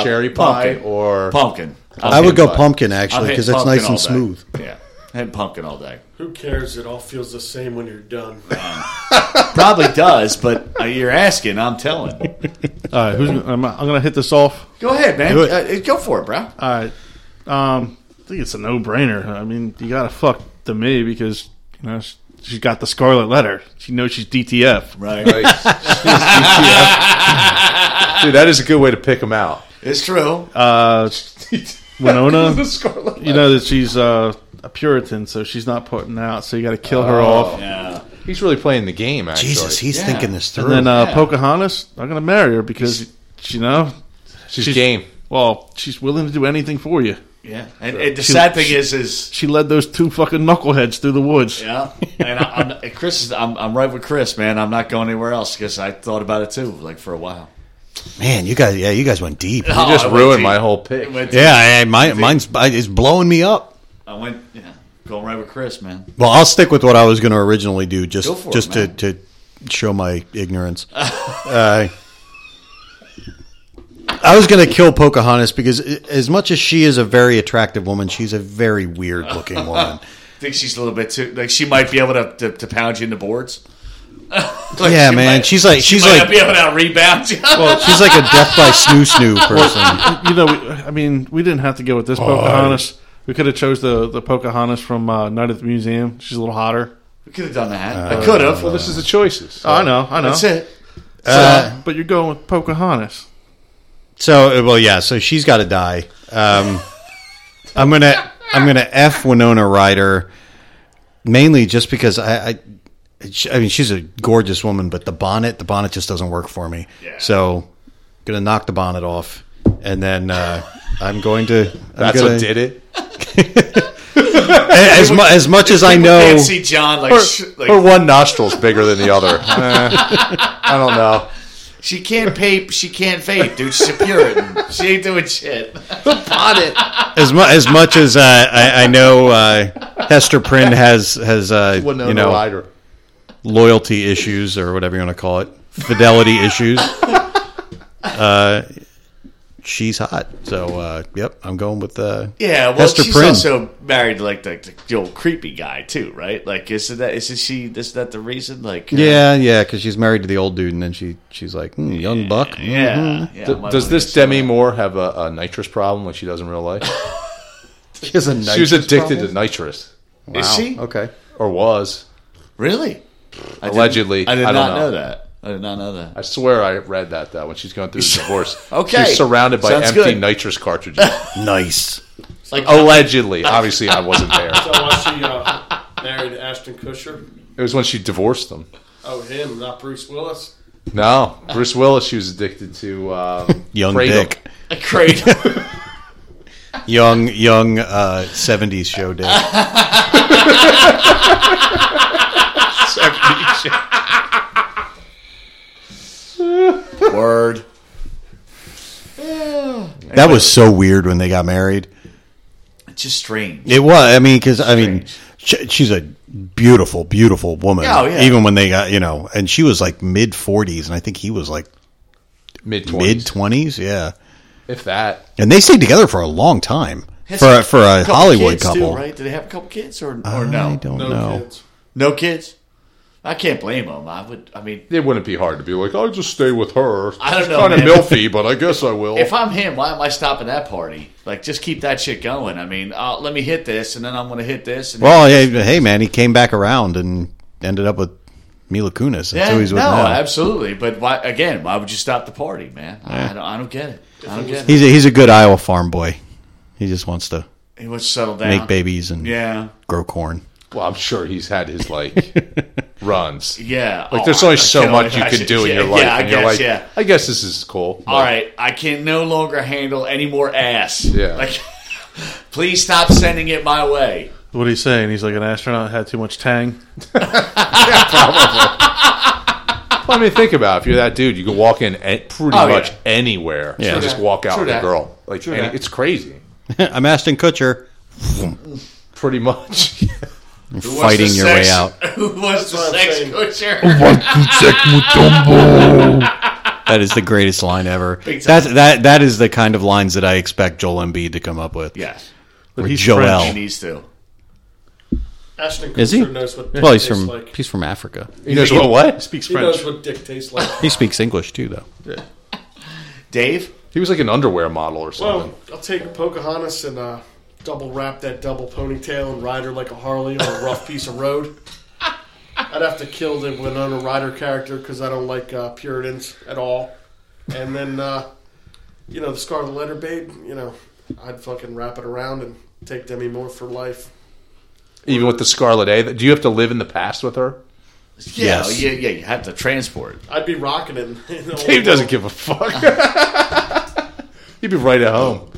Speaker 2: cherry pie,
Speaker 1: Uh, pumpkin.
Speaker 2: or
Speaker 1: Pumpkin.
Speaker 4: I would go
Speaker 2: pie.
Speaker 4: pumpkin
Speaker 1: I'm
Speaker 4: actually
Speaker 1: hitting
Speaker 4: because it's
Speaker 1: pumpkin
Speaker 4: nice and
Speaker 1: all day.
Speaker 4: smooth.
Speaker 1: Yeah, I had pumpkin all day.
Speaker 3: Who cares? It all feels the same when you're done.
Speaker 1: Probably does, but uh, you're asking. I'm telling.
Speaker 7: All right, who's, I'm, I'm gonna hit this off.
Speaker 1: Go ahead, man.
Speaker 7: Do
Speaker 1: Uh, go for it, bro.
Speaker 7: All right, um, I think it's a no-brainer. I mean, you gotta fuck to me because you know sh- she's got the scarlet letter. She knows she's DTF.
Speaker 1: Right.
Speaker 2: Nice. Dude, that is a good way to pick them out.
Speaker 1: It's true.
Speaker 7: [laughs] Uh, [laughs] Winona,
Speaker 2: Scarlet.
Speaker 7: you know that she's uh, a Puritan, so she's not putting out. So you gotta kill her off.
Speaker 1: yeah.
Speaker 2: He's really playing the game, actually.
Speaker 4: Jesus, he's
Speaker 1: Yeah.
Speaker 4: thinking this
Speaker 7: And
Speaker 4: through.
Speaker 7: then uh,
Speaker 1: Yeah.
Speaker 7: Pocahontas, I'm gonna marry her because you know
Speaker 2: She's, game.
Speaker 7: Well, she's willing to do anything for you.
Speaker 1: Yeah. And, and the sad thing is, is
Speaker 7: She led those two fucking knuckleheads through the woods.
Speaker 1: Yeah, and I, I'm, and Chris, is, I'm, I'm right with Chris, man. I'm not going anywhere else because I thought about it too, like for a while.
Speaker 4: Man, you guys, yeah,
Speaker 1: Oh,
Speaker 4: you guys went deep.
Speaker 2: You just ruined my whole pick.
Speaker 1: Went,
Speaker 4: Yeah, I, I- my, mine's I- it's blowing me up.
Speaker 1: I I went yeah, going right with Chris, man.
Speaker 4: Well, I'll stick with what I was going to originally do, just
Speaker 1: Go for it,
Speaker 4: just
Speaker 1: man.
Speaker 4: to, to show my
Speaker 1: [laughs]
Speaker 4: ignorance. uh, I was going to kill Pocahontas because, i- as much as she is a very attractive woman, she's a very weird looking woman.
Speaker 1: I think she's a little bit too like she might be able to to, to pound you in the boards. [laughs] Like,
Speaker 4: yeah,
Speaker 1: she
Speaker 4: man,
Speaker 1: might-
Speaker 4: she's like
Speaker 1: she
Speaker 4: she's
Speaker 1: might
Speaker 4: like
Speaker 1: not be able to rebound you. [laughs]
Speaker 4: she's like a death by snoo snoo person.
Speaker 7: you know, we, I mean, we didn't have to go with this Pocahontas. We could have chose the the Pocahontas from uh, Night at the Museum. She's a little hotter.
Speaker 1: we could have done that. I could have.
Speaker 2: Well, this is the choices.
Speaker 7: Oh, I know, I know.
Speaker 1: That's it.
Speaker 4: Uh,
Speaker 7: But you're going with Pocahontas.
Speaker 4: so uh, well, yeah. So she's got to die. Um, I'm gonna I'm gonna f Winona Ryder mainly just because I. I she- I mean, she's a gorgeous woman, but the bonnet, the bonnet just doesn't work for me. So, gonna knock the bonnet off, and then uh, I'm going to. I'm
Speaker 2: That's
Speaker 4: gonna,
Speaker 2: what did it.
Speaker 4: As, mu- as much as I know,
Speaker 1: Can't see John like, sh- like
Speaker 2: Her one nostril's bigger than the other. Eh, I don't know.
Speaker 1: she can't pape, she can't vape, dude. She's a Puritan. she ain't doing shit.
Speaker 4: as, mu- as much as uh, I, I know, uh, Hester Prynne has has uh,
Speaker 2: Winona
Speaker 4: you know
Speaker 2: Ryder.
Speaker 4: loyalty issues or whatever you want to call it,
Speaker 1: [laughs]
Speaker 4: fidelity issues. Uh, she's hot, so uh, yep, I'm going with uh,
Speaker 1: Yeah, well,
Speaker 4: Hester
Speaker 1: she's
Speaker 4: Prynne.
Speaker 1: also married to like the, the old creepy guy too, right? Like, isn't that isn't she? Is that the reason? Like, uh,
Speaker 4: yeah, yeah, because she's married to the old dude, and then she she's like "Hmm, young buck. Mm-hmm.
Speaker 1: yeah. yeah,
Speaker 2: D-
Speaker 1: I might
Speaker 2: does
Speaker 1: wanna
Speaker 2: this
Speaker 1: get
Speaker 2: Demi Moore have a, a nitrous problem like she does in real life?
Speaker 4: She has a
Speaker 2: she was
Speaker 4: nitrous
Speaker 2: addicted
Speaker 4: problem?
Speaker 2: to nitrous,
Speaker 1: started. Is she
Speaker 4: Okay,
Speaker 2: or was.
Speaker 1: really? I didn't-
Speaker 2: Allegedly.
Speaker 1: I did
Speaker 2: I don't
Speaker 1: not
Speaker 2: know.
Speaker 1: know. that. I did not know that.
Speaker 2: I swear I read that though when she's going through the divorce.
Speaker 1: [laughs] Okay.
Speaker 2: she's surrounded by
Speaker 1: Sounds
Speaker 2: empty
Speaker 1: good.
Speaker 2: nitrous cartridges. [laughs]
Speaker 4: nice.
Speaker 1: Like,
Speaker 2: Allegedly, obviously I wasn't there.
Speaker 3: That's why she uh, married Ashton Kutcher.
Speaker 2: It was when she divorced them.
Speaker 3: Oh, him, not Bruce Willis.
Speaker 2: No, Bruce Willis. She was addicted to
Speaker 4: [laughs]
Speaker 2: um,
Speaker 4: Young
Speaker 2: Kratom.
Speaker 4: dick,
Speaker 1: a cradle.
Speaker 4: [laughs]
Speaker 1: [laughs]
Speaker 4: young young uh, '70s
Speaker 1: [laughs]
Speaker 4: show dick.
Speaker 1: Word.
Speaker 4: That was so weird when they got married.
Speaker 1: It's just strange.
Speaker 4: It was. I mean, because I mean, she, she's a beautiful, beautiful woman.
Speaker 1: Oh, yeah.
Speaker 4: Even when they got, you know, and she was like mid forties, and I think he was like
Speaker 2: Mid
Speaker 4: mid
Speaker 2: twenties,
Speaker 4: twenties. Yeah,
Speaker 2: if that.
Speaker 4: and they stayed together for a long time for a, for a
Speaker 1: Couple
Speaker 4: Hollywood
Speaker 1: kids, too,
Speaker 4: couple.
Speaker 1: right? Did they have a couple kids or or
Speaker 4: I
Speaker 1: no?
Speaker 4: don't
Speaker 3: No,
Speaker 4: know.
Speaker 3: kids.
Speaker 1: No kids. I can't blame them. I would. I mean,
Speaker 2: It wouldn't be hard to be like, I'll just stay with her.
Speaker 1: I don't
Speaker 2: She's
Speaker 1: know,
Speaker 2: Kind of
Speaker 1: man.
Speaker 2: milfy, but I guess I
Speaker 1: [laughs]
Speaker 2: will.
Speaker 1: if I'm him, why am I stopping that party? Like, just keep that shit going. I mean, uh, let me hit this, and then I'm going to hit this. And
Speaker 4: Well, hey, hey, man, he came back around and ended up with Mila Kunis. That's
Speaker 1: yeah,
Speaker 4: who he's
Speaker 1: no,
Speaker 4: with now.
Speaker 1: absolutely. But why? Again, why would you stop the party, man? I, don't, I don't get it. I don't get it.
Speaker 4: He's a, he's a good Iowa farm boy. He just wants to
Speaker 1: He wants to settle down.
Speaker 4: make babies and
Speaker 1: Yeah,
Speaker 4: grow corn. [laughs]
Speaker 2: well, I'm sure he's had
Speaker 1: [laughs]
Speaker 2: his like runs.
Speaker 1: yeah.
Speaker 2: Like, there's
Speaker 1: Oh,
Speaker 2: only
Speaker 1: I- I
Speaker 2: so
Speaker 1: can
Speaker 2: much
Speaker 1: only-
Speaker 2: you
Speaker 1: I
Speaker 2: can
Speaker 1: should-
Speaker 2: do
Speaker 1: [laughs]
Speaker 2: in
Speaker 1: yeah,
Speaker 2: your life.
Speaker 1: Yeah, I
Speaker 2: and you're
Speaker 1: guess.
Speaker 2: like,
Speaker 1: yeah.
Speaker 2: I guess this is cool.
Speaker 1: All right, I can no longer handle any more ass.
Speaker 2: Yeah.
Speaker 1: Like, [laughs] please stop sending it my way.
Speaker 7: What he's saying, he's like an astronaut had too much tang.
Speaker 2: I mean, think about it. if you're that dude, you can walk in a- pretty
Speaker 1: Oh,
Speaker 2: much
Speaker 1: yeah.
Speaker 2: anywhere and just walk out
Speaker 1: True
Speaker 2: with a
Speaker 1: that.
Speaker 2: girl. Like, any-
Speaker 1: that.
Speaker 2: it's crazy.
Speaker 4: I'm Ashton Kutcher.
Speaker 2: Pretty much. [laughs]
Speaker 1: Who wants
Speaker 4: Fighting
Speaker 1: the
Speaker 4: your
Speaker 1: sex- [laughs]
Speaker 4: way out.
Speaker 1: Who wants the
Speaker 3: what I'm
Speaker 1: sex
Speaker 2: [laughs]
Speaker 3: saying.
Speaker 1: coacher?
Speaker 4: That is the greatest
Speaker 3: [laughs]
Speaker 4: line ever.
Speaker 1: Big time.
Speaker 4: That's that that is the kind of lines that I expect Joel Embiid to come up with.
Speaker 1: Yes,
Speaker 4: Or
Speaker 7: he's
Speaker 1: he
Speaker 4: Joel.
Speaker 1: needs to.
Speaker 3: Ashton Kutcher
Speaker 4: Is he?
Speaker 3: knows what dick
Speaker 4: Well, he's
Speaker 3: tastes
Speaker 4: from
Speaker 3: like.
Speaker 4: he's from Africa.
Speaker 2: You know what? What?
Speaker 7: Speaks
Speaker 3: He
Speaker 7: French.
Speaker 3: knows what dick tastes
Speaker 4: [laughs]
Speaker 3: like.
Speaker 4: He speaks English too, though.
Speaker 1: Dave,
Speaker 2: He was like an underwear model or something.
Speaker 3: Well, I'll take a Pocahontas and uh, double wrap that double ponytail and ride her like a Harley on a rough piece of road. I'd have to kill the Winona Ryder character because I don't like uh, Puritans at all. And then, uh, you know, the Scarlet Letter Babe, you know, I'd fucking wrap it around and take Demi Moore for life.
Speaker 2: Even with the Scarlet A. Do you have to live in the past with her?
Speaker 1: yeah,
Speaker 4: Yes.
Speaker 1: yeah, yeah, you have to transport.
Speaker 3: I'd be rocking it. in the
Speaker 2: Dave
Speaker 3: old-
Speaker 2: doesn't give a fuck. [laughs] He'd be right at home.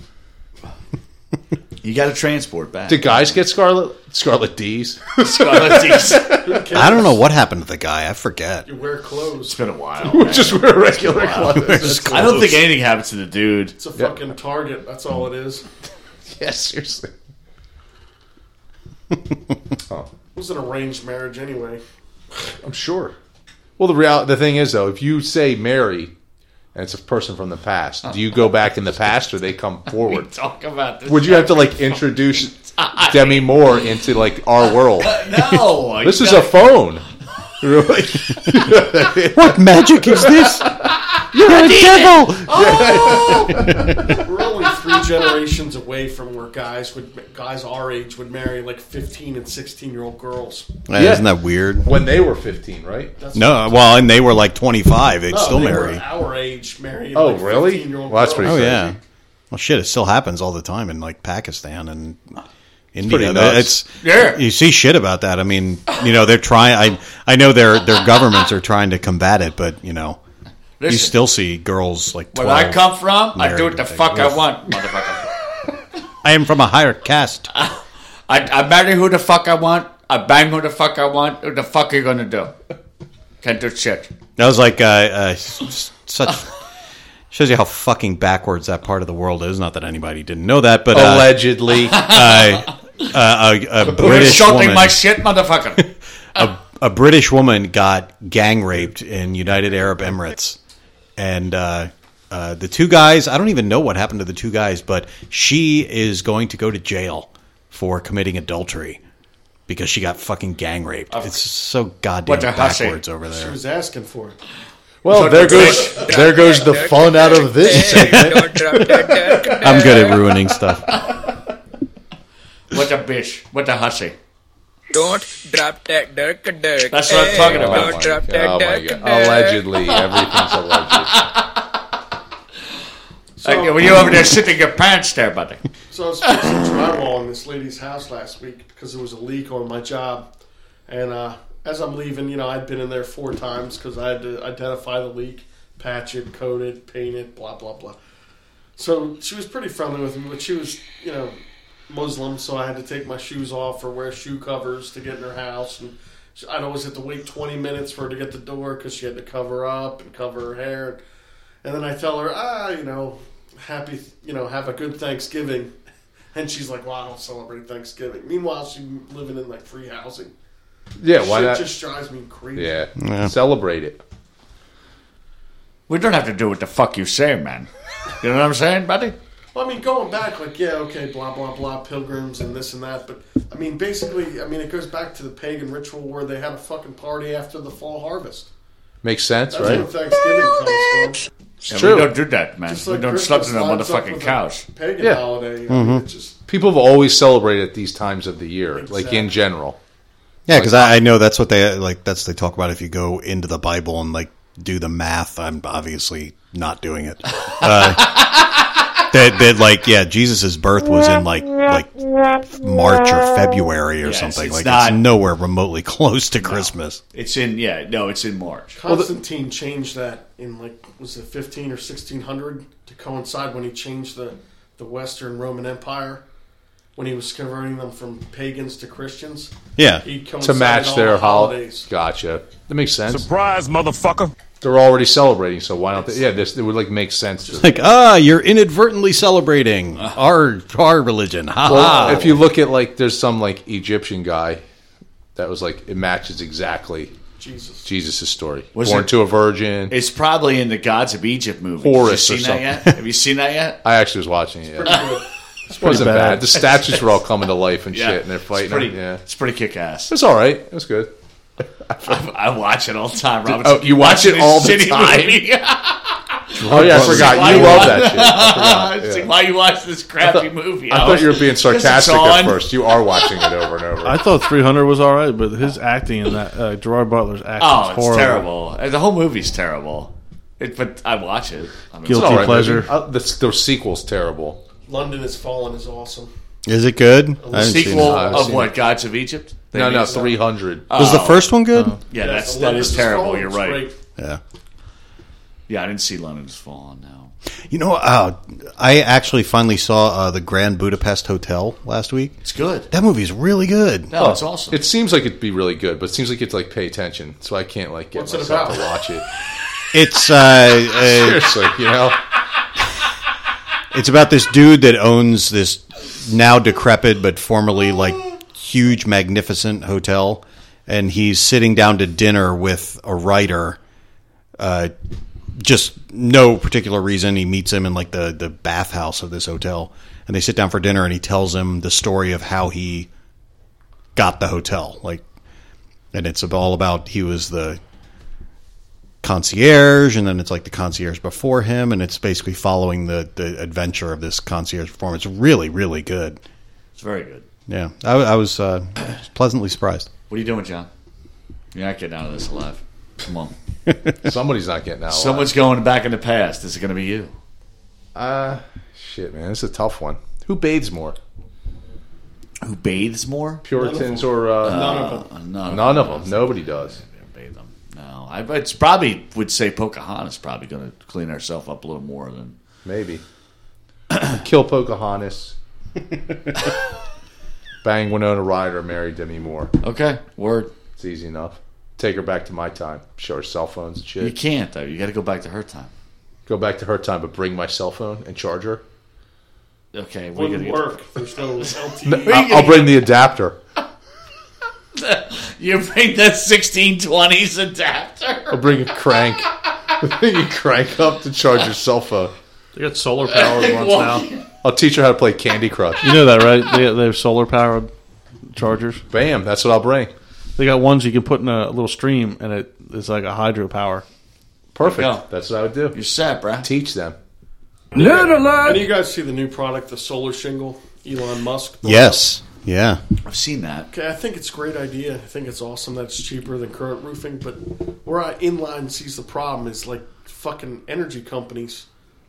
Speaker 1: You got to transport back. [laughs]
Speaker 2: Did guys get Scarlet Scarlet D's? [laughs]
Speaker 1: Oh, Scarlet D's. It's
Speaker 4: I don't know what happened to the guy. I forget.
Speaker 3: You wear clothes.
Speaker 1: been a while. man.
Speaker 2: Just wear regular clothes. [laughs]
Speaker 1: I don't think anything happens to the dude.
Speaker 3: It's a fucking target. That's all it is.
Speaker 2: yeah, seriously.
Speaker 3: It was an arranged marriage anyway.
Speaker 2: I'm sure. Well, the real the thing is though, if you say Mary, and it's a person from the past, do you go back in the past or they come forward?
Speaker 1: Talk about this.
Speaker 2: Would you have to like introduce Demi Moore into like our world?
Speaker 1: [laughs] No,
Speaker 2: [laughs] This
Speaker 1: you
Speaker 2: is a
Speaker 1: gotta-
Speaker 2: phone. Really?
Speaker 4: What magic
Speaker 3: [laughs]
Speaker 4: is this? You're a devil.
Speaker 3: Oh. We're only
Speaker 2: [laughs]
Speaker 3: three generations away from where guys would guys our age would marry like fifteen and sixteen year old girls.
Speaker 4: Eh, Isn't that weird?
Speaker 2: When they were 15, right?
Speaker 4: No, well, and they were like 25. They'd still
Speaker 3: Oh, they were
Speaker 4: marry.
Speaker 3: our age marry.
Speaker 2: Oh, really? Well, that's pretty
Speaker 4: Oh
Speaker 2: crazy.
Speaker 4: yeah. Well, shit, it still happens all the time in like Pakistan and
Speaker 2: pretty
Speaker 4: India.
Speaker 2: nuts.
Speaker 4: It's, You see shit about that. I mean, you know, they're trying. I I know their their governments are trying to combat it, but you know, you
Speaker 1: Listen,
Speaker 4: still see girls like. 12.
Speaker 1: where I come from, I do what the
Speaker 4: married,
Speaker 1: fuck I
Speaker 4: like,
Speaker 1: want, motherfucker. [laughs]
Speaker 4: I am from a higher caste.
Speaker 1: I, I marry who the fuck I want. I bang who the fuck I want. What the fuck are you gonna do? Can't do shit.
Speaker 4: That was like uh, uh, s- such. Shows you how fucking backwards that part of the world is. Not that anybody didn't know that, but uh,
Speaker 2: Allegedly.
Speaker 4: uh, uh, a, a
Speaker 1: You're
Speaker 4: British
Speaker 1: shouting
Speaker 4: woman,
Speaker 1: my shit, motherfucker.
Speaker 4: a, a British woman got gang raped in United Arab Emirates, and uh, uh, the two guys. I don't even know what happened to the two guys, but she is going to go to jail for committing adultery because she got fucking gang raped. It's so goddamn
Speaker 1: What a hussy.
Speaker 4: backwards over there.
Speaker 3: She was asking for it.
Speaker 2: well, there goes there goes the fun out of this.
Speaker 4: I'm good at ruining stuff.
Speaker 1: what a bitch. What a hussy.
Speaker 11: Don't drop that dirk dirk.
Speaker 1: That's what I'm talking about.
Speaker 11: Don't drop that
Speaker 2: Oh my
Speaker 11: dirk
Speaker 2: god.
Speaker 11: dirk.
Speaker 2: Allegedly. Everything's alleged.
Speaker 1: Like, well, you over there shitting your pants there, buddy.
Speaker 3: So I was fixing drywall in this lady's house last week because there was a leak on my job, and uh, as I'm leaving, you know, I'd been in there four times because I had to identify the leak, patch it, coat it, paint it, blah blah blah. So she was pretty friendly with me, but she was, you know, Muslim, so I had to take my shoes off or wear shoe covers to get in her house, and she- I'd always have to wait 20 minutes for her to get the door because she had to cover up and cover her hair. And then I tell her, ah, you know, happy, you know, have a good Thanksgiving. [laughs] And she's like, well, I don't celebrate Thanksgiving. Meanwhile, she's living in like free housing.
Speaker 2: Yeah, why
Speaker 3: Shit
Speaker 2: not?
Speaker 3: just drives me crazy.
Speaker 2: Yeah. Celebrate it.
Speaker 1: We don't have to do what the fuck you say, man. You know what I'm saying, buddy?
Speaker 3: Well, I mean, going back, like, yeah, okay, blah, blah, blah, pilgrims and this and that. But, I mean, basically, I mean, it goes back to the pagan ritual where they had a fucking party after the fall harvest.
Speaker 2: Makes sense,
Speaker 3: That's
Speaker 2: right?
Speaker 3: where Thanksgiving comes from.
Speaker 1: Yeah,
Speaker 2: true.
Speaker 1: We don't do that, man.
Speaker 3: It's
Speaker 1: we
Speaker 3: like
Speaker 1: don't
Speaker 3: Christmas
Speaker 1: slug them on the
Speaker 3: lines up
Speaker 1: fucking
Speaker 3: with a
Speaker 1: cows.
Speaker 3: Pagan
Speaker 2: Yeah. Mm-hmm.
Speaker 3: holiday. I mean, it's just,
Speaker 2: People have always celebrated at these times of the year, like in general.
Speaker 4: Yeah, because I, I know that's what they like. That's they talk about if you go into the Bible and like do the math. I'm obviously not doing it. Uh,
Speaker 1: [laughs]
Speaker 4: that that like yeah, Jesus's birth was in like like March or February or
Speaker 1: Yes,
Speaker 4: something.
Speaker 1: it's
Speaker 4: like
Speaker 1: not-
Speaker 4: it's nowhere remotely [laughs] close to Christmas.
Speaker 1: It's in, yeah, no, it's in March.
Speaker 3: Constantine changed that in like was it fifteen or sixteen hundred to coincide when he changed the the Western Roman Empire when he was converting them from pagans to Christians.
Speaker 4: Yeah,
Speaker 3: He
Speaker 2: To
Speaker 3: coincided
Speaker 2: match
Speaker 3: all
Speaker 2: their
Speaker 3: the
Speaker 2: holidays. Gotcha. That makes sense.
Speaker 9: Surprise, motherfucker.
Speaker 2: They're already celebrating, so why don't they? Yeah, this it would like make sense. To,
Speaker 4: like ah, you're inadvertently celebrating
Speaker 1: Uh-huh.
Speaker 4: our our religion. Ha
Speaker 2: well,
Speaker 4: ha.
Speaker 2: if you look at like, there's some like Egyptian guy that was like it matches exactly
Speaker 1: [laughs]
Speaker 3: Jesus.
Speaker 2: Jesus' story.
Speaker 1: Was
Speaker 2: Born
Speaker 1: it-
Speaker 2: to a virgin.
Speaker 1: It's probably in the Gods of Egypt movie.
Speaker 2: Horus
Speaker 1: Have
Speaker 2: or
Speaker 1: you seen that
Speaker 2: [laughs]
Speaker 1: yet? Have you seen that yet?
Speaker 2: I actually was watching it. Yeah. It wasn't
Speaker 7: pretty
Speaker 2: bad.
Speaker 7: bad.
Speaker 2: The statues were all [laughs] coming to life and shit, and they're fighting.
Speaker 1: It's pretty,
Speaker 2: yeah, it
Speaker 1: it's pretty kick ass.
Speaker 2: was all right. It was good.
Speaker 1: [laughs] I watch it all the time, Robert.
Speaker 2: Oh, you watch it all the time?
Speaker 1: [laughs]
Speaker 2: Oh yeah, I forgot.
Speaker 1: why-
Speaker 2: You love that [laughs] shit. I,
Speaker 1: it's
Speaker 2: forgot.
Speaker 1: like,
Speaker 2: Yeah.
Speaker 1: why you watch this crappy movie?
Speaker 2: I thought you were being sarcastic
Speaker 1: on.
Speaker 2: at first. You are watching it over and over.
Speaker 7: I thought 300 was all right, but his acting in that uh, Gerard Butler's acting
Speaker 1: Oh,
Speaker 7: is
Speaker 1: it's
Speaker 7: horrible.
Speaker 1: terrible. Uh, The whole movie's terrible. It, but I watch it. I mean,
Speaker 7: Guilty
Speaker 2: It's all right,
Speaker 7: pleasure.
Speaker 2: movie. Uh, the, the sequel's terrible.
Speaker 3: London has fallen is awesome.
Speaker 4: Is it good? I haven't
Speaker 1: It's
Speaker 4: seen
Speaker 1: a sequel
Speaker 4: it.
Speaker 2: I've
Speaker 1: of
Speaker 2: seen
Speaker 1: what?
Speaker 2: it.
Speaker 1: Gods of Egypt? They
Speaker 2: No,
Speaker 1: made
Speaker 2: no,
Speaker 1: some-
Speaker 2: three hundred.
Speaker 4: Was
Speaker 1: Oh.
Speaker 4: the first one good?
Speaker 1: Yeah, that's,
Speaker 3: Yes,
Speaker 1: that
Speaker 3: London
Speaker 1: is
Speaker 3: Has
Speaker 1: terrible.
Speaker 3: Fallen
Speaker 1: You're
Speaker 3: is
Speaker 1: right.
Speaker 3: great.
Speaker 4: yeah.
Speaker 1: Yeah, I didn't see London's Fallen now.
Speaker 4: You know, uh, I actually finally saw uh, the Grand Budapest Hotel last week.
Speaker 1: It's good.
Speaker 4: That movie's really good.
Speaker 1: No, it's awesome.
Speaker 2: It seems like it'd be really good, but it seems like it's like pay attention, so I can't like get
Speaker 3: What's it
Speaker 2: myself
Speaker 3: about?
Speaker 2: to watch it.
Speaker 4: It's uh, uh,
Speaker 2: Seriously, you know,
Speaker 4: it's about this dude that owns this now decrepit but formerly like huge, magnificent hotel, and he's sitting down to dinner with a writer. Uh, just no particular reason. He meets him in like the the bathhouse of this hotel, and they sit down for dinner, and he tells him the story of how he got the hotel, like, and it's all about he was the concierge and then it's like the concierge before him and it's basically following the, the adventure of this concierge performance really really good
Speaker 1: It's very good.
Speaker 4: yeah i, I was uh, pleasantly surprised
Speaker 1: What are you doing, John? You're not getting out of this alive. Come on.
Speaker 2: Somebody's not getting out. alive.
Speaker 1: Someone's going back in the past. Is it going to be you?
Speaker 2: Uh, shit, man, this is a tough one. Who bathes more,
Speaker 1: Who bathes more?
Speaker 2: Puritans or uh,
Speaker 3: None of them.
Speaker 1: None,
Speaker 2: none of them? Nobody does.
Speaker 1: bathe them. No, I it's probably would say Pocahontas probably going to clean herself up a little more than
Speaker 2: Maybe [clears throat] kill
Speaker 3: [laughs]
Speaker 2: Pocahontas, bang Winona Ryder, marry Demi Moore.
Speaker 1: okay. Word.
Speaker 2: It's easy enough. Take her back to my time. Show her cell phones and
Speaker 1: You
Speaker 2: shit.
Speaker 1: can't though. You got to go back to her time.
Speaker 2: Go back to her time, but bring my cell phone and charge her.
Speaker 1: Okay, we got to
Speaker 3: Wouldn't
Speaker 1: get.
Speaker 3: work. There's no LTE.
Speaker 2: I'll, I'll bring the adapter.
Speaker 1: [laughs] You bring that 1620s adapter.
Speaker 2: I'll bring a crank. [laughs] you crank up to charge your cell phone.
Speaker 7: They got
Speaker 1: [laughs]
Speaker 7: solar powered ones now.
Speaker 2: I'll teach her how to play Candy Crush.
Speaker 7: You know that, right? They, they have solar powered chargers.
Speaker 2: Bam, that's what I'll bring.
Speaker 7: They got ones you can put in a little stream, and it is like a hydro power.
Speaker 2: Perfect.
Speaker 1: There you go.
Speaker 2: That's what I would do.
Speaker 1: You're set, bruh.
Speaker 2: Teach them.
Speaker 3: And you guys see the new product, the solar shingle, Elon Musk.
Speaker 4: yes yeah
Speaker 1: I've seen that.
Speaker 3: Okay, I think it's a great idea. I think it's awesome that it's cheaper than current roofing, but where I inline sees the problem is like fucking energy companies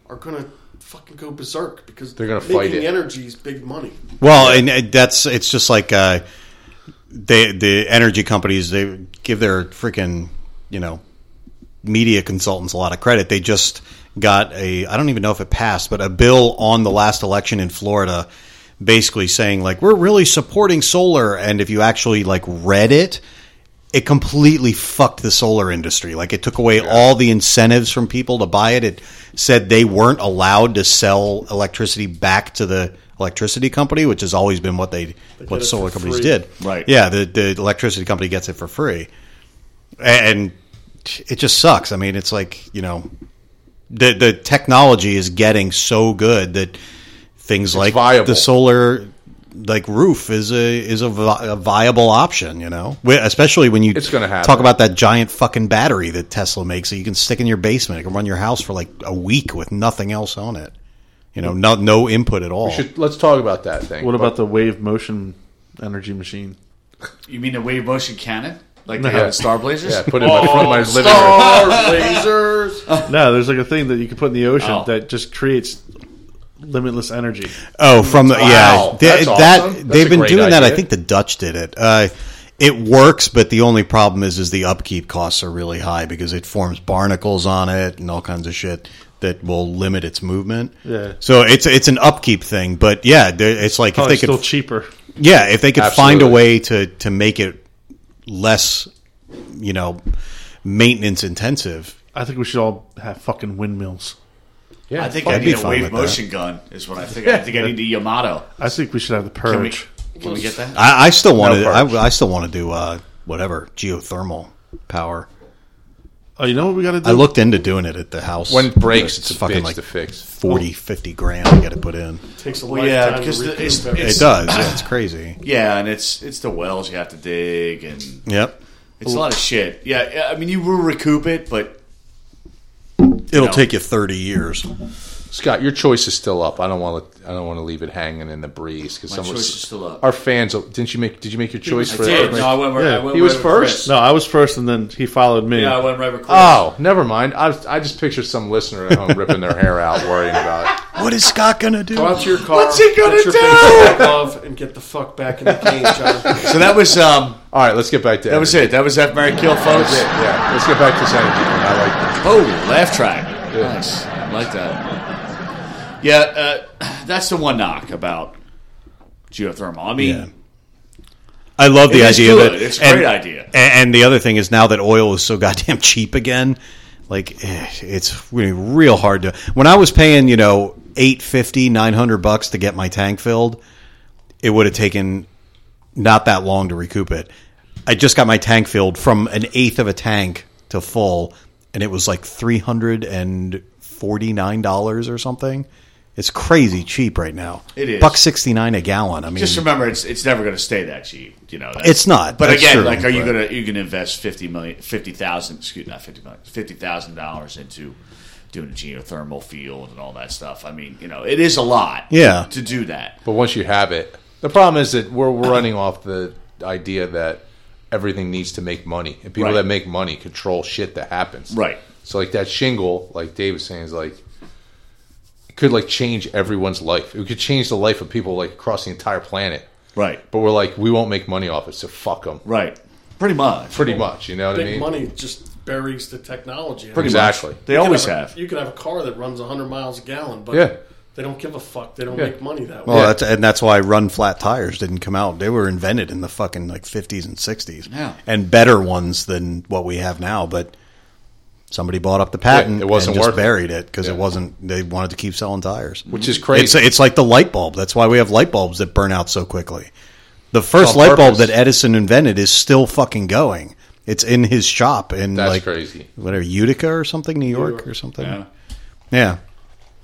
Speaker 3: are gonna fucking go berserk because
Speaker 2: They're gonna
Speaker 3: making
Speaker 2: fight it.
Speaker 3: energy is big money.
Speaker 4: well and uh, that's it's just like uh, they the energy companies they give their freaking you know media consultants a lot of credit they just got a i don't even know if it passed but a bill on the last election in florida basically saying like we're really supporting solar and if you actually like read it it completely fucked the solar industry. Like it took away all the incentives from people to buy it. It said they weren't allowed to sell electricity back to the electricity company, which has always been what they,
Speaker 3: get
Speaker 4: what
Speaker 3: it
Speaker 4: solar
Speaker 3: for
Speaker 4: companies
Speaker 3: free.
Speaker 4: did.
Speaker 1: Right.
Speaker 4: Yeah, the the electricity company gets it for free. And it just sucks. I mean, it's like, you know, the the technology is getting so good that things like
Speaker 2: viable.
Speaker 4: the solar like roof is a is a, vi- a viable option, you know. Wh- Especially when you
Speaker 2: It's gonna happen.
Speaker 4: talk about that giant fucking battery that Tesla makes that you can stick in your basement. It can run your house for like a week with nothing else on it. You know, no no input at all.
Speaker 2: Should, let's talk about that thing.
Speaker 7: What about the wave motion energy machine?
Speaker 1: You mean the wave motion cannon? Like they have in Star Blazers?
Speaker 2: Yeah, put it in my, front of
Speaker 1: Oh,
Speaker 2: my living room.
Speaker 3: Our lasers.
Speaker 7: No, there's like a thing that you can put in the ocean
Speaker 1: Oh.
Speaker 7: that just creates limitless energy.
Speaker 4: Oh, from the yeah, they,
Speaker 2: That's
Speaker 4: that
Speaker 2: awesome. That's a
Speaker 4: they've been
Speaker 2: great
Speaker 4: doing that. I
Speaker 2: idea.
Speaker 4: think the Dutch did it. Uh, it works, but the only problem is is the upkeep costs are really high because it forms barnacles on it and all kinds of shit that will limit its movement.
Speaker 7: Yeah.
Speaker 4: So it's it's an upkeep thing, but yeah, there- it's like
Speaker 2: Oh,
Speaker 7: Probably
Speaker 4: if they
Speaker 7: still
Speaker 4: could
Speaker 7: cheaper.
Speaker 4: yeah, if they could find a
Speaker 2: Absolutely.
Speaker 4: way to to make it less, you know, maintenance intensive.
Speaker 7: I think we should all have fucking windmills.
Speaker 2: Yeah,
Speaker 1: I think
Speaker 4: I'd
Speaker 1: I
Speaker 4: be
Speaker 1: need a
Speaker 4: fine
Speaker 1: wave
Speaker 4: with that.
Speaker 1: motion gun. Is what I think. I think I need a Yamato.
Speaker 7: I think we should have the
Speaker 1: Can we,
Speaker 7: purge.
Speaker 1: can we get that?
Speaker 4: I, I still want
Speaker 2: No
Speaker 4: to.
Speaker 2: purge.
Speaker 4: I, I still want to do uh, whatever geothermal power.
Speaker 7: Oh, you know what we got to do?
Speaker 4: I looked into doing it at the house.
Speaker 2: when it breaks,
Speaker 4: But
Speaker 2: it's, a fucking like to fix.
Speaker 1: oh.
Speaker 4: 40, 50 grand to get it put in.
Speaker 3: Takes a
Speaker 1: Well, yeah,
Speaker 3: lifetime
Speaker 1: because
Speaker 3: to
Speaker 1: the-
Speaker 3: recoup
Speaker 1: it's-
Speaker 3: everything.
Speaker 4: It
Speaker 1: [clears throat]
Speaker 4: does. Yeah, it's crazy.
Speaker 1: Yeah, and it's it's the wells you have to dig, and
Speaker 4: Yep.
Speaker 1: it's a lot of shit. Yeah, yeah, I mean you will recoup it, but
Speaker 4: It'll
Speaker 1: No.
Speaker 4: take you 30 years.
Speaker 2: Scott, your choice is still up. I don't want to. I don't want to leave it hanging in the breeze because
Speaker 1: my
Speaker 2: someone.
Speaker 1: choice is still up.
Speaker 2: Our fans oh, didn't you make? Did you make your choice for?
Speaker 1: went.
Speaker 7: Yeah.
Speaker 1: went
Speaker 2: He was
Speaker 1: right with
Speaker 2: first?
Speaker 1: Chris.
Speaker 7: no, I was first, and then he followed me.
Speaker 1: Yeah, I went right with Chris.
Speaker 2: Oh, never mind. I, was- I just pictured some listener at home ripping their hair out, worrying about it.
Speaker 4: What is Scott going to do?
Speaker 3: Go out to your car.
Speaker 1: What's he gonna
Speaker 3: put your
Speaker 1: do?
Speaker 3: baseball glove and get the fuck back in the
Speaker 2: [laughs]
Speaker 3: game, John.
Speaker 1: So that was um,
Speaker 2: All right, let's get back to
Speaker 1: that was it. That was F Mary Kill, folks.
Speaker 2: Yeah, yeah, let's get back to this energy. I like
Speaker 1: Oh, laugh track. Nice. I like that. Yeah, uh, that's the one knock about geothermal. I mean,
Speaker 4: Yeah. I love the
Speaker 1: It is
Speaker 4: idea
Speaker 1: good.
Speaker 4: that
Speaker 1: It's a great idea.
Speaker 4: a- And, the other thing is now that oil is so [laughs] goddamn cheap again, like eh, it's really real hard to. When I was paying, you know, 850, 900 bucks to get my tank filled, it would have taken not that long to recoup it. I just got my tank filled from an eighth of a tank to full, and it was like three hundred and forty nine dollars or something. It's crazy cheap right now.
Speaker 1: It is.
Speaker 4: buck sixty nine a gallon. I mean,
Speaker 1: Just remember, it's it's never going to stay that cheap. You know, that's-
Speaker 4: It's not.
Speaker 1: But
Speaker 4: That's
Speaker 1: again,
Speaker 4: true.
Speaker 1: like, are you
Speaker 4: Right.
Speaker 1: going to you can invest fifty million, fifty thousand, excuse not fifty million, fifty thousand dollars into doing a geothermal field and all that stuff? I mean, you know, it is a lot.
Speaker 2: Yeah.
Speaker 1: to do that.
Speaker 2: But once you have it, the problem is that we're, we're running off the idea that everything needs to make money, and people
Speaker 1: Right.
Speaker 2: that make money control shit that happens.
Speaker 1: Right.
Speaker 2: So like that shingle, like Dave was saying, is like it could like change everyone's life. It could change the life of people like across the entire planet.
Speaker 1: Right.
Speaker 2: But we're like, we won't make money off it, so fuck them.
Speaker 1: Right. Pretty much.
Speaker 2: Pretty much. You know what I
Speaker 3: Big
Speaker 2: mean?
Speaker 3: money just buries the technology.
Speaker 2: Pretty Exactly. much. They
Speaker 3: You could
Speaker 2: always
Speaker 3: a-
Speaker 2: have.
Speaker 3: You can have a car that runs 100 miles a gallon, but
Speaker 2: Yeah.
Speaker 3: they don't give a fuck. They don't
Speaker 2: Yeah.
Speaker 3: make money that way.
Speaker 4: Well, that's, and that's why run flat tires didn't come out. They were invented in the fucking like fifties and sixties,
Speaker 3: Yeah.
Speaker 4: and better ones than what we have now. But somebody bought up the patent.
Speaker 2: Yeah, it wasn't
Speaker 4: and just
Speaker 2: worth it.
Speaker 4: buried it because it wasn't. They wanted to keep selling tires,
Speaker 2: Which is crazy.
Speaker 4: It's, it's like the light bulb. That's why we have light bulbs that burn out so quickly. The first
Speaker 2: on
Speaker 4: light bulb
Speaker 2: purpose.
Speaker 4: that Edison invented is still fucking going. It's in his shop in
Speaker 2: That's
Speaker 4: like
Speaker 2: crazy.
Speaker 4: whatever Utica or something, New York, or something.
Speaker 2: Yeah.
Speaker 4: Yeah.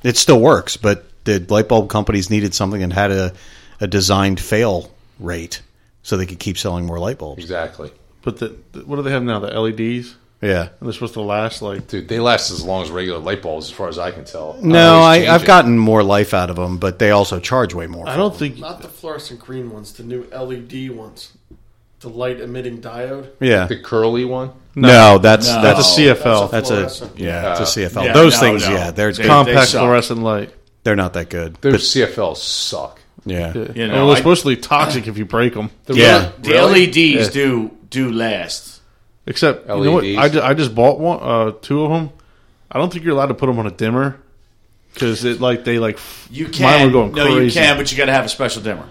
Speaker 4: It still works, but the light bulb companies needed something and had a, a designed fail rate so they could keep selling more light bulbs.
Speaker 2: Exactly.
Speaker 7: But the, the- what do they have now? The LEDs.
Speaker 4: Yeah.
Speaker 7: and they're supposed to last like.
Speaker 2: Dude, they last as long as regular light bulbs, as far as I can tell.
Speaker 4: No,
Speaker 2: always
Speaker 4: I,
Speaker 2: change
Speaker 4: I've
Speaker 2: it.
Speaker 4: gotten more life out of them, but they also charge way more.
Speaker 7: I don't think.
Speaker 3: Not the fluorescent green ones, the new LED ones. The light emitting diode.
Speaker 4: Yeah.
Speaker 2: The curly one?
Speaker 4: No, that's that's That's a,
Speaker 3: fluorescent.
Speaker 4: yeah, it's a
Speaker 2: Yeah.
Speaker 4: CFL.
Speaker 2: Yeah,
Speaker 4: Those
Speaker 2: no,
Speaker 4: things,
Speaker 2: no.
Speaker 4: yeah, they're
Speaker 2: They- Compact they suck.
Speaker 7: fluorescent light.
Speaker 4: They're not that good.
Speaker 2: Their
Speaker 4: But-
Speaker 2: CFLs suck.
Speaker 4: yeah,
Speaker 7: You know, they're supposed to be toxic if you break them.
Speaker 2: The
Speaker 1: yeah,
Speaker 2: really- really?
Speaker 1: the LEDs
Speaker 7: Yeah.
Speaker 1: do do last.
Speaker 7: Except you know what? I,
Speaker 1: LEDs.
Speaker 7: ju- I just bought one, uh, two of them. I don't think you're allowed to put them on a dimmer because it like they like f-
Speaker 1: You
Speaker 7: Mine
Speaker 1: can
Speaker 7: were going
Speaker 1: no,
Speaker 7: crazy.
Speaker 1: you can, but you got to have a special dimmer.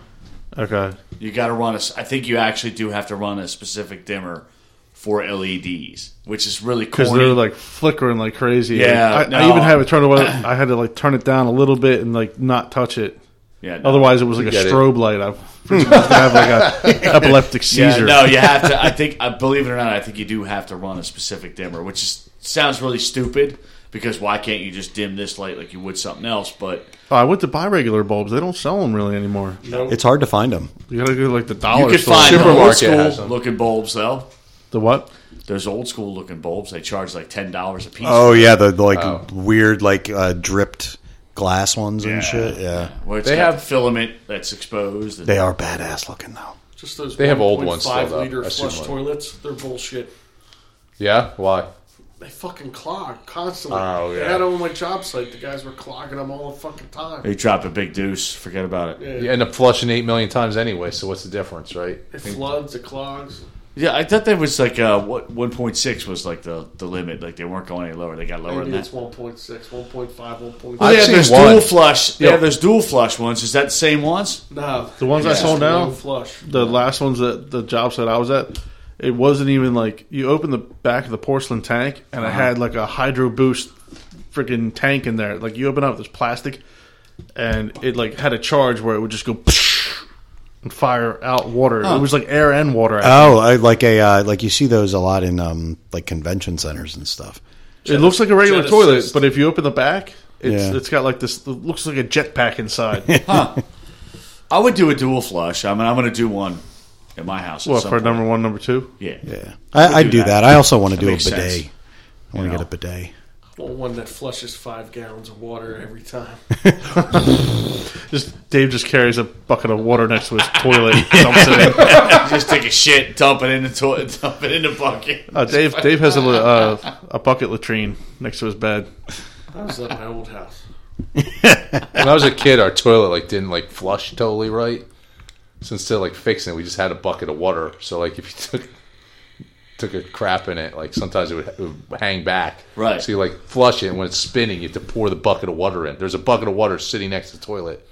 Speaker 7: Okay,
Speaker 1: You got to run a. s- I think you actually do have to run a specific dimmer for LEDs, which is really
Speaker 7: because
Speaker 1: corny.
Speaker 7: they're like flickering like crazy.
Speaker 1: Yeah,
Speaker 7: I, I
Speaker 1: no.
Speaker 7: even had it turned away. I had to like turn it down a little bit and like not touch it.
Speaker 1: Yeah, no.
Speaker 7: Otherwise, it was like
Speaker 1: You
Speaker 7: a
Speaker 1: get it.
Speaker 7: strobe light. I [laughs] was gonna have like a epileptic seizure.
Speaker 1: Yeah, no, you have
Speaker 7: [laughs]
Speaker 1: to. I think, I believe it or not, I think you do have to run a specific dimmer, which is, sounds really stupid because why can't you just dim this light like you would something else? But
Speaker 7: Oh, I went to buy regular bulbs. They don't sell them really anymore.
Speaker 4: It's hard to find them.
Speaker 7: You gotta go to, like the
Speaker 1: you
Speaker 7: dollar
Speaker 1: could
Speaker 7: store.
Speaker 1: find the old school looking bulbs though.
Speaker 7: The what?
Speaker 1: There's old school looking bulbs. They charge like ten dollars a piece.
Speaker 4: Oh yeah, the, the like weird like uh, dripped glass ones and shit. Yeah,
Speaker 1: Where it's
Speaker 2: They
Speaker 1: they got
Speaker 2: have-
Speaker 1: have filament that's exposed. and-
Speaker 4: they are badass looking though.
Speaker 3: Just those
Speaker 2: They have old ones still,
Speaker 3: 1.5
Speaker 2: though.
Speaker 3: liter
Speaker 2: I've seen
Speaker 3: flush
Speaker 2: one.
Speaker 3: toilets. They're bullshit.
Speaker 2: Yeah? Why?
Speaker 3: They fucking clog constantly.
Speaker 2: Oh,
Speaker 3: They
Speaker 2: yeah.
Speaker 3: had them on my job site. The guys were clogging them all the fucking time.
Speaker 1: They drop a big deuce. Forget about it.
Speaker 3: Yeah.
Speaker 2: You end up flushing 8 million times anyway, so what's the difference, right?
Speaker 3: It floods, it clogs.
Speaker 7: Oh,
Speaker 1: Yeah, I thought that was like uh, what one point six was like the, the limit. Like they weren't going any lower. They got lower
Speaker 3: Maybe
Speaker 1: than
Speaker 3: it's
Speaker 1: that.
Speaker 3: 1.6, 1.5, 1.6.
Speaker 1: Well, yeah, there's
Speaker 2: one.
Speaker 1: dual flush. Yeah,
Speaker 2: Yeah.
Speaker 1: there's dual flush ones. Is that the same ones?
Speaker 3: No,
Speaker 7: The ones I
Speaker 3: It's
Speaker 7: saw
Speaker 3: just
Speaker 7: now,
Speaker 3: one flush.
Speaker 7: the last ones that the job site I was at, it wasn't even like you open the back of the porcelain tank, and I
Speaker 1: Uh-huh.
Speaker 7: had like a Hydro Boost freaking tank in there. Like you open up this plastic, and it like had a charge where it would just go [laughs] and fire out water.
Speaker 1: Huh.
Speaker 7: It was like air and water.
Speaker 4: Oh, I, like a uh, like you see those a lot in um, like convention centers and stuff.
Speaker 1: Uh,
Speaker 7: it looks like a regular
Speaker 3: Jet
Speaker 7: toilet,
Speaker 3: assist.
Speaker 7: but if you open the back, it's
Speaker 4: Yeah.
Speaker 7: it's got like this. It looks like a jetpack inside.
Speaker 1: [laughs] I would do a dual flush. I mean, I'm going to do one at my house. at
Speaker 7: What
Speaker 1: some
Speaker 7: for
Speaker 1: point.
Speaker 7: number one, number two?
Speaker 1: Yeah, yeah.
Speaker 4: I, I do that. I also want to do a
Speaker 1: makes
Speaker 4: bidet.
Speaker 1: sense.
Speaker 4: I want
Speaker 1: You know.
Speaker 4: to get a bidet.
Speaker 3: Well, one that flushes five gallons of water every time.
Speaker 7: Just Dave just carries a bucket of water next to his toilet. dumps it
Speaker 1: [laughs]
Speaker 7: in.
Speaker 1: Just take a shit, dump it in the toilet, [laughs] dump it in the bucket.
Speaker 7: Uh, Dave Dave has a li- uh, a bucket latrine next to his bed.
Speaker 3: I was at my old house.
Speaker 2: When I was a kid, our toilet like didn't like flush totally right. So instead of like fixing it, we just had a bucket of water. So like if you took took a crap in it, like sometimes it would, it would hang back.
Speaker 1: Right.
Speaker 2: So you like flush it, and when it's spinning, you have to pour the bucket of water in. There's a bucket of water sitting next to the toilet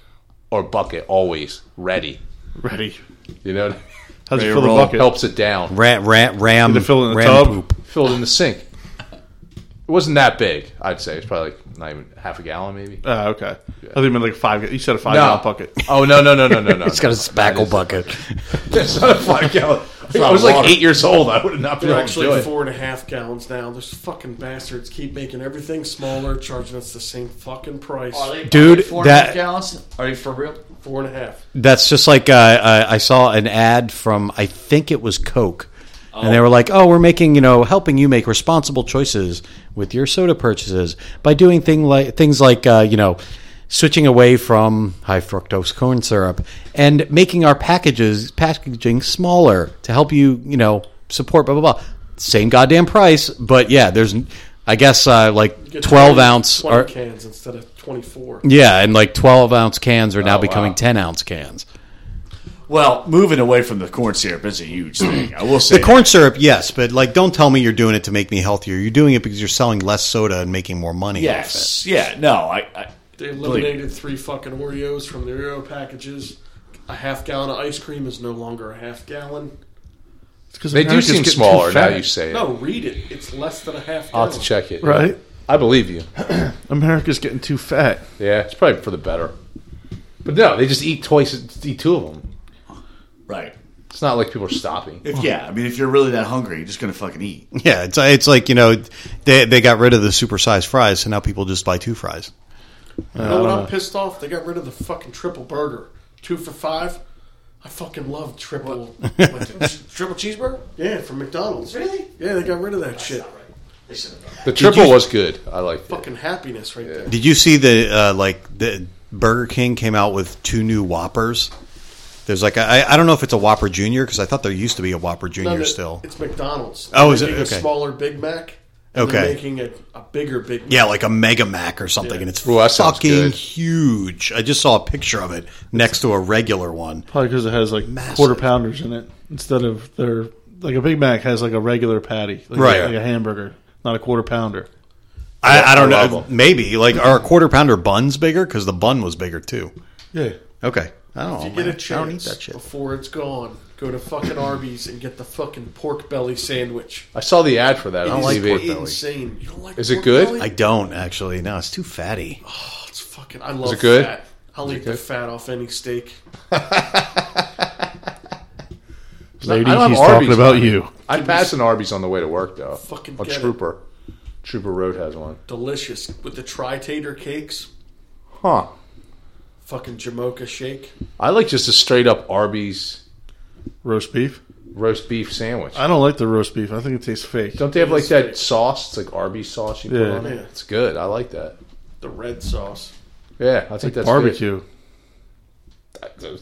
Speaker 2: or bucket always ready.
Speaker 7: Ready.
Speaker 2: You know, [laughs]
Speaker 7: How's it
Speaker 1: Ready to
Speaker 7: fill the
Speaker 1: roll.
Speaker 7: bucket?
Speaker 2: helps it down.
Speaker 4: Ram, ram, ram.
Speaker 7: Either fill it in the
Speaker 4: ram
Speaker 7: tub.
Speaker 4: poop.
Speaker 2: Fill it in the sink. It wasn't that big. I'd say it's probably like not even half a gallon, maybe.
Speaker 7: Ah, okay. I think it meant like five. You said a five
Speaker 2: No.
Speaker 7: gallon bucket.
Speaker 2: Oh no no no no no no!
Speaker 7: It's got
Speaker 2: a spackle bucket. [laughs] That's not a five gallon.
Speaker 7: It's
Speaker 2: I
Speaker 7: not
Speaker 2: was like
Speaker 7: water.
Speaker 2: eight years old. I would have not been
Speaker 3: They're
Speaker 2: able to do
Speaker 3: actually
Speaker 2: it.
Speaker 3: four and a half gallons now. Those fucking bastards keep making everything smaller, charging us the same fucking price.
Speaker 1: Are they-
Speaker 4: Dude,
Speaker 1: are they four and a half
Speaker 4: that-
Speaker 1: gallons? Are you for real?
Speaker 3: Four and a half.
Speaker 4: That's just like uh, I, I saw an ad from I think it was Coke, and they were like, "Oh, we're making you know helping you make responsible choices with your soda purchases by doing thing like things like uh, you know switching away from high fructose corn syrup and making our packages packaging smaller to help you you know support blah blah blah." Same goddamn price, but yeah, there's I guess uh,
Speaker 3: You get
Speaker 4: like twelve
Speaker 3: 20
Speaker 4: ounce
Speaker 3: 20
Speaker 4: or
Speaker 3: cans instead of twenty
Speaker 2: Mm.
Speaker 3: four.
Speaker 4: yeah, and like twelve ounce cans are now
Speaker 1: Oh,
Speaker 4: becoming
Speaker 1: wow.
Speaker 4: ten ounce cans.
Speaker 1: Well, moving away from the corn syrup is a huge thing. I will say
Speaker 4: The corn syrup, yes, but like, don't tell me you're doing it to make me healthier. You're doing it because you're selling less soda and making more money. off it.
Speaker 1: Yes. Yeah. No. I. I
Speaker 3: They eliminated three fucking Oreos from the Oreo packages. A half gallon of ice cream is no longer a half gallon.
Speaker 2: They do seem smaller now. You say it.
Speaker 3: No, read it. It's less than a half
Speaker 2: I'll
Speaker 3: gallon.
Speaker 2: have to check it.
Speaker 7: Right.
Speaker 2: I believe you.
Speaker 7: America's getting too fat.
Speaker 2: Yeah, it's probably for the better. But no, they just eat twice. Eat two of them.
Speaker 1: Right.
Speaker 2: It's not like people are stopping.
Speaker 1: If, yeah. I mean, if you're really that hungry, you're just gonna fucking eat.
Speaker 4: Yeah, it's it's like you know, they they got rid of the supersized fries, so now people just buy two fries.
Speaker 3: You know what I'm pissed off? They got rid of the fucking triple burger. Two for five. I fucking love triple. [laughs]
Speaker 1: Triple cheeseburger?
Speaker 3: yeah, from McDonald's.
Speaker 1: Really?
Speaker 3: Yeah, they got rid of that shit.
Speaker 1: They should have done that.
Speaker 2: The triple
Speaker 4: you-
Speaker 2: was good. I liked it.
Speaker 3: Fucking happiness right there.
Speaker 4: Did you see the uh, like the Burger King came out with two new Whoppers? There's like I, I don't know if it's a Whopper Junior because I thought there used to be a Whopper
Speaker 3: No,
Speaker 4: Junior
Speaker 3: no,
Speaker 4: still.
Speaker 3: It's McDonald's.
Speaker 4: Oh,
Speaker 3: They're
Speaker 4: is it?
Speaker 3: making
Speaker 4: Okay.
Speaker 3: A smaller Big Mac. and they're
Speaker 4: Okay.
Speaker 3: making a, a bigger Big Mac.
Speaker 4: Yeah, like a Mega Mac or something, and it's
Speaker 2: Ooh, that sounds
Speaker 4: fucking
Speaker 2: good.
Speaker 4: huge. I just saw a picture of it next to a regular one.
Speaker 7: Probably because it has like
Speaker 4: Massive.
Speaker 7: quarter pounders in it instead of their like a Big Mac has like a regular patty, like,
Speaker 4: Right.
Speaker 7: Like a hamburger, not a quarter pounder.
Speaker 4: I, I don't
Speaker 2: I love
Speaker 4: know.
Speaker 2: them.
Speaker 4: Maybe like are quarter pounder buns bigger because the bun was bigger too.
Speaker 7: Yeah.
Speaker 4: Okay, I don't.
Speaker 3: If
Speaker 4: know,
Speaker 3: you get
Speaker 4: man.
Speaker 3: a
Speaker 4: I don't eat
Speaker 3: chance
Speaker 4: that shit.
Speaker 3: before it's gone, go to fucking Arby's and get the fucking pork belly sandwich.
Speaker 2: I saw the ad for that. I don't like
Speaker 3: pork
Speaker 2: it.
Speaker 3: Insane. You don't like
Speaker 2: Is it
Speaker 3: pork
Speaker 2: good?
Speaker 3: belly?
Speaker 4: I don't actually. No, it's too fatty.
Speaker 3: Oh, it's fucking. I love
Speaker 2: it good?
Speaker 3: fat. I'll eat the fat off any steak.
Speaker 7: Lady,
Speaker 2: I don't have
Speaker 7: he's
Speaker 2: Arby's
Speaker 7: talking about
Speaker 2: now.
Speaker 7: you.
Speaker 2: I pass an Arby's on the way to work though.
Speaker 3: Fucking
Speaker 2: on
Speaker 3: get it.
Speaker 2: Trooper. Trooper Road has one.
Speaker 3: Delicious with the tri-tater cakes.
Speaker 2: Huh.
Speaker 3: Fucking Jamocha shake.
Speaker 2: I like just a straight up Arby's
Speaker 7: Roast beef.
Speaker 2: roast beef sandwich.
Speaker 7: I don't like the roast beef. I think it tastes fake.
Speaker 2: Don't they have like that sauce? It's like Arby's sauce you put
Speaker 7: Yeah.
Speaker 2: on it.
Speaker 3: Yeah.
Speaker 2: It's good. I like that.
Speaker 3: The red sauce.
Speaker 2: Yeah, I think that's
Speaker 7: Barbecue.
Speaker 2: Good.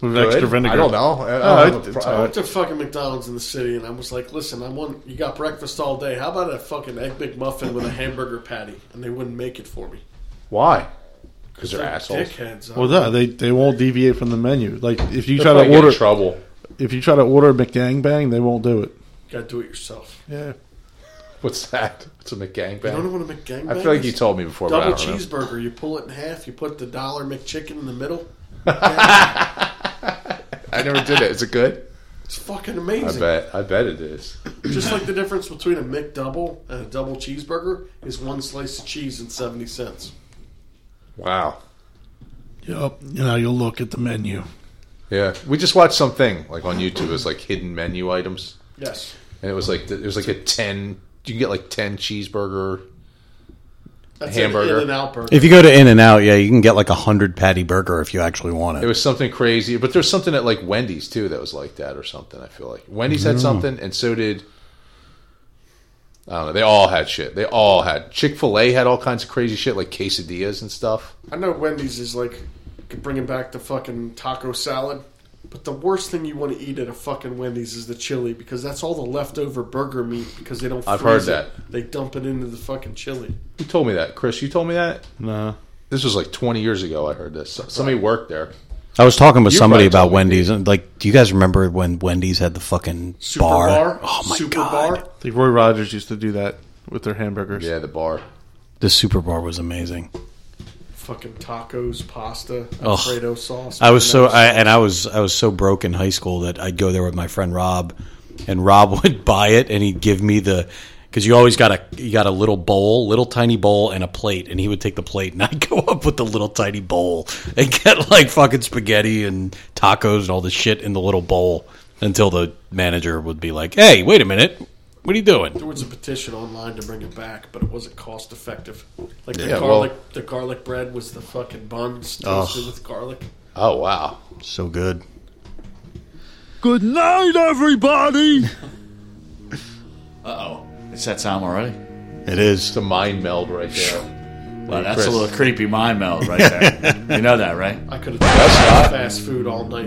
Speaker 7: With extra vinegar.
Speaker 2: I don't know. I, I
Speaker 7: Oh,
Speaker 2: don't have a
Speaker 7: it's
Speaker 2: pro-
Speaker 3: I went to fucking McDonald's in the city and I was like, listen, I want you got breakfast all day. How about a fucking egg McMuffin with a hamburger patty? And they wouldn't make it for me.
Speaker 2: Why? Because they're
Speaker 3: They're
Speaker 2: assholes.
Speaker 3: Dickheads.
Speaker 7: Well, no, they they won't deviate from the menu. Like if you
Speaker 2: They're
Speaker 7: try
Speaker 2: probably
Speaker 7: to
Speaker 2: getting
Speaker 7: order,
Speaker 2: in trouble. [laughs]
Speaker 7: if you try to order a McGangbang, they won't do it.
Speaker 3: Gotta do it yourself.
Speaker 7: Yeah.
Speaker 2: What's that? It's a
Speaker 3: You don't know
Speaker 2: Mcgangbang.
Speaker 3: what a McGangbang
Speaker 2: I feel like
Speaker 3: is?
Speaker 2: you told me before, but I
Speaker 3: Double
Speaker 2: don't know.
Speaker 3: cheeseburger. You pull it in half. You put the dollar McChicken in the middle.
Speaker 2: I never did it. Is it
Speaker 3: [laughs]
Speaker 2: good?
Speaker 3: It's fucking
Speaker 2: I
Speaker 3: amazing.
Speaker 2: bet. I bet it is.
Speaker 3: [clears throat] Just like the difference between a McDouble and a double cheeseburger is one slice of cheese and seventy cents.
Speaker 2: Wow.
Speaker 7: Yep. You know, you'll look at the menu.
Speaker 2: Yeah, we just watched something like on YouTube. It was like hidden menu items,
Speaker 3: Yes.
Speaker 2: and it was like it was like a ten. You can get like ten cheeseburger.
Speaker 3: That's
Speaker 2: Hamburger.
Speaker 3: an In-N-Out burger.
Speaker 4: If you go to In and Out, yeah, you can get like a hundred patty burger if you actually want
Speaker 2: It
Speaker 4: it.
Speaker 2: was something crazy, but there's something at like Wendy's too that was like that or something. I feel like Wendy's had something, and so did. I don't know. They all had shit. They all had Chick Fil A had all kinds of crazy shit like quesadillas and stuff.
Speaker 3: I know Wendy's is like bringing back the fucking taco salad, but the worst thing you want to eat at a fucking Wendy's is the chili because that's all the leftover burger meat because they don't.
Speaker 2: I've
Speaker 3: freeze
Speaker 2: heard
Speaker 3: it. They dump it into the fucking chili.
Speaker 2: Who told me that, Chris? You told me that.
Speaker 7: No.
Speaker 2: This was like 20 years ago. I heard this. Somebody worked there.
Speaker 4: I was talking with
Speaker 2: You
Speaker 4: somebody
Speaker 2: probably
Speaker 4: about
Speaker 2: told me
Speaker 4: Wendy's, and like, do you guys remember when Wendy's had the fucking
Speaker 3: Super bar.
Speaker 4: bar? Oh my
Speaker 3: Super
Speaker 4: god,
Speaker 3: bar.
Speaker 7: Like Roy Rogers used to do that with their hamburgers.
Speaker 2: Yeah, the bar.
Speaker 4: the super bar was amazing.
Speaker 3: Fucking tacos, pasta,
Speaker 4: Ugh.
Speaker 3: Alfredo sauce.
Speaker 4: I was so
Speaker 3: mayonnaise.
Speaker 4: I, and I was I was so broke [laughs] in high school that I'd go there with my friend Rob, and Rob would buy it and he'd give me the because you always got a you got a little bowl, little tiny bowl, and a plate, and he would take the plate, and [laughs] I'd go up with the little tiny bowl and get like fucking spaghetti and tacos and all the shit in the little bowl until the manager would be like, "Hey, wait a minute, what are you doing?"
Speaker 3: There was a petition online to bring it back, but it wasn't cost effective. Like the
Speaker 4: Yeah,
Speaker 3: garlic, the garlic bread was the fucking buns toasted
Speaker 4: Ugh.
Speaker 3: with garlic.
Speaker 2: Oh wow,
Speaker 4: so good.
Speaker 9: Good night, everybody.
Speaker 1: Uh oh. It's that time already.
Speaker 4: It is.
Speaker 2: It's a mind meld right there.
Speaker 1: Wow,
Speaker 2: Hey,
Speaker 1: Oh, that's
Speaker 2: Chris.
Speaker 1: a little creepy mind meld right there. you know that, right?
Speaker 3: I could have
Speaker 2: That's not-
Speaker 3: fast food all night.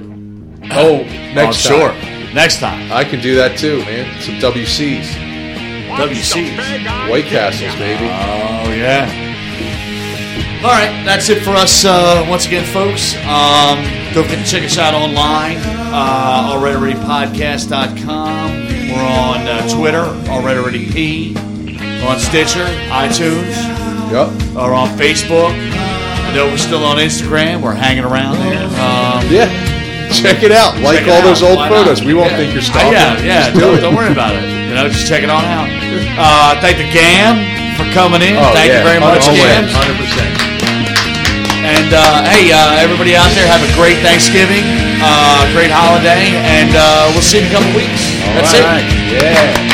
Speaker 2: Oh, next
Speaker 1: Next
Speaker 2: time.
Speaker 1: sure. Next time.
Speaker 2: I can do that too, man. Some WCs,
Speaker 1: WC.
Speaker 2: White Castles, baby.
Speaker 1: Oh yeah. All right, that's it for us uh, once again, folks. Um, go get, check us out online, uh, alreadyreadypodcast.com. We're on uh, Twitter, alreadyreadyp, on Stitcher, iTunes,
Speaker 2: Yep.
Speaker 1: or on Facebook. I know we're still on Instagram. We're hanging around there. Um,
Speaker 2: Yeah. Check it out. Like
Speaker 1: Check it out.
Speaker 2: all those old
Speaker 1: Why not?
Speaker 2: photos. We won't
Speaker 1: Yeah.
Speaker 2: think you're
Speaker 1: Uh,
Speaker 2: stalking.
Speaker 1: yeah, yeah.
Speaker 2: Just do
Speaker 1: don't,
Speaker 2: it.
Speaker 1: don't worry about it. You know, just check it on out. Uh, thank the Gam for coming in.
Speaker 2: Oh,
Speaker 1: thank
Speaker 2: yeah.
Speaker 1: you very much,
Speaker 2: Always.
Speaker 1: Gam.
Speaker 2: 100%.
Speaker 1: And uh, hey, uh, everybody out there, have a great Thanksgiving, uh, great holiday, and uh, we'll see you in a couple weeks. That's
Speaker 2: All right.
Speaker 1: it.
Speaker 2: Yeah.